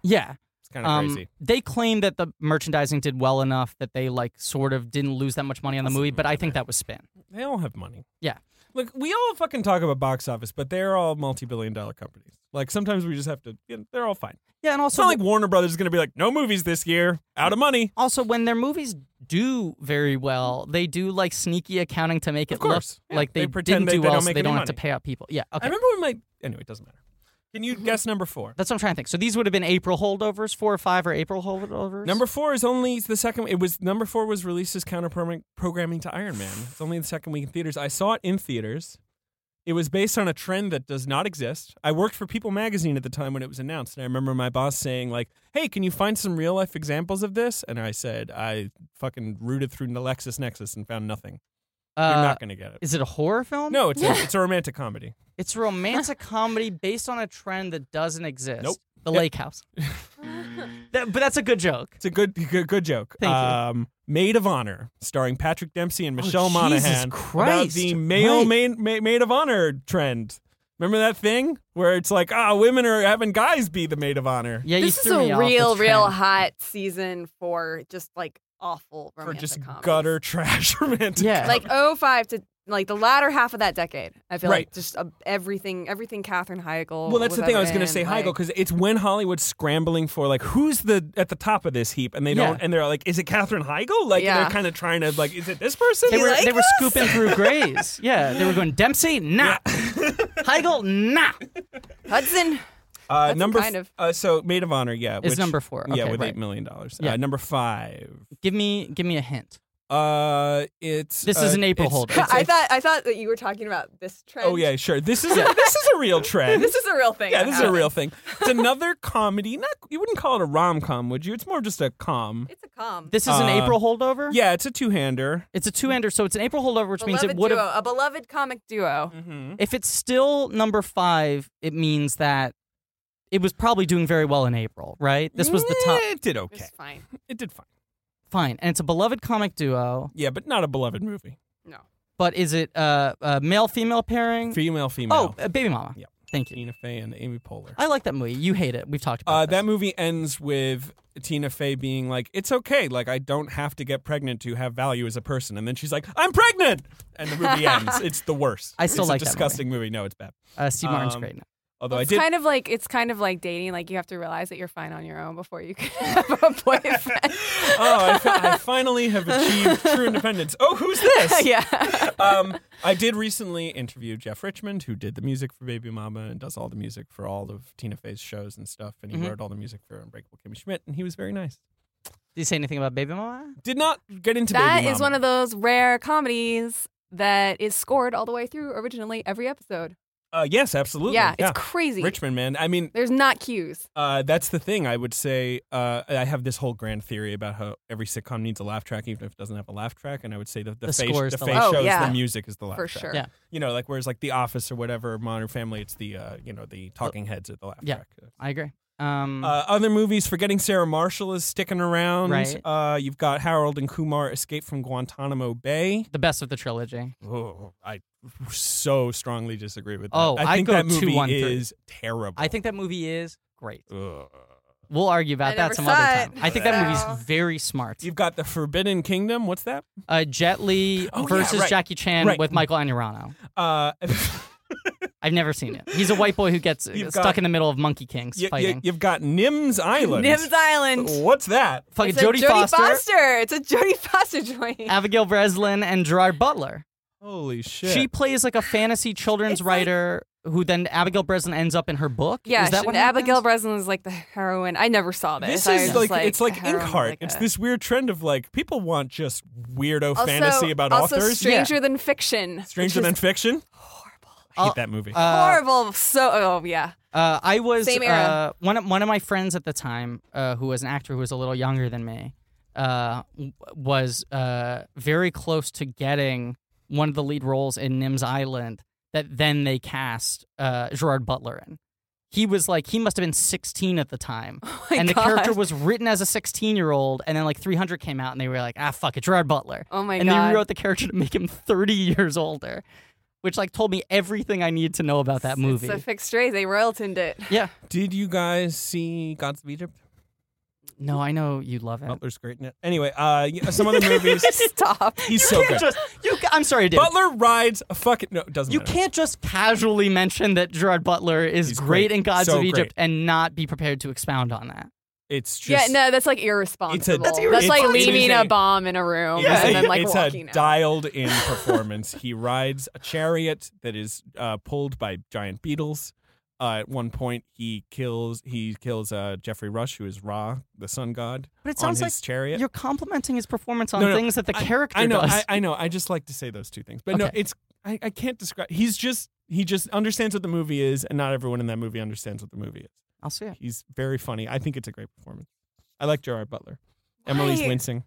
Yeah. yeah. It's kind of Um, crazy. They claim that the merchandising did well enough that they like sort of didn't lose that much money on the movie, but I think that was spin. They all have money. Yeah. Look, we all fucking talk about box office, but they're all multi-billion dollar companies. Like sometimes we just have to. You know, they're all fine. Yeah, and It's also not like Warner Brothers is going to be like, no movies this year, out of money. also when their movies do very well, they do like sneaky accounting to make it look course. Yeah, like they they, didn't pretend they- do they well, don't so make they don't any have to money. pay out people. Yeah, I okay. remember when my anyway, it doesn't matter. Can you guess number four? That's what I'm trying to think. So these would have been April holdovers, four or five, or April holdovers. Number four is only the second. It was number four was released as counter programming to Iron Man. It's only the second week in theaters. I saw it in theaters. It was based on a trend that does not exist. I worked for People magazine at the time when it was announced, and I remember my boss saying, "Like, hey, can you find some real life examples of this?" And I said, "I fucking rooted through the LexisNexis and found nothing. uh, You're not gonna get it." is it a horror film? No, it's a, it's a romantic comedy. it's a romantic comedy based on a trend that doesn't exist. Nope. The Yep. Lake House. That- but that's a good joke. It's a good good, good joke. Thank you. Oh, um, Maid of Honor, starring Patrick Dempsey and Michelle Jesus Monaghan, about Christ. the male Right. maid, ma- maid of honor trend. Remember that thing where it's like, ah, women are having guys be the maid of honor Yeah, this you is threw me a off with real, real trend. hot season for just like awful for romantic just comedies. gutter trash romantic. Yeah. Like 05 to like the latter half of that decade, I feel Right. like just uh, everything, everything Catherine Heigl. Well, that's the was thing I ever was going to in, say, like, Heigl, because it's when Hollywood's scrambling for like who's the at the top of this heap, and they Yeah. don't, and they're like, is it Catherine Heigl? Like Yeah. they're kind of trying to like, is it this person? They were like they were scooping through Grays. Yeah, they were going Dempsey, nah. Heigl, nah. Hudson. Uh, That's number kind f- of- uh, so maid of honor, yeah, Is which- number four. yeah, Okay, with right. eight million dollars. Yeah. Uh, number five, Give me give me a hint. uh, it's This uh, is an April it's- holder. it's- I it's- thought I thought that you were talking about this trend. Oh yeah, sure. This is a, this is a real trend. this is a real thing. Uh, yeah, that this is a happened. real thing. It's another comedy. Not you wouldn't call it a rom com, would you? It's more just a com. It's a com. This is an Uh, April holdover? Yeah, it's a two hander. It's a two-hander, so it's an April holdover, which means beloved it would have duo, a beloved comic duo. Mm-hmm. if it's still number 5, it means that it was probably doing very well in April, right? This was the top. It did It's okay. fine. It did fine. Fine. And it's a beloved comic duo, Yeah, but not a beloved movie. No. but is it uh, a male female pairing? Female, female. oh, uh, Baby Mama. Yep. Thank you. Tina Fey and Amy Poehler. I like that movie. You hate it. We've talked about Uh, this. that movie ends with Tina Fey being like, "It's okay, like I don't have to get pregnant to have value as a person," and then she's like, "I'm pregnant," and the movie ends. It's the worst. I still it's like a that movie. disgusting movie. No, it's bad. Uh, Steve Martin's Um, great. in it. Although I it's did kind of like it's kind of like dating. Like you have to realize that you're fine on your own before you can have a boyfriend. oh, I, fi- I finally have achieved true independence. Oh, who's this? yeah. Um, I did recently interview Jeff Richmond, who did the music for Baby Mama and does all the music for all of Tina Fey's shows and stuff, and he Mm-hmm. Mhm. wrote all the music for Unbreakable Kimmy Schmidt, and he was very nice. Did you say anything about Baby Mama? Did not get into That Baby is Mama. one of those rare comedies that is scored all the way through originally every episode. Uh, yes, absolutely. Yeah, it's crazy. Richmond, man. I mean, There's not cues. uh, that's the thing. I would say uh, I have this whole grand theory about how every sitcom needs a laugh track, even if it doesn't have a laugh track. And I would say that the, The face, score is the the face laugh track. shows Oh, yeah. the music is the laugh For track. sure. Yeah. You know, like whereas like The Office or whatever, Modern Family, it's the uh, you know the Talking Heads or the laugh Yeah. Mm-hmm. track. I agree. Um, Uh, other movies, Forgetting Sarah Marshall is sticking around. Right. Uh, you've got Harold and Kumar Escape from Guantanamo Bay. the best of the trilogy. Oh, I so strongly disagree with that. Oh, I I think go that two, movie one, three. is terrible. I think that movie is great. Ugh. We'll argue about I that never some saw other it, time. I think that so- movie's very smart. You've got the Forbidden Kingdom. What's that? Uh, Jet Li Oh, yeah, versus right. Jackie Chan Right. with Michael Anurano. Uh, I've never seen it. He's a white boy who gets You've stuck got- in the middle of monkey kings you, fighting. have got Nims Island. Nims Island. What's that? Fucking It's a Jodie Foster, It's a Jodie Foster joint. Abigail Breslin, and Gerard Butler. Holy shit! She plays like a fantasy children's It's like- writer who then Abigail Breslin ends up in her book. Yeah, is that she- what Abigail happens? Breslin is like the heroine. I never saw this. this I is was like, just oh it's like heroine, Inkheart. um, like it's a- this weird trend of like people want just weirdo also, fantasy about also authors. Stranger than Fiction. Stranger than fiction. I hate I'll- that movie. Uh, horrible. So oh yeah. Uh, I was Same era. Uh, one of one of my friends at the time, uh, who was an actor who was a little younger than me, uh, w- was uh, very close to getting one of the lead roles in Nims Island. That then they cast uh, Gerard Butler in. He was like he must have been 16 at the time, Oh my and the God. character was written as a 16 year old. And then like 300 came out, and they were like, ah, fuck it, Gerard Butler. Oh my and god. they rewrote the character to make him 30 years older. which like told me everything I need to know about that movie. It's a fixed rate. They royaltoned it. yeah. Did you guys see Gods of Egypt? No, I know you love it. Butler's great in it. Anyway, uh, y- some other movies. Stop. He's so good. Just you. ca- I'm sorry, Dave. Butler rides a fucking no. it Doesn't You matter. can't just casually mention that Gerard Butler is He's great, great. in Gods So of Egypt great. and not be prepared to expound on that. It's Yeah, just no, that's like irresponsible. It's a- That's that's, like irresponsible. leaving It's a a- bomb in a room It's and a- then like it's a walking out. dialed-in performance. He rides a chariot that is uh, pulled by giant beetles. Uh, at one point, he kills he kills uh, Jeffrey Rush, who is Ra, the sun god, But it on sounds his like chariot. you're complimenting his performance on No, no, things that the I- character I know, does. I, I know. I just like to say those two things, but no, Okay. it's I, I can't describe. He's just he just understands what the movie is, and not everyone in that movie understands what the movie is. will see it. He's very funny. I think it's a great performance. I like Gerard Butler. Emily's Why? wincing.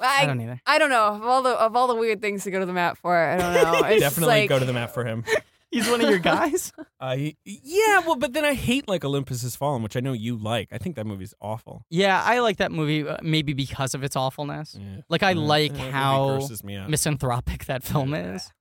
I I, don't either. I don't know of all the of all the weird things to go to the map for. I don't know. It's Definitely like, go to the map for him. He's one of your guys. Uh, he- yeah, well, but then I hate like Olympus Has Fallen, which I know you like. I think that movie's awful. yeah, I like that movie uh, maybe because of its awfulness. Yeah. Like I like that movie how grosses me out. misanthropic that film is.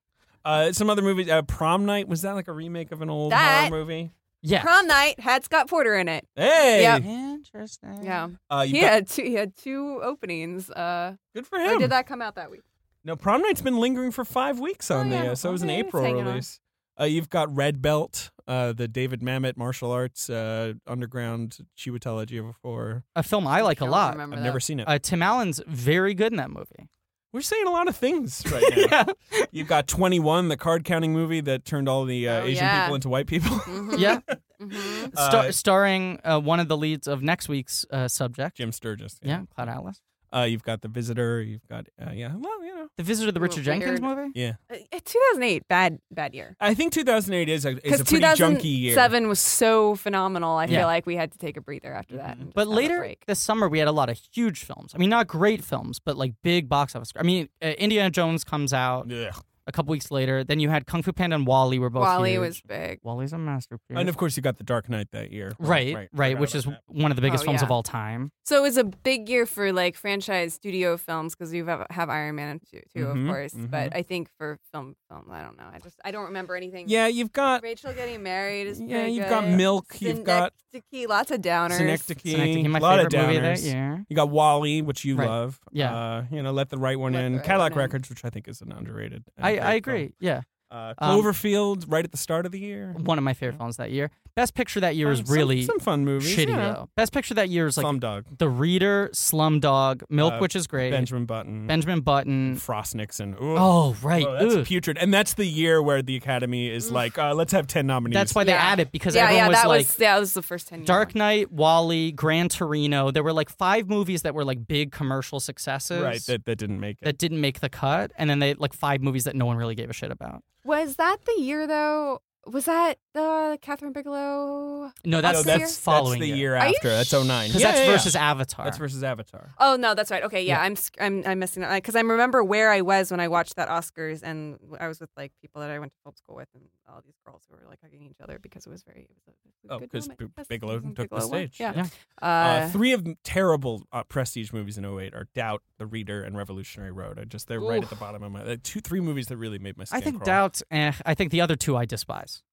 Uh, some other movies. Uh, Prom Night was that like a remake of an old That- horror movie? Yeah. prom night had Scott Porter in it. Hey, Yep. Interesting. Yeah, uh, you he got- had two. He had two openings. Uh, good for or him. did that come out that week? No, Prom Night's been lingering for five weeks on Oh, yeah. the. Uh, so it was an Okay, it's April hanging on. release. Uh, you've got Red Belt, uh, the David Mamet martial arts uh, underground Chiwetel Ejiofor. A film I like a Can't lot. remember I've that. never seen it. Uh, Tim Allen's very good in that movie. We're saying a lot of things right now. You've got 21, the card counting movie that turned all the uh, Oh, Asian yeah. people into white people. Mhm. Yeah. Mhm. Star- Uh, starring uh, one of the leads of next week's uh, subject. Jim Sturgis. Yeah, Cloud Atlas. Uh, you've got The Visitor. You've got, uh, yeah, well, you know. The Visit of the Little Richard Jenkins weird. movie? Yeah. Uh, 2008, bad bad year. I think 2008 is a, is Because a pretty junky year. 2007 was so phenomenal. I Yeah. feel like we had to take a breather after that. Mm-hmm. and But just have a later break. this summer, we had a lot of huge films. I mean, not great films, but like big box office. I mean, uh, Indiana Jones comes out Ugh. a couple weeks later. Then you had Kung Fu Panda and Wally were both Wally huge. was big. Wally's a masterpiece. And of course, you got The Dark Knight that year. right, right, forgot which about is that. one of the biggest Oh, films yeah. of all time. So it was a big year for like franchise studio films because you have, have Iron Man too, too Mhm, of course. mhm. But I think for film, film, I don't know. I just I don't remember anything. Yeah, you've got Rachel getting married is Yeah, pretty you've got good. Milk, you've got- Synecdoche, lots of downers. Synecdoche, Synecdoche, my a lot of favorite movie of downers. that year. You got Wally, which you Right. love. Yeah. Uh, you know, Let the Right One Let In. the Right Cadillac One In. Records, which I think is an underrated. and I, great I film. agree. Yeah, Uh, Um, Cloverfield, right at the start of the year. one of my favorite films that year. Best Picture that year Uh, was some- really some, fun movies. shitty yeah. though. Best Picture that year was like Slumdog, The Reader, Slumdog, Milk, Uh, which is great, Benjamin Button, Benjamin Button. Frost Nixon. Ooh. Oh right, Oh, that's Ugh. putrid, and that's the year where the Academy is like, uh, let's have ten nominees. That's why they Yeah. add it because yeah, everyone yeah, was that like was that was the first ten. years. Dark Knight, Wally, Gran Torino. There were like five movies that were like big commercial successes right that, that didn't make it. that didn't make the cut, and then they like five movies that no one really gave a shit about. Was that the year though? Was that the Catherine Bigelow? No, that's no, Oh, the that's year? that's following that's the it. year Are you after. That's 09. because yeah, that's yeah, yeah. versus Avatar. That's versus Avatar. Oh no, that's right. Okay, yeah, Yeah. I'm sc- I'm I'm messing up because I remember where I was when I watched that Oscars, and I was with like people that I went to film school with, and all these girls who were like hugging each other because it was very. It was a, it was a Oh, good because moment. B- Yes, Bigelow and took the Bigelow won. stage. Yeah. Yeah. Uh, Uh, three of them terrible uh, prestige movies in 08 are Doubt, The Reader, and Revolutionary Road. I just they're right at the bottom of my uh, two three movies that really made my skin I think crawl. Doubts. Eh, I think the other two I despise.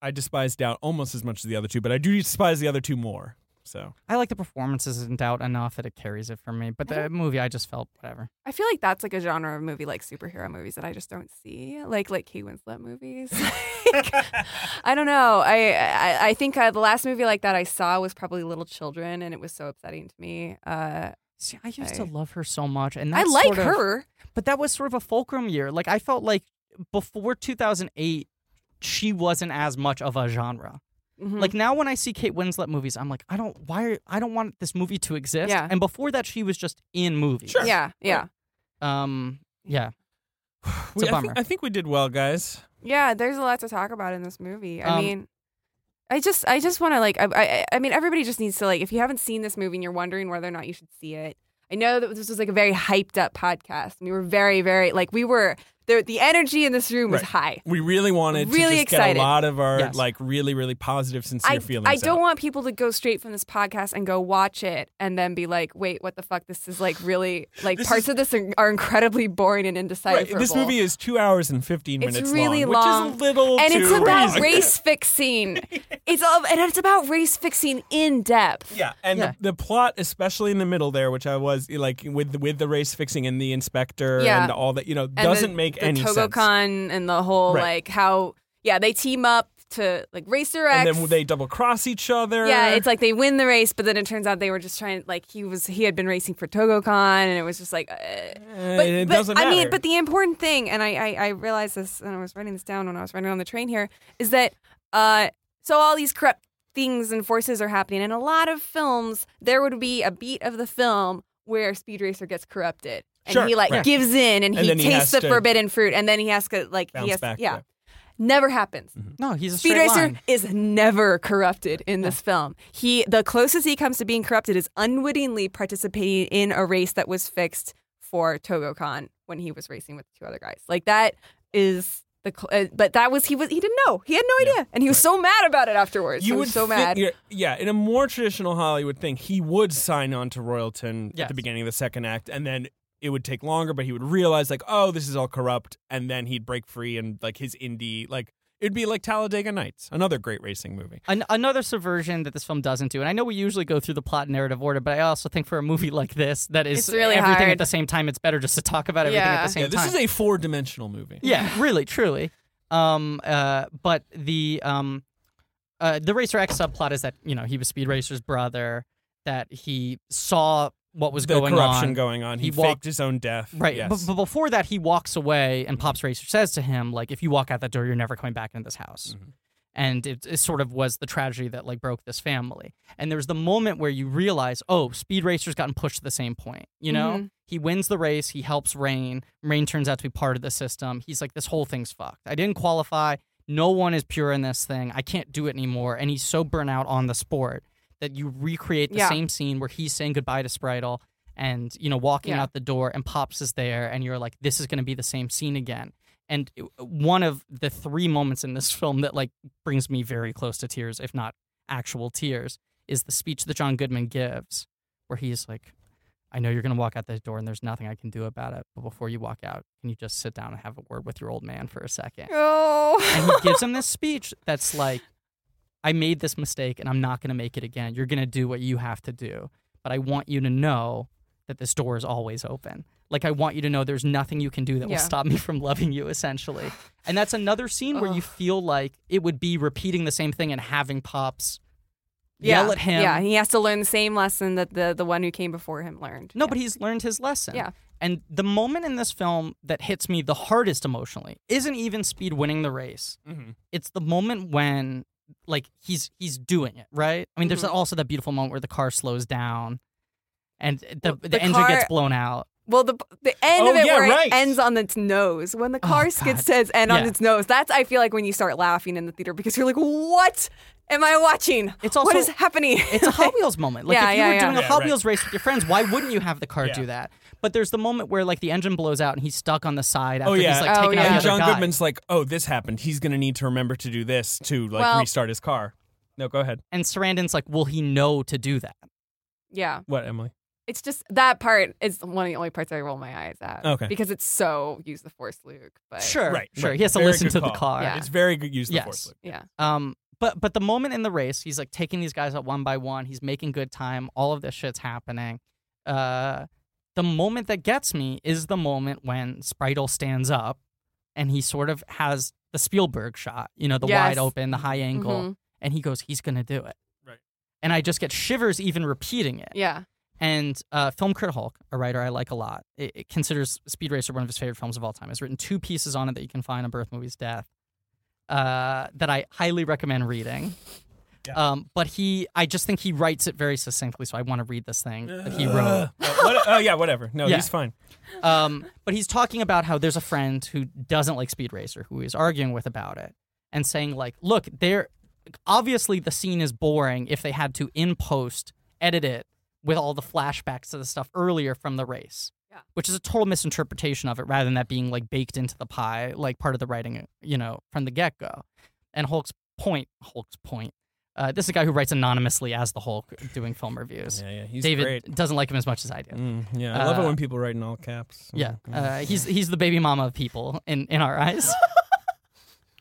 I despise Doubt almost as much as the other two, but I do despise the other two more. So I like the performances in Doubt enough that it carries it for me, but the movie I just felt whatever. I feel like that's like a genre of movie, like superhero movies that I just don't see, like like Kate Winslet movies. Like, I don't know. I I, I think uh, the last movie like that I saw was probably Little Children, and it was so upsetting to me. Uh, See, I used to I- love her so much, and I that's like sort of- her. but that was sort of a fulcrum year. Like I felt like before 2008, she wasn't as much of a genre. Mhm. Like now, when I see Kate Winslet movies, I'm like, I don't why I don't want this movie to exist. Yeah. And before that, she was just in movies. Sure. yeah, yeah, Um. Yeah. We- I, bummer. think, I think we did well, guys. Yeah, there's a lot to talk about in this movie. I Um, mean, I just, I just want to like, I, I, I mean, everybody just needs to like, if you haven't seen this movie and you're wondering whether or not you should see it, I know that this was like a very hyped up podcast. We were very, very like, we were there, the energy in this room was Right. high. We really wanted Really to just excited. get a lot of our Yes. like really really positive sincere I, feelings. I don't out. want people to go straight from this podcast and go watch it and then be like, wait, what the fuck? This is like really like This parts of this are, are incredibly boring and indecipherable. Right, this movie is two hours and fifteen It's minutes really long, long, which is a little and too it's about long. race fixing. It's all and it's about race fixing in depth. Yeah, and Yeah. The, the plot, especially in the middle there, which I was like with the, with the race fixing and the inspector Yeah. and all that, you know, And doesn't the, make the any sense. Togokan and the whole Right. like how yeah they team up to like race their and ex. then they double cross each other. yeah, it's like they win the race, but then it turns out they were just trying. Like he was, he had been racing for Togokan, and it was just like. Uh, And but, Eh, it but, doesn't matter. I mean, but the important thing, and I, I, I realized this, and I was writing this down when I was running on the train here, is that uh, so all these corrupt things and forces are happening. In a lot of films, there would be a beat of the film where Speed Racer gets corrupted, and Sure, he like right. gives in, and, And he then he tastes the has to forbidden fruit, and then he has to like bounce he has, back. yeah. Never happens. No, he's a Speed straight Racer line. is never corrupted in this film. He the closest he comes to being corrupted is unwittingly participating in a race that was fixed for Togokan when he was racing with two other guys. Like that is the cl- uh, but that was he was he didn't know. He had no Yeah, idea and he was so mad about it afterwards. You he would was so thi- mad. you're- yeah. In a more traditional Hollywood thing, he would sign on to Royalton at Yes. the beginning of the second act, and then it would take longer. But he would realize, like, oh, this is all corrupt, and then he'd break free, and like his indie, like it'd be like Talladega Nights, another great racing movie. An- another subversion that this film doesn't do, and I know we usually go through the plot and narrative order, but I also think for a movie like this that is It's really everything hard. at the same time, it's better just to talk about everything at Yeah. the same yeah, this time. is a four-dimensional movie. yeah, really, truly. Um, uh, but the um, uh, the Racer X subplot is that you know he was Speed Racer's brother, that he saw what was the going corruption on, going on. He, He faked walked- his own death. Right. Yes. But, but before that, he walks away, and Pops Racer says to him, like, if you walk out that door, you're never coming back into this house. And it, it sort of was the tragedy that, like, broke this family. And there's the moment where you realize, oh, Speed Racer's gotten pushed to the same point. You know? He wins the race. He helps Rain. Rain turns out to be part of the system. He's like, this whole thing's fucked. I didn't qualify. No one is pure in this thing. I can't do it anymore. And he's so burnt out on the sport that you recreate the Yeah. same scene where he's saying goodbye to Spritel and you know walking Yeah. out the door and pops is there and you're like this is going to be the same scene again and it- one of the three moments in this film that like brings me very close to tears if not actual tears is the speech that john goodman gives where he's like i know you're going to walk out this door and there's nothing i can do about it but before you walk out can you just sit down and have a word with your old man for a second and Oh. he gives him this speech that's like, I made this mistake and I'm not going to make it again. You're going to do what you have to do. But I want you to know that this door is always open. Like, I want you to know there's nothing you can do that Yeah. will stop me from loving you, essentially. And that's another scene where you feel like it would be repeating the same thing and having Pops yell yeah. at him. Yeah, and he has to learn the same lesson that the the one who came before him learned. No, Yeah. but he's learned his lesson. Yeah. And the moment in this film that hits me the hardest emotionally isn't even Speed winning the race. Mm-hmm. Mhm. it's the moment when like he's he's doing it right i mean there's Mhm. also that beautiful moment where the car slows down and the, Well, the, the engine gets car- blown out Well, the the end Oh, of it yeah, where right. it ends on its nose. When the God. car skid says end on Yeah. its nose, that's I feel like when you start laughing in the theater because you're like, what am I watching? It's what also- is happening? it's a Hot Wheels moment. Like Yeah, if you yeah, were yeah. doing a Yeah, Hot right. Wheels race with your friends, why wouldn't you have the car Yeah. do that? But there's the moment where like the engine blows out and he's stuck on the side after Oh, yeah. he's like Oh, taking yeah. out the And other John guy. Goodman's like, oh, this happened. He's gonna need to remember to do this to like Well- restart his car. No, go ahead. And Sarandon's like, will he know to do that? yeah, What, Emily? it's just that part is one of the only parts I roll my eyes at. Okay. because it's so use the force, Luke. But Sure, Right, sure. right. He has to Very listen good to the call. car. Yeah. It's very good use of Uh, the Yes. force. Luke. yeah, Um, but but the moment in the race, he's like taking these guys out one by one. He's making good time. All of this shit's happening. Uh, the moment that gets me is the moment when Spritel stands up, and he sort of has the Spielberg shot. You know, the Yes. wide open, the high angle, Mhm. and he goes, "He's gonna do it." Right. And I just get shivers even repeating it. yeah, And uh, film crit Hulk, a writer I like a lot, it, it considers Speed Racer one of his favorite films of all time. Has written two pieces on it that you can find on Birth Movies Death uh, that I highly recommend reading. Um, but he, I just think he writes it very succinctly, so I want to read this thing that he wrote. Uh, what- oh yeah, whatever. No, Yeah. he's fine. Um, but he's talking about how there's a friend who doesn't like Speed Racer, who he's arguing with about it, and saying like, "Look, they're obviously the scene is boring. If they had to in post edit it with all the flashbacks to the stuff earlier from the race, yeah. Yeah. Which is a total misinterpretation of it rather than that being like baked into the pie, like part of the writing, you know, from the get go. And Hulk's point, Hulk's point. Uh, this is a guy who writes anonymously as the Hulk doing film reviews. Yeah, yeah, he's David great. doesn't like him as much as I do. Mm, yeah, I love it Uh, when people write in all caps. Yeah, Mm. uh, he's he's the baby mama of people in, in our eyes.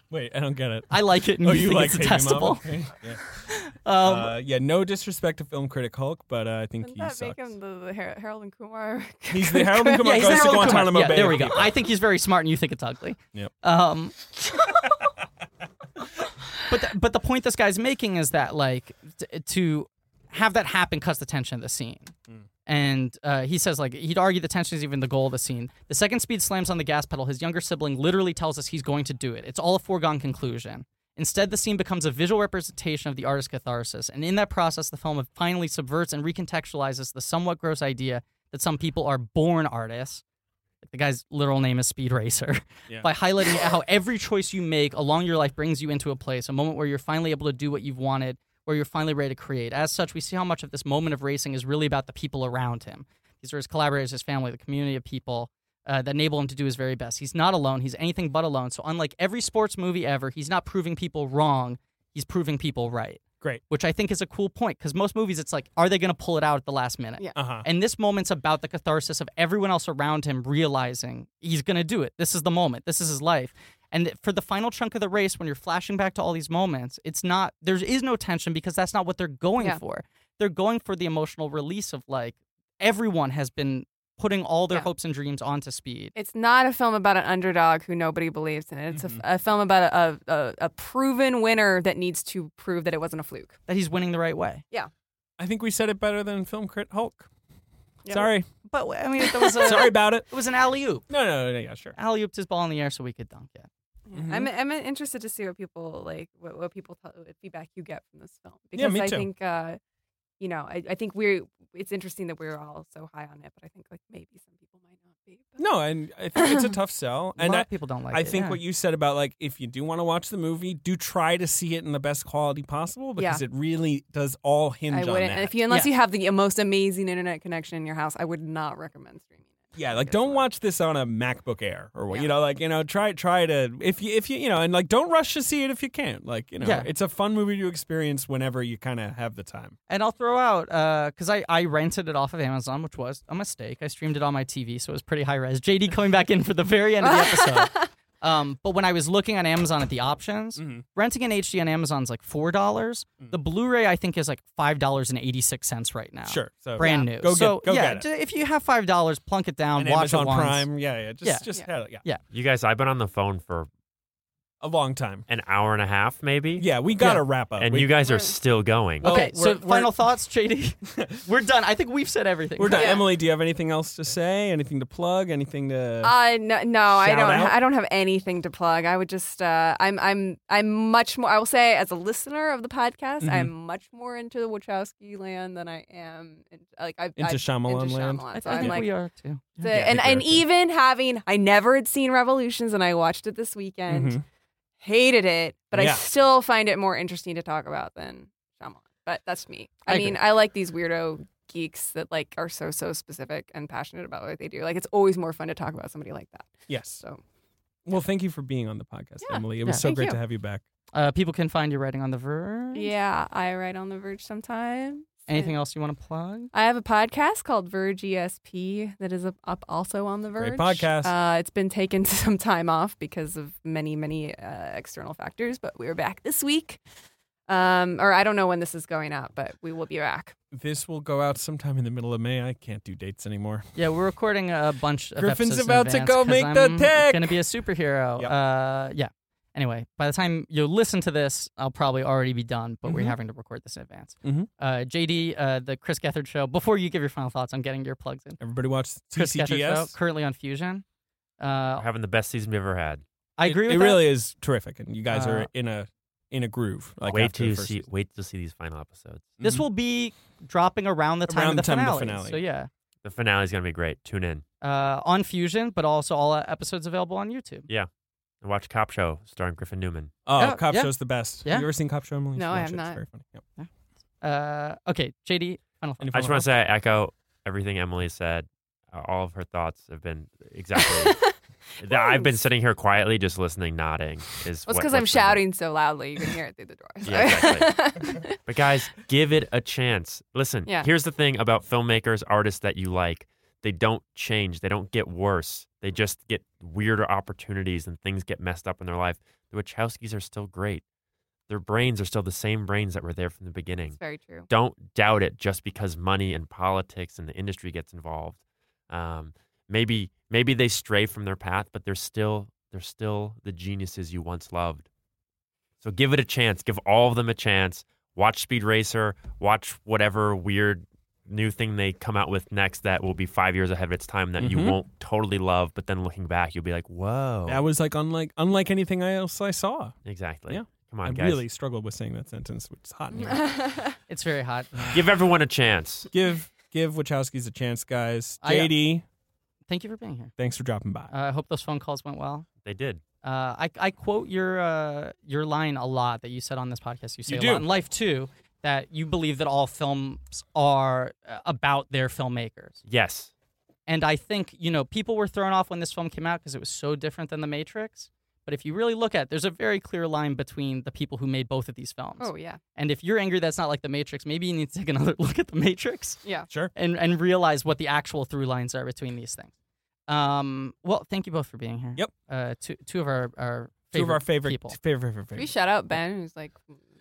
Wait, I don't get it. I like it, and oh, you, you think like it's Baby Mama? detestable. Okay. Yeah. Um, Uh, yeah, no disrespect to film critic Hulk, but uh, I think Doesn't he that sucks. make him the, the Har- Harold and Kumar? He's the Harold and Kumar yeah, he's goes not to really smart. Guantanamo Yeah, Bay. there we go. with people. I think he's very smart, and you think it's ugly. Yep. Um, but the, but the point this guy's making is that like t- to have that happen cuts the tension of the scene. And uh, he says, like, he'd argue the tension is even the goal of the scene. The second Speed slams on the gas pedal, his younger sibling literally tells us he's going to do it. It's all a foregone conclusion. Instead, the scene becomes a visual representation of the artist's catharsis. And in that process, the film finally subverts and recontextualizes the somewhat gross idea that some people are born artists. The guy's literal name is Speed Racer. Yeah. By highlighting how every choice you make along your life brings you into a place, a moment where you're finally able to do what you've wanted, where you're finally ready to create. As such, we see how much of this moment of racing is really about the people around him. These are his collaborators, his family, the community of people uh, that enable him to do his very best. He's not alone. He's anything but alone. So, unlike every sports movie ever, he's not proving people wrong. He's proving people right. Great. Which I think is a cool point because most movies, it's like, are they going to pull it out at the last minute? Yeah. Uh-huh. And this moment's about the catharsis of everyone else around him realizing he's going to do it. This is the moment. This is his life. And th- for the final chunk of the race, when you're flashing back to all these moments, it's not, there is no tension because that's not what they're going Yeah. for. They're going for the emotional release of like, everyone has been putting all their Yeah. hopes and dreams onto speed. It's not a film about an underdog who nobody believes in. It's a f- a, film about a, a, a proven winner that needs to prove that it wasn't a fluke. that he's winning the right way. I think we said it better than film crit Hulk. Yeah. Sorry, But I mean, that was a, sorry about it. It was an alley oop. No, no, no, yeah, sure. Alley ooped his ball in the air so we could dunk it. Mhm. I'm I'm interested to see what people like what, what people tell, what feedback you get from this film because me I too. think uh, you know I, I think we're it's interesting that we're all so high on it, but I think like maybe some people might not be. But No, and I think it's a tough sell. a And lot I, of people don't like I it. think yeah. what you said about like if you do want to watch the movie, do try to see it in the best quality possible because it really does all hinge I on wouldn't. that. And if you unless Yeah. you have the most amazing internet connection in your house, I would not recommend streaming it. yeah, like It's don't not- watch this on a MacBook Air or what uh, Yeah. you know, like you know, try try to if you if you you know, and like don't rush to see it if you can't. Like you know, Yeah. it's a fun movie to experience whenever you kind of have the time. And I'll throw out because I, I rented it off of Amazon, which was a mistake. I streamed it on my TV, so it was pretty high res. JD coming back in for the very end of the episode. Um, but when I was looking on Amazon at the options, Mhm. renting an HD on Amazon's like four dollars. Mm. The Blu-ray I think is like five dollars and eighty six cents right now. Sure, so brand yeah. new. Go so get, go yeah, get it. ju- if you have five dollars, plunk it down, And watch Amazon it once. Prime, yeah, yeah, just Yeah. just Yeah. yeah. yeah, You guys, I've been on the phone for a long time. an hour and a half, maybe. Yeah, we got to Yeah. Oh, wrap up. And we, you guys are We're- still going. Well, Okay, so we're- we're- final thoughts, JD. we're done. I think we've said everything. We're done. Yeah. Emily, do you have anything else to say? Anything to plug? Anything to? Uh no no I Shout don't out? I don't have anything to plug. I would just uh I'm I'm I'm much more I will say as a listener of the podcast Mm-hmm. I'm much more into the Wachowski land than I am in, like I've Into I've, Shyamalan into land? Shyamalan. I So think I'm like we are too. the- Yeah, I think and we and are too. even having I never had seen Revolutions and I watched it this weekend Mhm. hated it but Yeah. I still find it more interesting to talk about than Shyamalan. But that's me. I, I mean I like these weirdo geeks that like are so so specific and passionate about what they do. Like it's always more fun to talk about somebody like that. Yes. So. Well, thank you for being on the podcast, Yeah. Emily. It was Yeah. so Thank great you. to have you back. Uh, people can find your writing on the Verge. Yeah, I write on The Verge sometimes. Anything else you want to plug? I have a podcast called Verge ESP that is up, up also on The Verge. Great podcast. Uh, it's been taken some time off because of many, many uh, external factors, but we're back this week. Um, or I don't know when this is going out, but we will be back. This will go out sometime in the middle of May. I can't do dates anymore. Yeah, we're recording a bunch of Griffin's episodes in about to advance go 'cause make the I'm tech. Gonna be a superhero. Yep. Uh, yeah. Anyway, by the time you listen to this, I'll probably already be done, but we're Mhm. having to record this in advance. Mhm. Uh, JD, uh, the Chris Gethard show. Before you give your final thoughts, I'm getting your plugs in. Everybody watch Chris Gethard show, TCGS. currently on Fusion. We're Uh, having the best season we've ever had. I agree It, with it that. really is terrific, and you guys Uh, are in a in a groove. Like wait after the to first see. season. Wait to see these final episodes. This Mhm. will be dropping around the time, Around of, the the time of the finale, finale. So yeah, The finale is gonna be great. Tune in uh, on Fusion, but also all uh, episodes available on YouTube. and watch Cop Show starring Griffin Newman. Oh, Yeah, Cop yeah. Show's the best. Yeah. Have you ever seen Cop Show, Emily? You No, should I watch have it. It's not. very funny. Yep. Uh, okay, JD, final thoughts. Any I just final want to say I echo everything Emily said. I all of her thoughts have been exactly. that I've been sitting here quietly, just listening, nodding. Is Well, it's what- because I'm what's been going- shouting so loudly you can hear it through the door. Yeah, exactly. But guys, give it a chance. Listen, Yeah. here's the thing about filmmakers, artists that you like. They don't change. They don't get worse. They just get weirder opportunities and things get messed up in their life. The Wachowskis are still great. Their brains are still the same brains that were there from the beginning. It's very true. Don't doubt it just because money and politics and the industry gets involved. Um, maybe maybe they stray from their path, but they're still they're still the geniuses you once loved. So give it a chance. Give all of them a chance. Watch Speed Racer. Watch whatever weird new thing they come out with next that will be five years ahead of its time that you Mhm. won't totally love, but then looking back, you'll be like, whoa. That was like unlike unlike anything else I saw. exactly. Yeah. Come on, I guys. really struggled with saying that sentence, which is hot. in here. It's very hot. Give everyone a chance. give give Wachowskis a chance, guys. I, uh, JD, Thank you for being here. thanks for dropping by. Uh, I hope those phone calls went well. They did. Uh, I, I quote your uh, your line a lot that you said on this podcast. You say You a do. lot in life too that you believe that all films are uh, about their filmmakers. Yes. And I think, you know, people were thrown off when this film came out because it was so different than The Matrix. But if you really look at it, there's a very clear line between the people who made both of these films. oh yeah, And if you're angry that's not like The Matrix, maybe you need to take another look at The Matrix yeah. Sure. and, and realize what the actual through lines are between these things. Um, well, thank you both for being here. Yep. Uh, two, two of our, our favorite Two of our favorite people. favorite favorite. Can favorite. we shout out Ben who's like,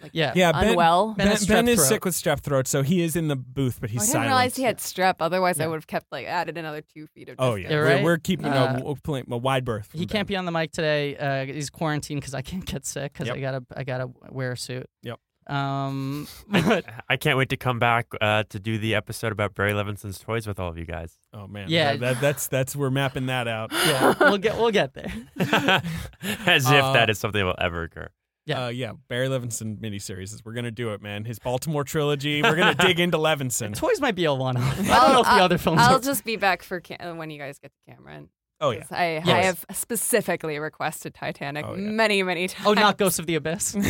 like Yeah. yeah, Ben, unwell? Ben, Ben has Ben strep is throat. sick with strep throat, so he is in the booth, but he's Oh, I didn't silent. realize he had strep. Otherwise, I Yeah. would have kept like added another two feet of. Oh distance. yeah, Yeah, we're, right? we're keeping Uh, a, we're playing a wide berth. He can't be on the mic today. Uh, he's quarantined because I can't get sick because Yep. I gotta I gotta wear a suit. Yep. Um, but I can't wait to come back uh, to do the episode about Barry Levinson's toys with all of you guys. Oh man, Yeah. That- that- that's that's we're mapping that out. yeah, we'll get we'll get there. As if Uh, that is something that will ever occur. Yeah. uh, yeah. Barry Levinson miniseries. We're gonna do it, man. His Baltimore trilogy. We're gonna dig into Levinson. Toys might be a one off. I don't I'll- know if the I'll- other films. I'll are. just be back for ca- when you guys get to Cameron. Oh yeah, I, I Yes. have specifically requested Titanic Oh, yeah. many, many times. oh, not Ghosts of the Abyss. you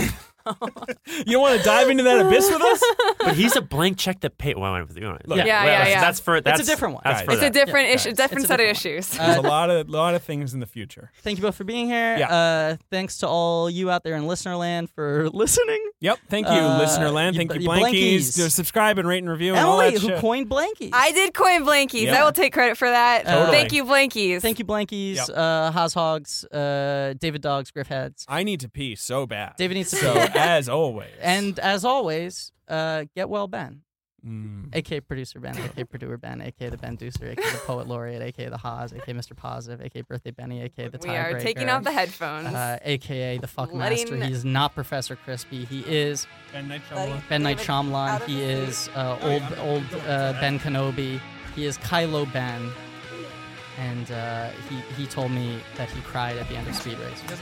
don't want to dive into that abyss with us? Uh, But he's a blank check that paid. Well, wait, wait, wait. Look, Yeah. Yeah, Well, yeah, that's- yeah. That's for that's different one. That's Guys. for it's that. a different Yeah, issue, guys, different it's a set of different Uh, issues. There's a lot of lot of things in the future. Thank you both for being here. Yeah. Uh, thanks to all you out there in listener land for listening. Yep. Thank you, Uh, listener land. you- Thank you, you blankies. blankies. Subscribe and rate and review and all Emily, that who shit. coined blankies. I did coin Blankies. Yeah. I will take credit for that. Totally. Thank you, Blankies. Thank you, blankies, Yep. uh, Haas Hogs, uh, David Dogs, Griff Heads. I need to pee so bad. David needs to So pee. as always, And as always, uh, get well, Ben. Mm. aka producer Ben, aka producer Ben, aka the Ben Deucer, aka the poet laureate, aka the Haas, aka Mr. Positive, aka birthday Benny, aka the We are tiebreaker, taking off the headphones. uh, aka the fuck Letting- master. He is not Professor Crispy. He is And night Like- Ben Knight Get him Shyamalan. out of He the is uh, old old uh, Ben Kenobi. He is Kylo Ben. And uh, he he told me that he cried at the end of Speed Race. Bye,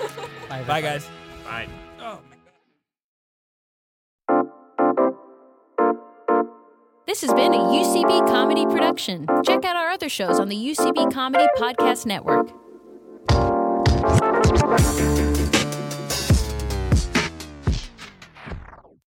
Bye, everybody. guys. Bye. This has been a UCB comedy production. Check out our other shows on the UCB Comedy Podcast Network.